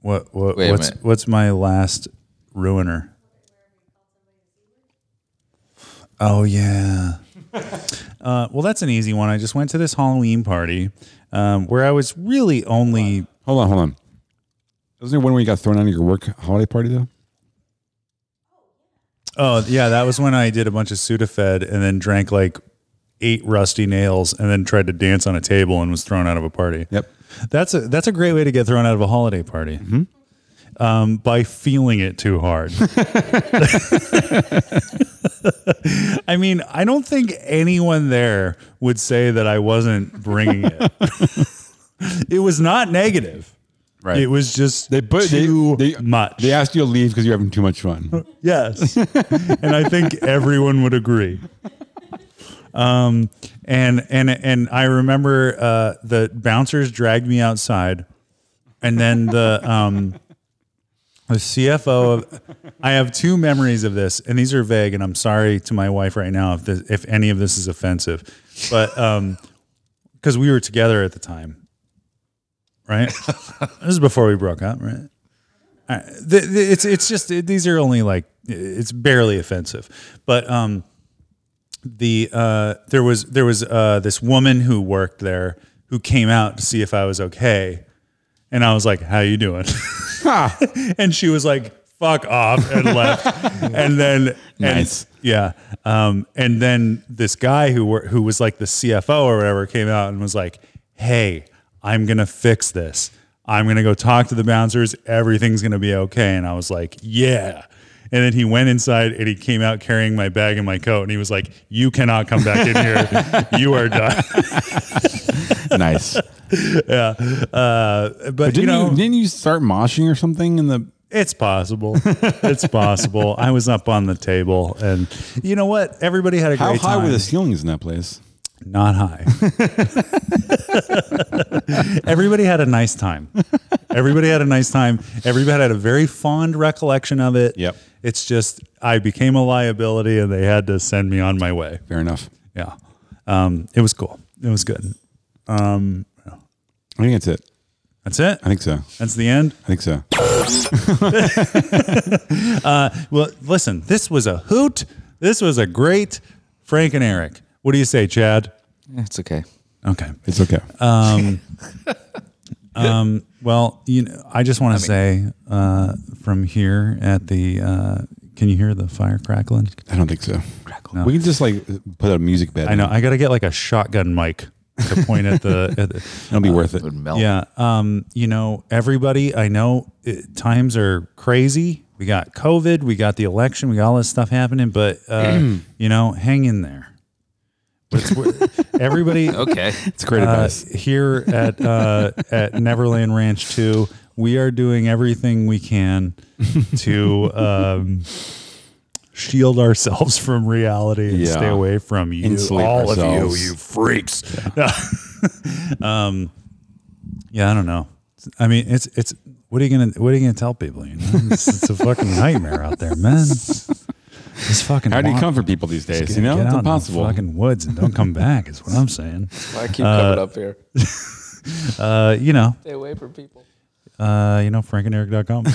Speaker 4: What, what
Speaker 6: Wait a
Speaker 4: what's
Speaker 6: minute.
Speaker 4: what's my last ruiner? Oh yeah. uh, well, that's an easy one. I just went to this Halloween party um, where I was really only
Speaker 5: Hold on. Hold on. Wasn't there one where you got thrown out of your work holiday party though?
Speaker 4: Oh yeah, that was when I did a bunch of Sudafed and then drank like eight rusty nails and then tried to dance on a table and was thrown out of a party.
Speaker 5: Yep.
Speaker 4: That's a that's a great way to get thrown out of a holiday party.
Speaker 5: Mm-hmm.
Speaker 4: Um, by feeling it too hard. *laughs* I mean, I don't think anyone there would say that I wasn't bringing it. *laughs* it was not negative.
Speaker 5: Right.
Speaker 4: It was just
Speaker 5: They put they-
Speaker 4: too
Speaker 5: they,
Speaker 4: much.
Speaker 5: They asked you to leave because you're having too much *laughs* fun.
Speaker 4: Yes. and I think everyone would agree. Um, and, and, and I remember, uh, the bouncers dragged me outside and then the, um, the CFO of, I have two memories of this and these are vague and I'm sorry to my wife right now if this, if any of this is offensive, but, um, cause we were together at the time, right? this is before we broke up, right? the, the, it's it's just these are only like it's barely offensive, but um, the uh, there was there was uh, this woman who worked there who came out to see if I was okay, and I was like, "How you doing?" *laughs* and she was like, "Fuck off,"
Speaker 5: *laughs*
Speaker 4: and left. and then and-
Speaker 5: Nice.
Speaker 4: yeah. Um, and then this guy who were, who was like the CFO or whatever came out and was like, "Hey, I'm gonna fix this. I'm gonna go talk to the bouncers. Everything's gonna be okay." And I was like, "Yeah." And then he went inside and he came out carrying my bag and my coat and he was like, "You cannot come back in
Speaker 5: *laughs*
Speaker 4: here. you are done."
Speaker 5: nice.
Speaker 4: But,
Speaker 5: Didn't
Speaker 4: you
Speaker 5: you,
Speaker 4: know,
Speaker 5: didn't you start moshing or something in the?
Speaker 4: It's possible. It's possible. I was up on the table, and you know what? Everybody had a
Speaker 5: How
Speaker 4: great
Speaker 5: high
Speaker 4: time.
Speaker 5: were the ceilings in that place?
Speaker 4: Not high. *laughs* Everybody had a nice time. Everybody had a nice time. Everybody had a very fond recollection of it.
Speaker 5: Yep.
Speaker 4: It's just I became a liability, and they had to send me on my way.
Speaker 5: Fair enough.
Speaker 4: Yeah. Um, it was cool. It was good.
Speaker 5: I think that's it.
Speaker 4: That's it.
Speaker 5: I think so.
Speaker 4: That's the end.
Speaker 5: I think so.
Speaker 4: Well, listen. This was a hoot. This was a great Frank and Eric. What do you say, Chad?
Speaker 6: It's okay.
Speaker 4: Okay.
Speaker 5: It's okay.
Speaker 4: Well, you know, I just want to say uh, from here at the. Uh, can you hear the fire crackling?
Speaker 5: I don't think so. We can just like put a music bed.
Speaker 4: I know. I got to get like a shotgun mic to point at *laughs* the. At the
Speaker 5: It'll be worth it.
Speaker 6: It would melt.
Speaker 4: yeah. Um. You know, everybody. I know it, times are crazy. We got COVID. We got the election. We got all this stuff happening. But *clears throat* uh, you know, hang in there. But it's wor- *laughs* everybody.
Speaker 6: *laughs* Okay.
Speaker 5: It's great
Speaker 4: Uh,
Speaker 5: advice.
Speaker 4: here at
Speaker 5: *laughs*
Speaker 4: uh, at Neverland Ranch Two, we are doing everything we can to um, shield ourselves from reality and
Speaker 5: Yeah.
Speaker 4: stay away from you,
Speaker 5: Insulate
Speaker 4: all of
Speaker 5: ourselves.
Speaker 4: you, you freaks. *laughs* um, yeah, I don't know. I mean, it's it's What are you gonna What are you gonna tell people? You know, it's, it's a fucking nightmare out there, man. It's fucking.
Speaker 5: How do you
Speaker 4: wild.
Speaker 5: comfort people these days?
Speaker 4: Get-
Speaker 5: you know,
Speaker 4: get
Speaker 5: it's
Speaker 4: out in the
Speaker 5: impossible.
Speaker 4: fucking woods and don't come back. Is what I'm saying.
Speaker 9: Why keep coming up here?
Speaker 4: Uh, you know,
Speaker 9: Stay away from people.
Speaker 4: uh, you know, frankanderic.com.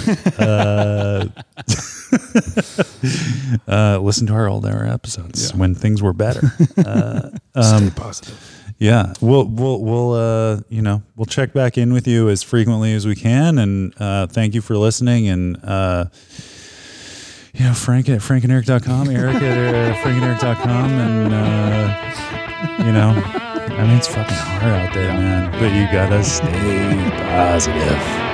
Speaker 4: uh, *laughs* uh, listen to our old hour episodes
Speaker 5: Yeah.
Speaker 4: when things were
Speaker 9: *laughs*
Speaker 4: better. Uh, um,
Speaker 9: Stay positive.
Speaker 4: Yeah, we'll we'll we'll uh, you know we'll check back in with you as frequently as we can, and uh, thank you for listening. And uh, you know, Frank at frankanderic.com, Eric at uh, frankanderic.com, and uh, you know, I mean it's fucking hard out there, man. But you gotta stay positive.